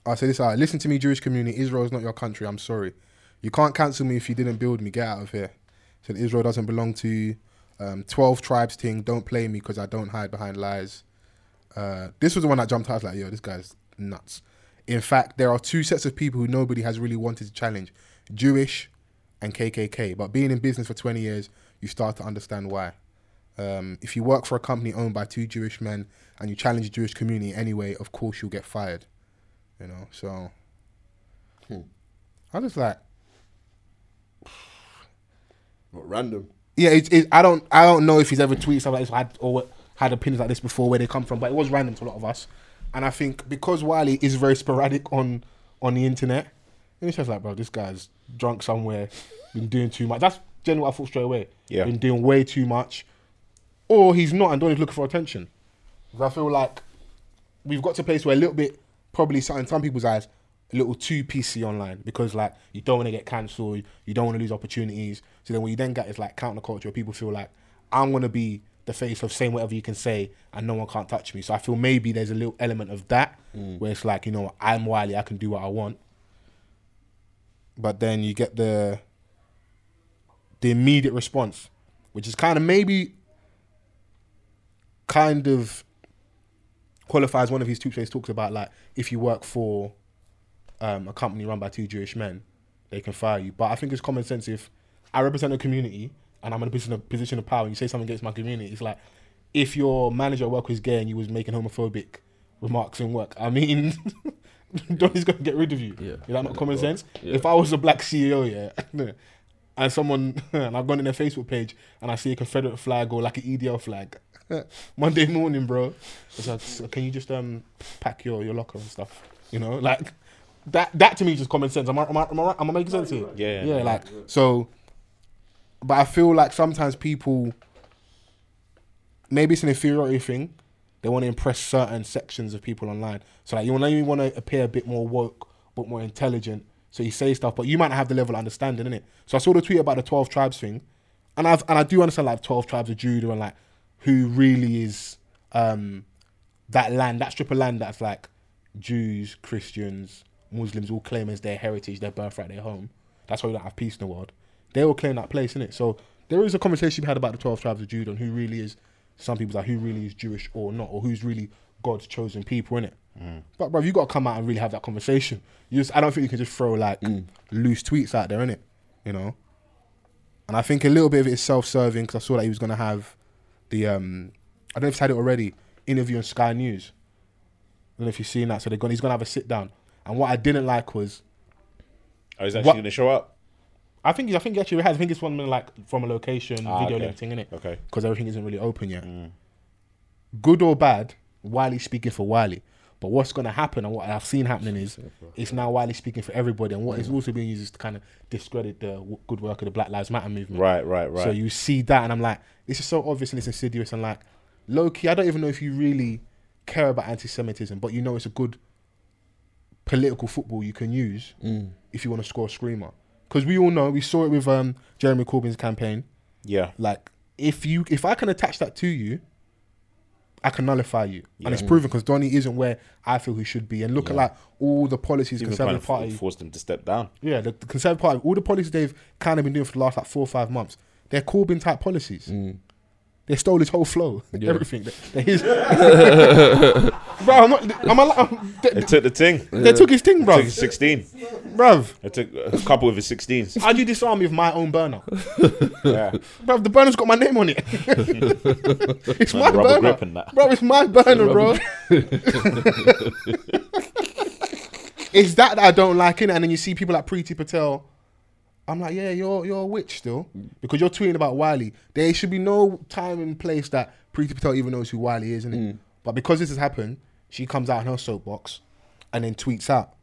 [SPEAKER 4] I say this out. Listen to me, Jewish community. Israel is not your country. I'm sorry. You can't cancel me if you didn't build me. Get out of here. Said Israel doesn't belong to you. Um, 12 tribes thing. Don't play me because I don't hide behind lies. Uh, this was the one that jumped out. I was like, yo, this guy's nuts. In fact, there are two sets of people who nobody has really wanted to challenge Jewish and KKK. But being in business for 20 years, you start to understand why. Um, if you work for a company owned by two Jewish men and you challenge the Jewish community anyway, of course you'll get fired. You know, so I just like,
[SPEAKER 8] Not random.
[SPEAKER 4] yeah, it, it, I don't, I don't know if he's ever tweeted stuff like this or had, or had opinions like this before, where they come from, but it was random to a lot of us. And I think because Wiley is very sporadic on on the internet, and it's just like, bro, this guy's drunk somewhere, been doing too much. That's generally what I thought straight away.
[SPEAKER 3] Yeah.
[SPEAKER 4] been doing way too much, or he's not and Donny's looking for attention. 'Cause I feel like we've got to a place where a little bit, probably so- in some people's eyes, a little too PC online because like you don't want to get cancelled, you don't want to lose opportunities. So then what you then get is like counterculture. People feel like I'm gonna be the face of saying whatever you can say and no one can't touch me. So I feel maybe there's a little element of that
[SPEAKER 8] Mm.
[SPEAKER 4] where it's like, you know, I'm Wiley, I can do what I want. But then you get the the immediate response, which is kind of maybe kind of qualifies one of his two trades talks about like if you work for um, a company run by two Jewish men, they can fire you. But I think it's common sense if I represent a community and I'm in a position of, position of power and you say something against my community, it's like if your manager at work was gay and you was making homophobic remarks in work, I mean, Donny's going to get rid of you. Yeah. Is that not common sense?
[SPEAKER 3] Yeah.
[SPEAKER 4] If I was a black CEO, yeah, and someone, and I've gone in their Facebook page and I see a Confederate flag or like an EDL flag, Monday morning, bro. It's like, "So can you just um pack your, your locker and stuff? You know, like that that to me is just common sense. Am I am I, am I, right- am I making sense here?
[SPEAKER 3] Yeah,
[SPEAKER 4] yeah.
[SPEAKER 3] yeah.
[SPEAKER 4] Like so, but I feel like sometimes people maybe it's an inferiority thing. They want to impress certain sections of people online. So like you want you want to appear a bit more woke, but more intelligent. So you say stuff, but you might not have the level of understanding in it. So I saw the tweet about the twelve tribes thing, and I've and I do understand like twelve tribes of Judah and like who really is um that land, that strip of land that's like Jews, Christians, Muslims all claim as their heritage, their birthright, their home. That's why we don't have peace in the world. They all claim that place, innit? So there is a conversation we had about the 12 tribes of Judah and who really is, some people's like, who really is Jewish or not, or who's really God's chosen people, innit?
[SPEAKER 3] Mm.
[SPEAKER 4] But, bro, you got to come out and really have that conversation. You just, I don't think you can just throw like loose tweets out there, innit? You know? And I think a little bit of it is self-serving because I saw that he was going to have the um, I don't know if he's had it already interview on Sky News. I don't know if you've seen that. So they're going. He's going to have a sit down. And what I didn't like was
[SPEAKER 3] Oh, he's
[SPEAKER 4] What-
[SPEAKER 3] actually going to show up.
[SPEAKER 4] I think I think he actually has. I think it's from like from a location
[SPEAKER 3] Ah,
[SPEAKER 4] video
[SPEAKER 3] okay.
[SPEAKER 4] link thing, innit?
[SPEAKER 3] Okay. Mm.
[SPEAKER 4] Because everything isn't really open yet. Good or bad, Wiley speaking for Wiley. But what's going to happen and what I've seen happening is it's now Wiley speaking for everybody. And what is also being used is to kind of discredit the w- good work of the Black Lives Matter movement.
[SPEAKER 3] Right, right, right.
[SPEAKER 4] So you see that, and I'm like, this is so obvious and it's insidious. And like, low key, I don't even know if you really care about anti Semitism, but you know it's a good political football you can use
[SPEAKER 3] Mm.
[SPEAKER 4] if you want to score a screamer. Because we all know, we saw it with um, Jeremy Corbyn's campaign.
[SPEAKER 3] Yeah.
[SPEAKER 4] Like, if you if I can attach that to you, I can nullify you.
[SPEAKER 3] Yeah.
[SPEAKER 4] And it's proven because Donny isn't where I feel he should be. And look at like all the policies
[SPEAKER 3] Even kind
[SPEAKER 4] Conservative
[SPEAKER 3] of
[SPEAKER 4] Party
[SPEAKER 3] forced him to step down.
[SPEAKER 4] yeah, the, the Conservative Party, all the policies they've kind of been doing for the last like four or five months, they're Corbyn type policies.
[SPEAKER 3] Mm.
[SPEAKER 4] They stole his whole flow, everything. They, they- his- bro, I'm not, I'm al- I'm- they,
[SPEAKER 3] They took the ting.
[SPEAKER 4] They took his ting,
[SPEAKER 3] They
[SPEAKER 4] bro.
[SPEAKER 3] Took his sixteen,
[SPEAKER 4] bro.
[SPEAKER 3] They took a couple of his sixteens.
[SPEAKER 4] How do you disarm me with my own burner?
[SPEAKER 3] Yeah.
[SPEAKER 4] bro, the burner's got my name on it. it's
[SPEAKER 3] And
[SPEAKER 4] my
[SPEAKER 3] the rubber
[SPEAKER 4] burner.
[SPEAKER 3] grip and that.
[SPEAKER 4] Bro, it's my burner, bro. it's that that I don't like in and then you see people like Preeti Patel. I'm like, yeah, you're you're a witch still because you're tweeting about Wiley. There should be no time and place that Preeti Patel even knows who Wiley is, isn't it? But because this has happened, she comes out in her soapbox and then tweets out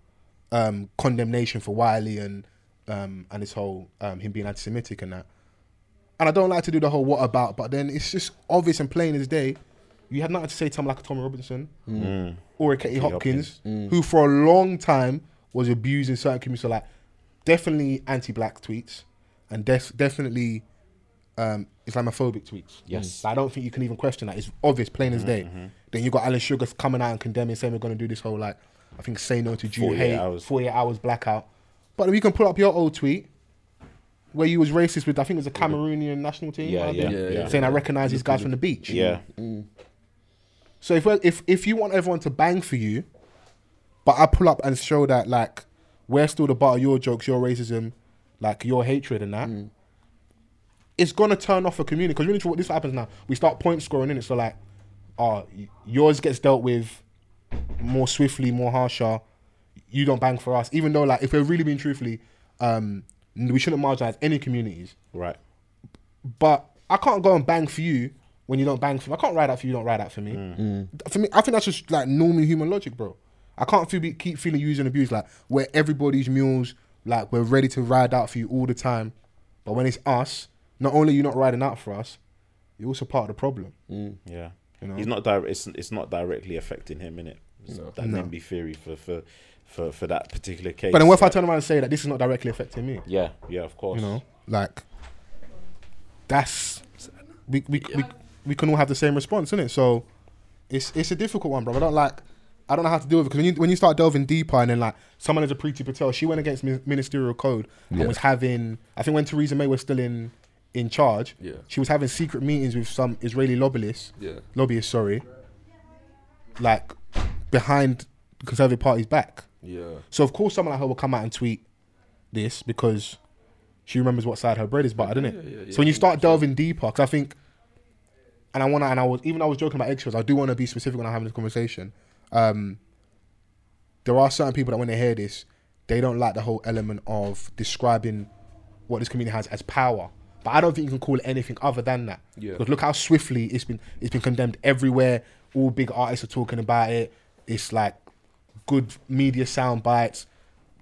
[SPEAKER 4] um, condemnation for Wiley and um, and his whole um, him being anti-Semitic and that. And I don't like to do the whole what about, but then it's just obvious and plain as day. You had nothing to say to someone like a Tommy Robinson
[SPEAKER 3] Mm.
[SPEAKER 4] or a Katie
[SPEAKER 3] Katie
[SPEAKER 4] Hopkins,
[SPEAKER 3] Hopkins. Mm.
[SPEAKER 4] who for a long time was abused in certain communities. So like, definitely anti-black tweets and def- definitely um, Islamophobic tweets.
[SPEAKER 3] Yes. Mm-hmm.
[SPEAKER 4] I don't think you can even question that. It's obvious, plain as day. Then you got Alan Sugar coming out and condemning, saying we're going to do this whole like, I think say no to Jew
[SPEAKER 3] 48
[SPEAKER 4] hate,
[SPEAKER 3] hours.
[SPEAKER 4] 48 hours blackout. But we can pull up your old tweet where you was racist with, I think it was a Cameroonian national team.
[SPEAKER 3] Yeah,
[SPEAKER 4] I
[SPEAKER 3] yeah,
[SPEAKER 4] think,
[SPEAKER 3] yeah, yeah.
[SPEAKER 4] Saying I recognise these guys from the beach.
[SPEAKER 3] Yeah.
[SPEAKER 4] So if we're- if if you want everyone to bang for you, but I pull up and show that like we're still the butt of your jokes, your racism, like your hatred and that,
[SPEAKER 3] Mm.
[SPEAKER 4] it's gonna turn off a community because really, what this happens now, we start point scoring in it. So like, oh, y- yours gets dealt with more swiftly, more harsher. You don't bang for us, even though like if we're really being truthfully, um, n- we shouldn't marginalize any communities.
[SPEAKER 3] Right.
[SPEAKER 4] But I can't go and bang for you when you don't bang for me. I can't ride out for you, you don't ride out for me. For me, I think that's just like normal human logic, bro. I can't feel, be, keep feeling used and abused, like where everybody's mules, like we're ready to ride out for you all the time. But when it's us, not only you're not riding out for us, you're also part of the problem.
[SPEAKER 3] Yeah.
[SPEAKER 4] You know?
[SPEAKER 3] He's not direct. It's, it's not directly affecting him, innit? It's
[SPEAKER 4] No.
[SPEAKER 3] That
[SPEAKER 4] No.
[SPEAKER 3] NIMBY theory for for for for that particular case.
[SPEAKER 4] But then what if I
[SPEAKER 3] like-
[SPEAKER 4] turn around and say that this is not directly affecting me?
[SPEAKER 3] Yeah. Yeah. Of course.
[SPEAKER 4] You know, like that's we we we, we can all have the same response, innit? So it's it's a difficult one, bro. I don't like. I don't know how to deal with it because when you when you start delving deeper and then like someone as a Preeti Patel, she went against min- ministerial code and
[SPEAKER 8] Yeah.
[SPEAKER 4] was having. I think when Theresa May was still in in charge,
[SPEAKER 8] Yeah.
[SPEAKER 4] she was having secret meetings with some Israeli lobbyists.
[SPEAKER 8] Yeah.
[SPEAKER 4] Lobbyists, sorry. Like behind the Conservative Party's back.
[SPEAKER 8] Yeah.
[SPEAKER 4] So of course someone like her will come out and tweet this because she remembers what side her bread is buttered, isn't it?
[SPEAKER 8] yeah, yeah,
[SPEAKER 4] so when you start delving deeper, because I think, and I want to, and I was even though I was joking about eggshells, I do want to be specific when I'm having this conversation. Um, there are certain people that when they hear this, they don't like the whole element of describing what this community has as power. But I don't think you can call it anything other than that.
[SPEAKER 8] Yeah.
[SPEAKER 4] Because look how swiftly it's been it's been condemned everywhere. All big artists are talking about it. It's like good media sound bites.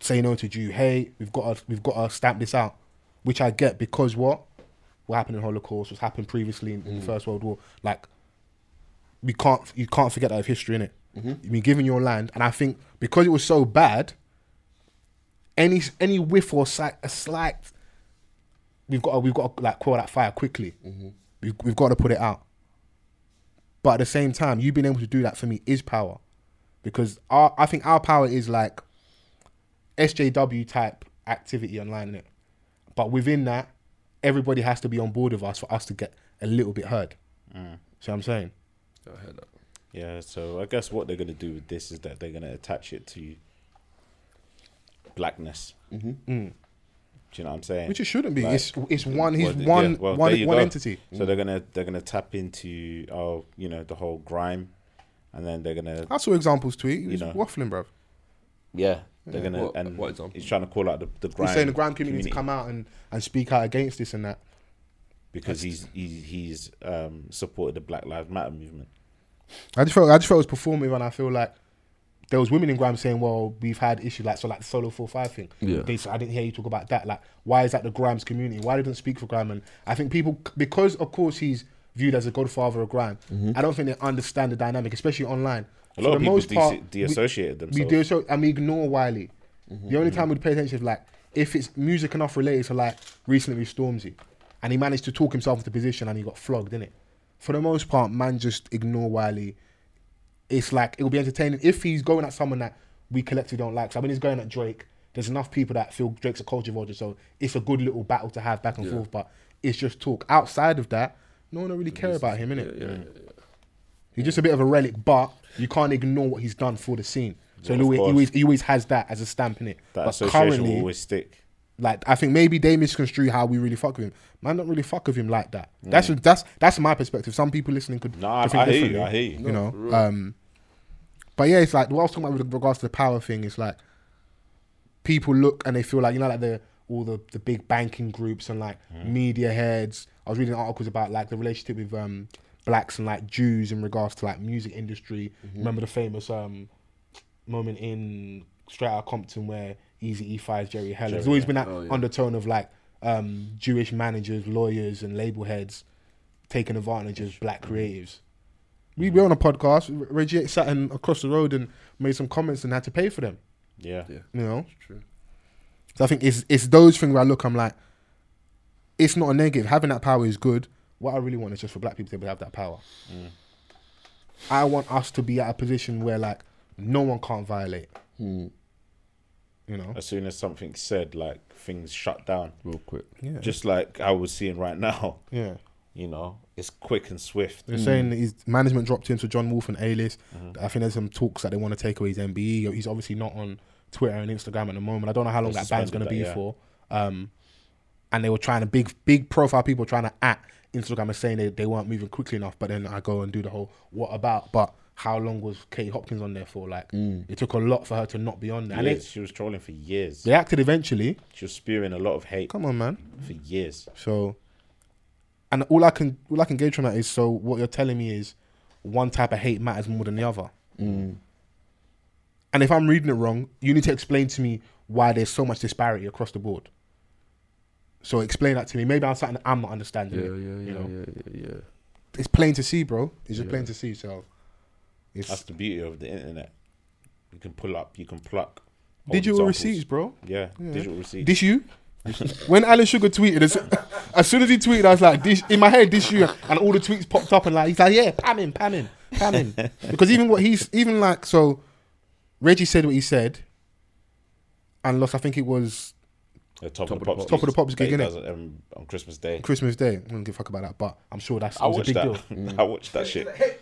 [SPEAKER 4] Say no to Jew hate. We've got to we've got to stamp this out, which I get because what what happened in Holocaust, what's happened previously in, in the
[SPEAKER 8] Mm.
[SPEAKER 4] First World War, like we can't you can't forget that of history in it.
[SPEAKER 8] Mhm.
[SPEAKER 4] You've been given your land, and I think because it was so bad, any any whiff or slight, a slight, we've got to, we've got to like quell that fire quickly. We've, we've got to put it out. But at the same time, you being able to do that for me is power, because our I think our power is like SJW type activity online in it, but within that, everybody has to be on board with us for us to get a little bit heard.
[SPEAKER 3] Mm.
[SPEAKER 4] See what I'm saying?
[SPEAKER 8] I heard that.
[SPEAKER 3] Yeah, so I guess what they're going to do with this is that they're going to attach it to blackness.
[SPEAKER 8] Mm-hmm.
[SPEAKER 4] Mm.
[SPEAKER 3] Do you know what I'm saying?
[SPEAKER 4] Which it shouldn't be.
[SPEAKER 3] Like-
[SPEAKER 4] it's it's one. He's
[SPEAKER 3] Well,
[SPEAKER 4] one
[SPEAKER 3] yeah, well, there
[SPEAKER 4] one
[SPEAKER 3] you
[SPEAKER 4] one
[SPEAKER 3] go.
[SPEAKER 4] entity.
[SPEAKER 3] So they're gonna they're gonna tap into oh you know the whole grime, and then they're gonna
[SPEAKER 4] I saw examples tweet. He
[SPEAKER 3] You
[SPEAKER 4] was
[SPEAKER 3] know.
[SPEAKER 4] waffling, bruv.
[SPEAKER 3] yeah they're
[SPEAKER 4] Yeah.
[SPEAKER 3] gonna
[SPEAKER 4] What-
[SPEAKER 3] and
[SPEAKER 4] what
[SPEAKER 3] he's trying to call out the the grime.
[SPEAKER 4] He's saying the grime community, to come out and, and speak out against this and that.
[SPEAKER 3] because he's he's, he's um, supported the Black Lives Matter movement.
[SPEAKER 4] I just felt I just felt it was performative, and I feel like there was women in grime saying, "Well, we've had issues like so, like the solo four five thing.
[SPEAKER 8] Yeah.
[SPEAKER 4] They said, I didn't hear you talk about that. Like, why is that the Grimes community? Why didn't speak for grime? And I think people because of course he's viewed as a godfather of grime. I don't think they understand the dynamic, especially online.
[SPEAKER 3] Mm-hmm. A lot
[SPEAKER 4] For
[SPEAKER 3] of
[SPEAKER 4] the
[SPEAKER 3] people
[SPEAKER 4] most
[SPEAKER 3] de-
[SPEAKER 4] part,
[SPEAKER 3] deassociated
[SPEAKER 4] we,
[SPEAKER 3] themselves. Mm-hmm.
[SPEAKER 4] We do so, and we ignore Wiley. The only time we'd pay attention is like if it's music enough related to like recently with Stormzy, and he managed to talk himself into position and he got flogged, didn't it? For the most part, man, just ignore Wiley. It's like it'll be entertaining if he's going at someone that we collectively don't like. So when he's going at Drake, there's enough people that feel Drake's a culture vulture, so it's a good little battle to have back and
[SPEAKER 8] Yeah.
[SPEAKER 4] forth. But it's just talk. Outside of that, no one will really care about him, innit?
[SPEAKER 8] Yeah, yeah, yeah.
[SPEAKER 4] He's just a bit of a relic, but you can't ignore what he's done for the scene. So
[SPEAKER 3] Yeah, of
[SPEAKER 4] he, always, he
[SPEAKER 3] course.
[SPEAKER 4] always he always has that as a stamp in it.
[SPEAKER 3] That
[SPEAKER 4] but
[SPEAKER 3] association
[SPEAKER 4] currently,
[SPEAKER 3] will always stick.
[SPEAKER 4] like I think maybe they misconstrue how we really fuck with him. Man, don't really fuck with him like that. That's that's that's my perspective. Some people listening could
[SPEAKER 3] Mm. Nah,
[SPEAKER 4] could
[SPEAKER 3] I-
[SPEAKER 4] think
[SPEAKER 3] I hear you,
[SPEAKER 4] differently,
[SPEAKER 3] I hear you.
[SPEAKER 4] You
[SPEAKER 3] No,
[SPEAKER 4] know,
[SPEAKER 3] for real.
[SPEAKER 4] um, but yeah, it's like what I was talking about with regards to the power thing. It's like people look and they feel like you know, like the all the the big banking groups and like
[SPEAKER 3] Mm.
[SPEAKER 4] media heads. I was reading articles about like the relationship with um blacks and like Jews in regards to like music industry.
[SPEAKER 3] Mm-hmm.
[SPEAKER 4] Remember the famous um moment in Straight Outta Compton where Easy E fires Jerry Heller. There's
[SPEAKER 3] Jerry
[SPEAKER 4] always
[SPEAKER 3] Heller.
[SPEAKER 4] been that
[SPEAKER 8] Oh, yeah.
[SPEAKER 4] undertone of like um Jewish managers, lawyers, and label heads taking advantage of black creatives. We were on a podcast. R- Reggie sat in across the road and made some comments and had to pay for them.
[SPEAKER 3] Yeah,
[SPEAKER 8] Yeah.
[SPEAKER 4] You know,
[SPEAKER 8] It's true.
[SPEAKER 4] so I think it's it's those things where I look. I'm like, it's not a negative. Having that power is good. What I really want is just for black people to be able to have that power. I want us to be at a position where like no one can't violate. You know,
[SPEAKER 3] as soon as something's said, like things shut down.
[SPEAKER 8] Real quick.
[SPEAKER 4] yeah,
[SPEAKER 3] Just like I was seeing right now.
[SPEAKER 4] yeah.
[SPEAKER 3] You know, it's quick and swift.
[SPEAKER 4] They're saying that his management dropped into John Wolf and A-list.
[SPEAKER 3] Mm-hmm.
[SPEAKER 4] I think there's some talks that they want to take away his MBE. He's obviously not on Twitter and Instagram at the moment. I don't know how long
[SPEAKER 3] They
[SPEAKER 4] that ban's going
[SPEAKER 3] suspended
[SPEAKER 4] to be
[SPEAKER 3] that, yeah.
[SPEAKER 4] for. Um, and they were trying to big, big profile people trying to at Instagram and saying they, they weren't moving quickly enough. But then I go and do the whole what about? But how long was Katie Hopkins on there for? Like
[SPEAKER 3] Mm.
[SPEAKER 4] it took a lot for her to not be on there. And
[SPEAKER 3] Years.
[SPEAKER 4] they,
[SPEAKER 3] She was trolling for years.
[SPEAKER 4] they acted eventually.
[SPEAKER 3] She was spewing a lot of hate
[SPEAKER 4] Come on, man.
[SPEAKER 3] for years.
[SPEAKER 4] So, and all I can all I can gauge from that is so what you're telling me is one type of hate matters more than the other.
[SPEAKER 8] Mm.
[SPEAKER 4] And if I'm reading it wrong, you need to explain to me why there's so much disparity across the board. So explain that to me. Maybe I'm something I'm not understanding.
[SPEAKER 8] Yeah,
[SPEAKER 4] it,
[SPEAKER 8] yeah, yeah,
[SPEAKER 4] you know?
[SPEAKER 8] yeah, yeah, yeah.
[SPEAKER 4] It's plain to see, bro. It's just
[SPEAKER 8] Yeah.
[SPEAKER 4] plain to see. So, it's
[SPEAKER 3] That's the beauty of the internet. You can pull up, you can pluck. old
[SPEAKER 4] digital
[SPEAKER 3] examples.
[SPEAKER 4] receipts, bro.
[SPEAKER 3] Yeah,
[SPEAKER 4] Yeah.
[SPEAKER 3] digital receipts.
[SPEAKER 4] This you? when Alan Sugar tweeted, as, as soon as he tweeted, I was like, this, in my head, this year, and all the tweets popped up, and like, he's like, yeah, pam him, pam him, pam him. because even what he's, even like, so Reggie said what he said, and lost, I think it was
[SPEAKER 3] The top, of the
[SPEAKER 4] Pops-
[SPEAKER 3] pops,
[SPEAKER 4] Top of the Pops
[SPEAKER 3] that he
[SPEAKER 4] gig, innit?
[SPEAKER 3] does, um, on Christmas Day.
[SPEAKER 4] Christmas Day. I don't give a fuck about that, but I'm sure that's
[SPEAKER 3] I
[SPEAKER 4] was a
[SPEAKER 3] watched
[SPEAKER 4] big deal.
[SPEAKER 3] that. I watched that shit.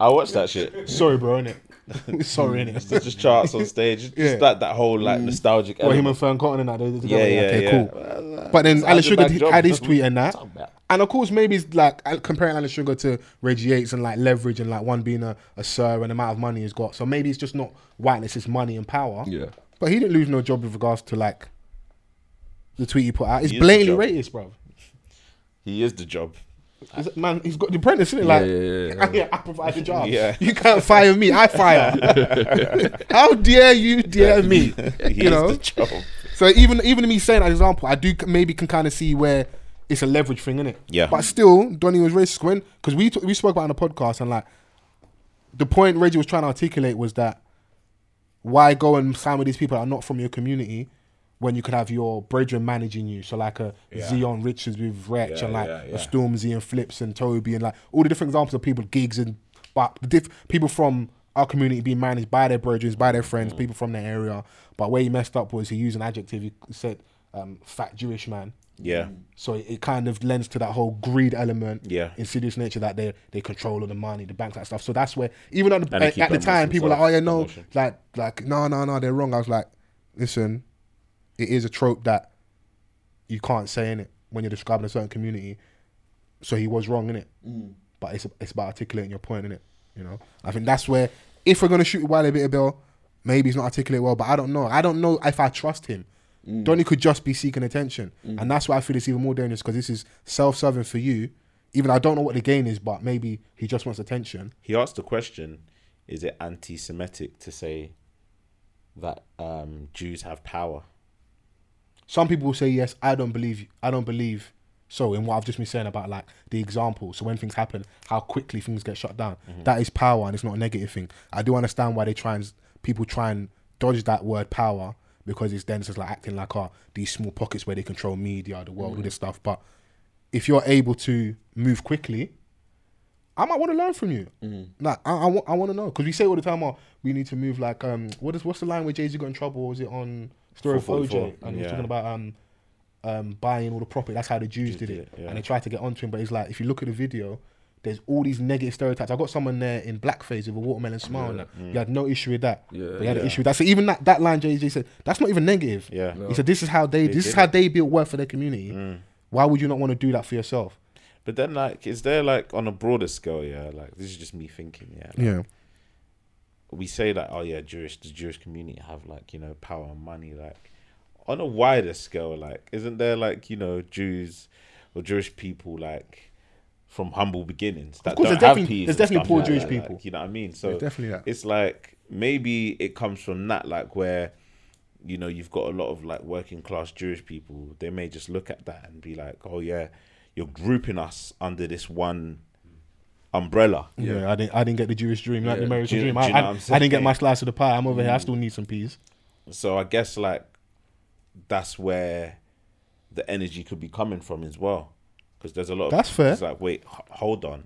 [SPEAKER 3] I watched that shit.
[SPEAKER 4] Sorry, bro, innit? Sorry, innit?
[SPEAKER 3] It's just charts on stage. Just
[SPEAKER 4] Yeah.
[SPEAKER 3] that that whole like nostalgic.
[SPEAKER 4] Or him
[SPEAKER 3] element.
[SPEAKER 4] and Fern Cotton and that. They, they
[SPEAKER 3] Yeah,
[SPEAKER 4] yeah,
[SPEAKER 3] yeah,
[SPEAKER 4] okay,
[SPEAKER 3] yeah.
[SPEAKER 4] cool.
[SPEAKER 3] Well, uh,
[SPEAKER 4] but then
[SPEAKER 3] it's
[SPEAKER 4] Alice
[SPEAKER 3] a
[SPEAKER 4] Sugar
[SPEAKER 3] bad
[SPEAKER 4] did-
[SPEAKER 3] job.
[SPEAKER 4] had his tweet and that.
[SPEAKER 3] Talk about-
[SPEAKER 4] And of course, maybe it's like uh, comparing Alice Sugar to Reggie Yates and like leverage and like one being a, a sir and the amount of money he's got. So maybe it's just not whiteness, it's money and power.
[SPEAKER 8] Yeah.
[SPEAKER 4] But he didn't lose no job with regards to like the tweet he put out. It's
[SPEAKER 3] He is the
[SPEAKER 4] blatantly
[SPEAKER 3] job.
[SPEAKER 4] racist, bro.
[SPEAKER 3] He is the job.
[SPEAKER 4] Is it- Man, he's got the apprentice, isn't it? Like,
[SPEAKER 8] Yeah, yeah, yeah.
[SPEAKER 4] I provide the job.
[SPEAKER 3] Yeah.
[SPEAKER 4] You can't fire me, I fire. How dare you dare me?
[SPEAKER 3] He
[SPEAKER 4] you
[SPEAKER 3] is
[SPEAKER 4] know?
[SPEAKER 3] the job.
[SPEAKER 4] So even even me saying that example, I do c- maybe can kind of see where it's a leverage thing, innit?
[SPEAKER 3] Yeah.
[SPEAKER 4] But still, Donny was racist when because we t- we spoke about it on the podcast and like the point Reggie was trying to articulate was that why go and sign with these people that are not from your community when you could have your brethren managing you? So like a
[SPEAKER 1] Yeah.
[SPEAKER 4] Zion Richards with Wretch
[SPEAKER 1] Yeah,
[SPEAKER 4] and like
[SPEAKER 1] yeah, yeah.
[SPEAKER 4] a Stormzy and Flips and Toby and like all the different examples of people gigs and but the diff- people from our community being managed by their brethren, by their friends,
[SPEAKER 1] Mm.
[SPEAKER 4] people from their area. But where he messed up was he used an adjective. He said um, "fat Jewish man."
[SPEAKER 3] Yeah.
[SPEAKER 4] So it, it kind of lends to that whole greed element,
[SPEAKER 3] Yeah.
[SPEAKER 4] insidious nature that they they control all the money, the banks, that stuff. So that's where even at the,
[SPEAKER 3] And they
[SPEAKER 4] at,
[SPEAKER 3] keep
[SPEAKER 4] at the
[SPEAKER 3] promoting
[SPEAKER 4] time people were like, oh
[SPEAKER 3] themselves,
[SPEAKER 4] yeah, no,
[SPEAKER 3] promotion.
[SPEAKER 4] like like no no no, they're wrong. I was like, listen, it is a trope that you can't say in it when you're describing a certain community. So he was wrong in it, but it's it's about articulating your point in it. You know, I think that's where if we're gonna shoot Wiley a bit of bill, maybe he's not articulate well, but I don't know. I don't know if I trust him. Donny could just be seeking attention, and that's why I feel it's even more dangerous because this is self-serving for you. Even I don't know what the gain is, but maybe he just wants attention.
[SPEAKER 3] He asked the question: Is it anti-Semitic to say that um, Jews have power?
[SPEAKER 4] some people will say yes i don't believe i don't believe so in what i've just been saying about like the example so when things happen how quickly things get shut down That is power and it's not a negative thing i do understand why they try and people try and dodge that word power because it's then it's just like acting like oh these small pockets where they control media the world all this stuff but if you're able to move quickly I might want to learn from you.
[SPEAKER 3] Mm-hmm.
[SPEAKER 4] Like I, I, want, I want to know because we say all the time, "Oh, we need to move." Like, um, what is what's the line where Jay Z got in trouble? Or was it on Story of
[SPEAKER 3] 444?
[SPEAKER 4] OJ? And he was
[SPEAKER 3] Yeah.
[SPEAKER 4] talking about um, um, buying all the property. That's how the Jews did
[SPEAKER 3] did
[SPEAKER 4] it,
[SPEAKER 3] it, yeah.
[SPEAKER 4] and they tried to get onto him. But it's like if you look at the video, there's all these negative stereotypes. I got someone there in blackface with a watermelon smile. And
[SPEAKER 3] Mm.
[SPEAKER 4] that. You had no issue with that.
[SPEAKER 8] Yeah,
[SPEAKER 4] but you had an
[SPEAKER 8] yeah.
[SPEAKER 4] issue with that. So even that that line Jay Z said, that's not even negative.
[SPEAKER 3] Yeah.
[SPEAKER 4] He said, "This is how they,
[SPEAKER 3] They
[SPEAKER 4] this is
[SPEAKER 3] did
[SPEAKER 4] how
[SPEAKER 3] it. Mm.
[SPEAKER 4] they built wealth for their community. Why would you not want to do that for yourself?"
[SPEAKER 3] But then, like, is there like on a broader scale? Yeah, like this is just me thinking. Yeah, like, we say like, oh yeah, Jewish the Jewish community have like you know power and money. Like on a wider scale, like isn't there like you know Jews or Jewish people like from humble beginnings that
[SPEAKER 4] course,
[SPEAKER 3] don't
[SPEAKER 4] there's
[SPEAKER 3] have
[SPEAKER 4] definitely-
[SPEAKER 3] peas?
[SPEAKER 4] there's
[SPEAKER 3] and
[SPEAKER 4] definitely
[SPEAKER 3] stuff
[SPEAKER 4] poor
[SPEAKER 3] like
[SPEAKER 4] Jewish
[SPEAKER 3] that,
[SPEAKER 4] people.
[SPEAKER 3] like, you know what I mean? So
[SPEAKER 4] There's definitely that.
[SPEAKER 3] It's like maybe it comes from that, like where you know you've got a lot of like working class Jewish people. They may just look at that and be like, oh yeah, you're grouping us under this one umbrella.
[SPEAKER 4] Yeah, I didn't. I didn't get the Jewish dream, like the
[SPEAKER 8] Yeah.
[SPEAKER 4] American
[SPEAKER 3] Do you-
[SPEAKER 4] dream.
[SPEAKER 3] do
[SPEAKER 4] I,
[SPEAKER 3] you know
[SPEAKER 4] I-
[SPEAKER 3] what I'm
[SPEAKER 4] I didn't get
[SPEAKER 3] saying? Mm.
[SPEAKER 4] my slice of the pie. I'm over here. I still need some peas.
[SPEAKER 3] So I guess like that's where the energy could be coming from as well, because there's a lot. Of
[SPEAKER 4] That's fair.
[SPEAKER 3] It's like wait, h- hold on,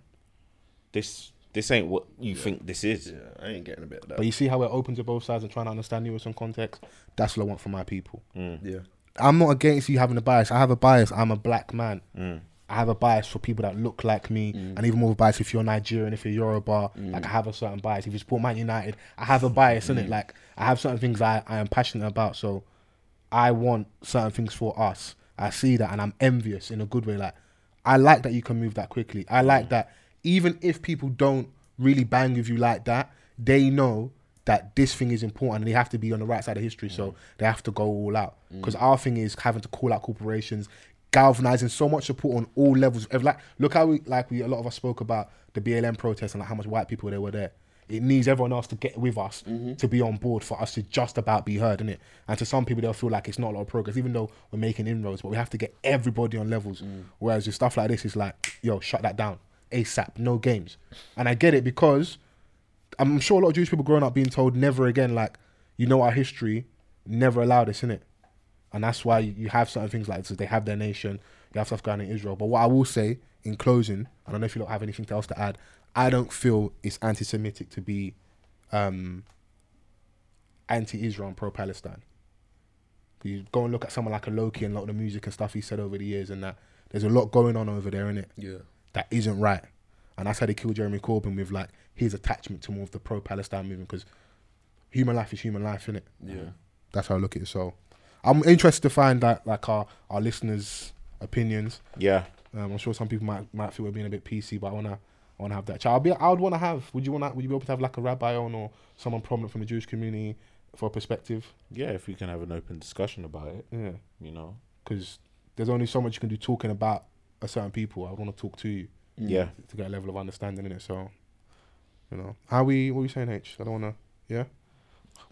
[SPEAKER 3] this this ain't what you think this is.
[SPEAKER 8] I ain't getting a bit of that.
[SPEAKER 4] But you see how we're open to both sides and trying to understand nuance and context. That's what I want from my people.
[SPEAKER 3] Mm.
[SPEAKER 8] yeah.
[SPEAKER 4] I'm not against you having a bias. I have a bias. I'm a black man.
[SPEAKER 3] Mm.
[SPEAKER 4] I have a bias for people that look like me, and even more bias if you're Nigerian, if you're Yoruba.
[SPEAKER 3] Mm.
[SPEAKER 4] Like I have a certain bias. If you support Man United, I have a bias in it. Like I have certain things I, I am passionate about. So I want certain things for us. I see that, and I'm envious in a good way. Like I like that you can move that quickly. I like that even if people don't really bang with you like that, they know that this thing is important and they have to be on the right side of history. So they have to go all out. Because our thing is having to call out corporations, galvanizing so much support on all levels. If, Like look how we like we a lot of us spoke about the BLM protests and like how much white people there were there. It needs everyone else to get with us to be on board for us to just about be heard, innit? And to some people, they'll feel like it's not a lot of progress, even though we're making inroads. But we have to get everybody on levels. Whereas with stuff like this, it's like, yo, shut that down ASAP, no games. And I get it because I'm sure a lot of Jewish people growing up being told never again, like, you know our history, never allow this, innit? and that's why you you have certain things like this. They have their nation. You have stuff going on in Israel. But what I will say in closing, I don't know if you don't have anything else to add. I don't feel it's anti-Semitic to be um, anti-Israel and pro-Palestine. You go and look at someone like a Loki and a lot of the music and stuff he said over the years, and that there's a lot going on over there, in it?
[SPEAKER 8] Yeah.
[SPEAKER 4] that isn't right. And that's how they killed Jeremy Corbyn with like his attachment to more of the pro-Palestine movement because human life is human life, innit?
[SPEAKER 8] Yeah.
[SPEAKER 4] That's how I look at it. So I'm interested to find that like our our listeners' opinions.
[SPEAKER 3] Yeah.
[SPEAKER 4] Um, I'm sure some people might might feel we're being a bit PC, but I wanna I wanna have that. chat. I'll be I would wanna have. Would you wanna would you be able to have like a rabbi on or someone prominent from the Jewish community for a perspective?
[SPEAKER 3] Yeah, if we can have an open discussion about it.
[SPEAKER 4] Yeah.
[SPEAKER 3] You know.
[SPEAKER 4] Because there's only so much you can do talking about a certain people. I want to talk to you.
[SPEAKER 3] Yeah.
[SPEAKER 4] To get a level of understanding in it. So, you know, how we, what are you saying, H? I don't want to, yeah?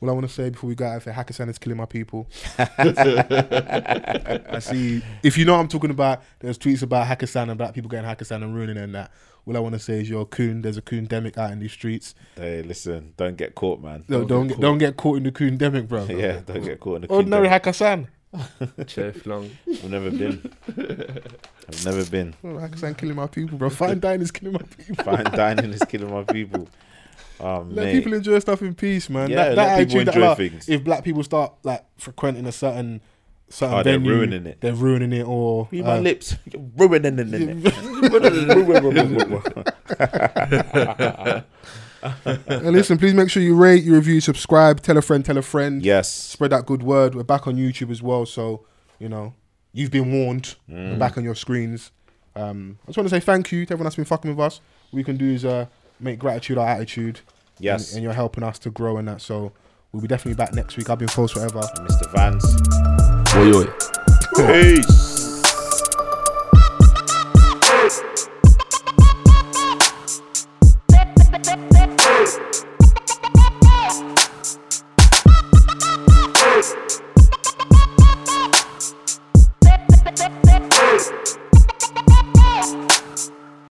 [SPEAKER 4] Well, I want to say before we go out, I say Hackersan is killing my people. I see. If you know what I'm talking about, there's tweets about Hackersan and black people getting Hackersan and ruining it and that. All I want to say is, you're a coon. There's a coon demic out in these streets.
[SPEAKER 3] Hey, listen, don't get caught, man.
[SPEAKER 4] No, don't get, don't get caught in the coon demic, bro.
[SPEAKER 3] Yeah, don't get caught in the coon
[SPEAKER 4] ordinary
[SPEAKER 3] demic.
[SPEAKER 4] Hackersan.
[SPEAKER 8] Chef long.
[SPEAKER 3] I've never been. I've never been.
[SPEAKER 4] Well, Hackersan killing my people, bro. Fine dining is killing my people.
[SPEAKER 3] Fine dining is killing my people. Oh,
[SPEAKER 4] Let
[SPEAKER 3] mate.
[SPEAKER 4] people enjoy stuff in peace, man.
[SPEAKER 3] Yeah, let
[SPEAKER 4] that that
[SPEAKER 3] people
[SPEAKER 4] attitude that uh,
[SPEAKER 3] enjoy
[SPEAKER 4] like,
[SPEAKER 3] things.
[SPEAKER 4] if black people start like frequenting a certain certain
[SPEAKER 3] Oh, they're
[SPEAKER 4] venue,
[SPEAKER 3] ruining it.
[SPEAKER 4] They're ruining it, or uh,
[SPEAKER 3] Read my lips. You're ruining it.
[SPEAKER 4] and listen, please make sure you rate, you review, subscribe, tell a friend, tell a friend.
[SPEAKER 3] Yes.
[SPEAKER 4] spread that good word. We're back on YouTube as well, so you know you've been warned. We're
[SPEAKER 3] Mm.
[SPEAKER 4] back on your screens. Um, I just want to say thank you to everyone that's been fucking with us. What we can do is uh, make gratitude our attitude.
[SPEAKER 3] Yes.
[SPEAKER 4] and, and you're helping us to grow and that. So we'll be definitely back next week. I've been false forever.
[SPEAKER 3] Mr. Vance.
[SPEAKER 8] Oi, oi.
[SPEAKER 3] Peace.
[SPEAKER 14] Hey!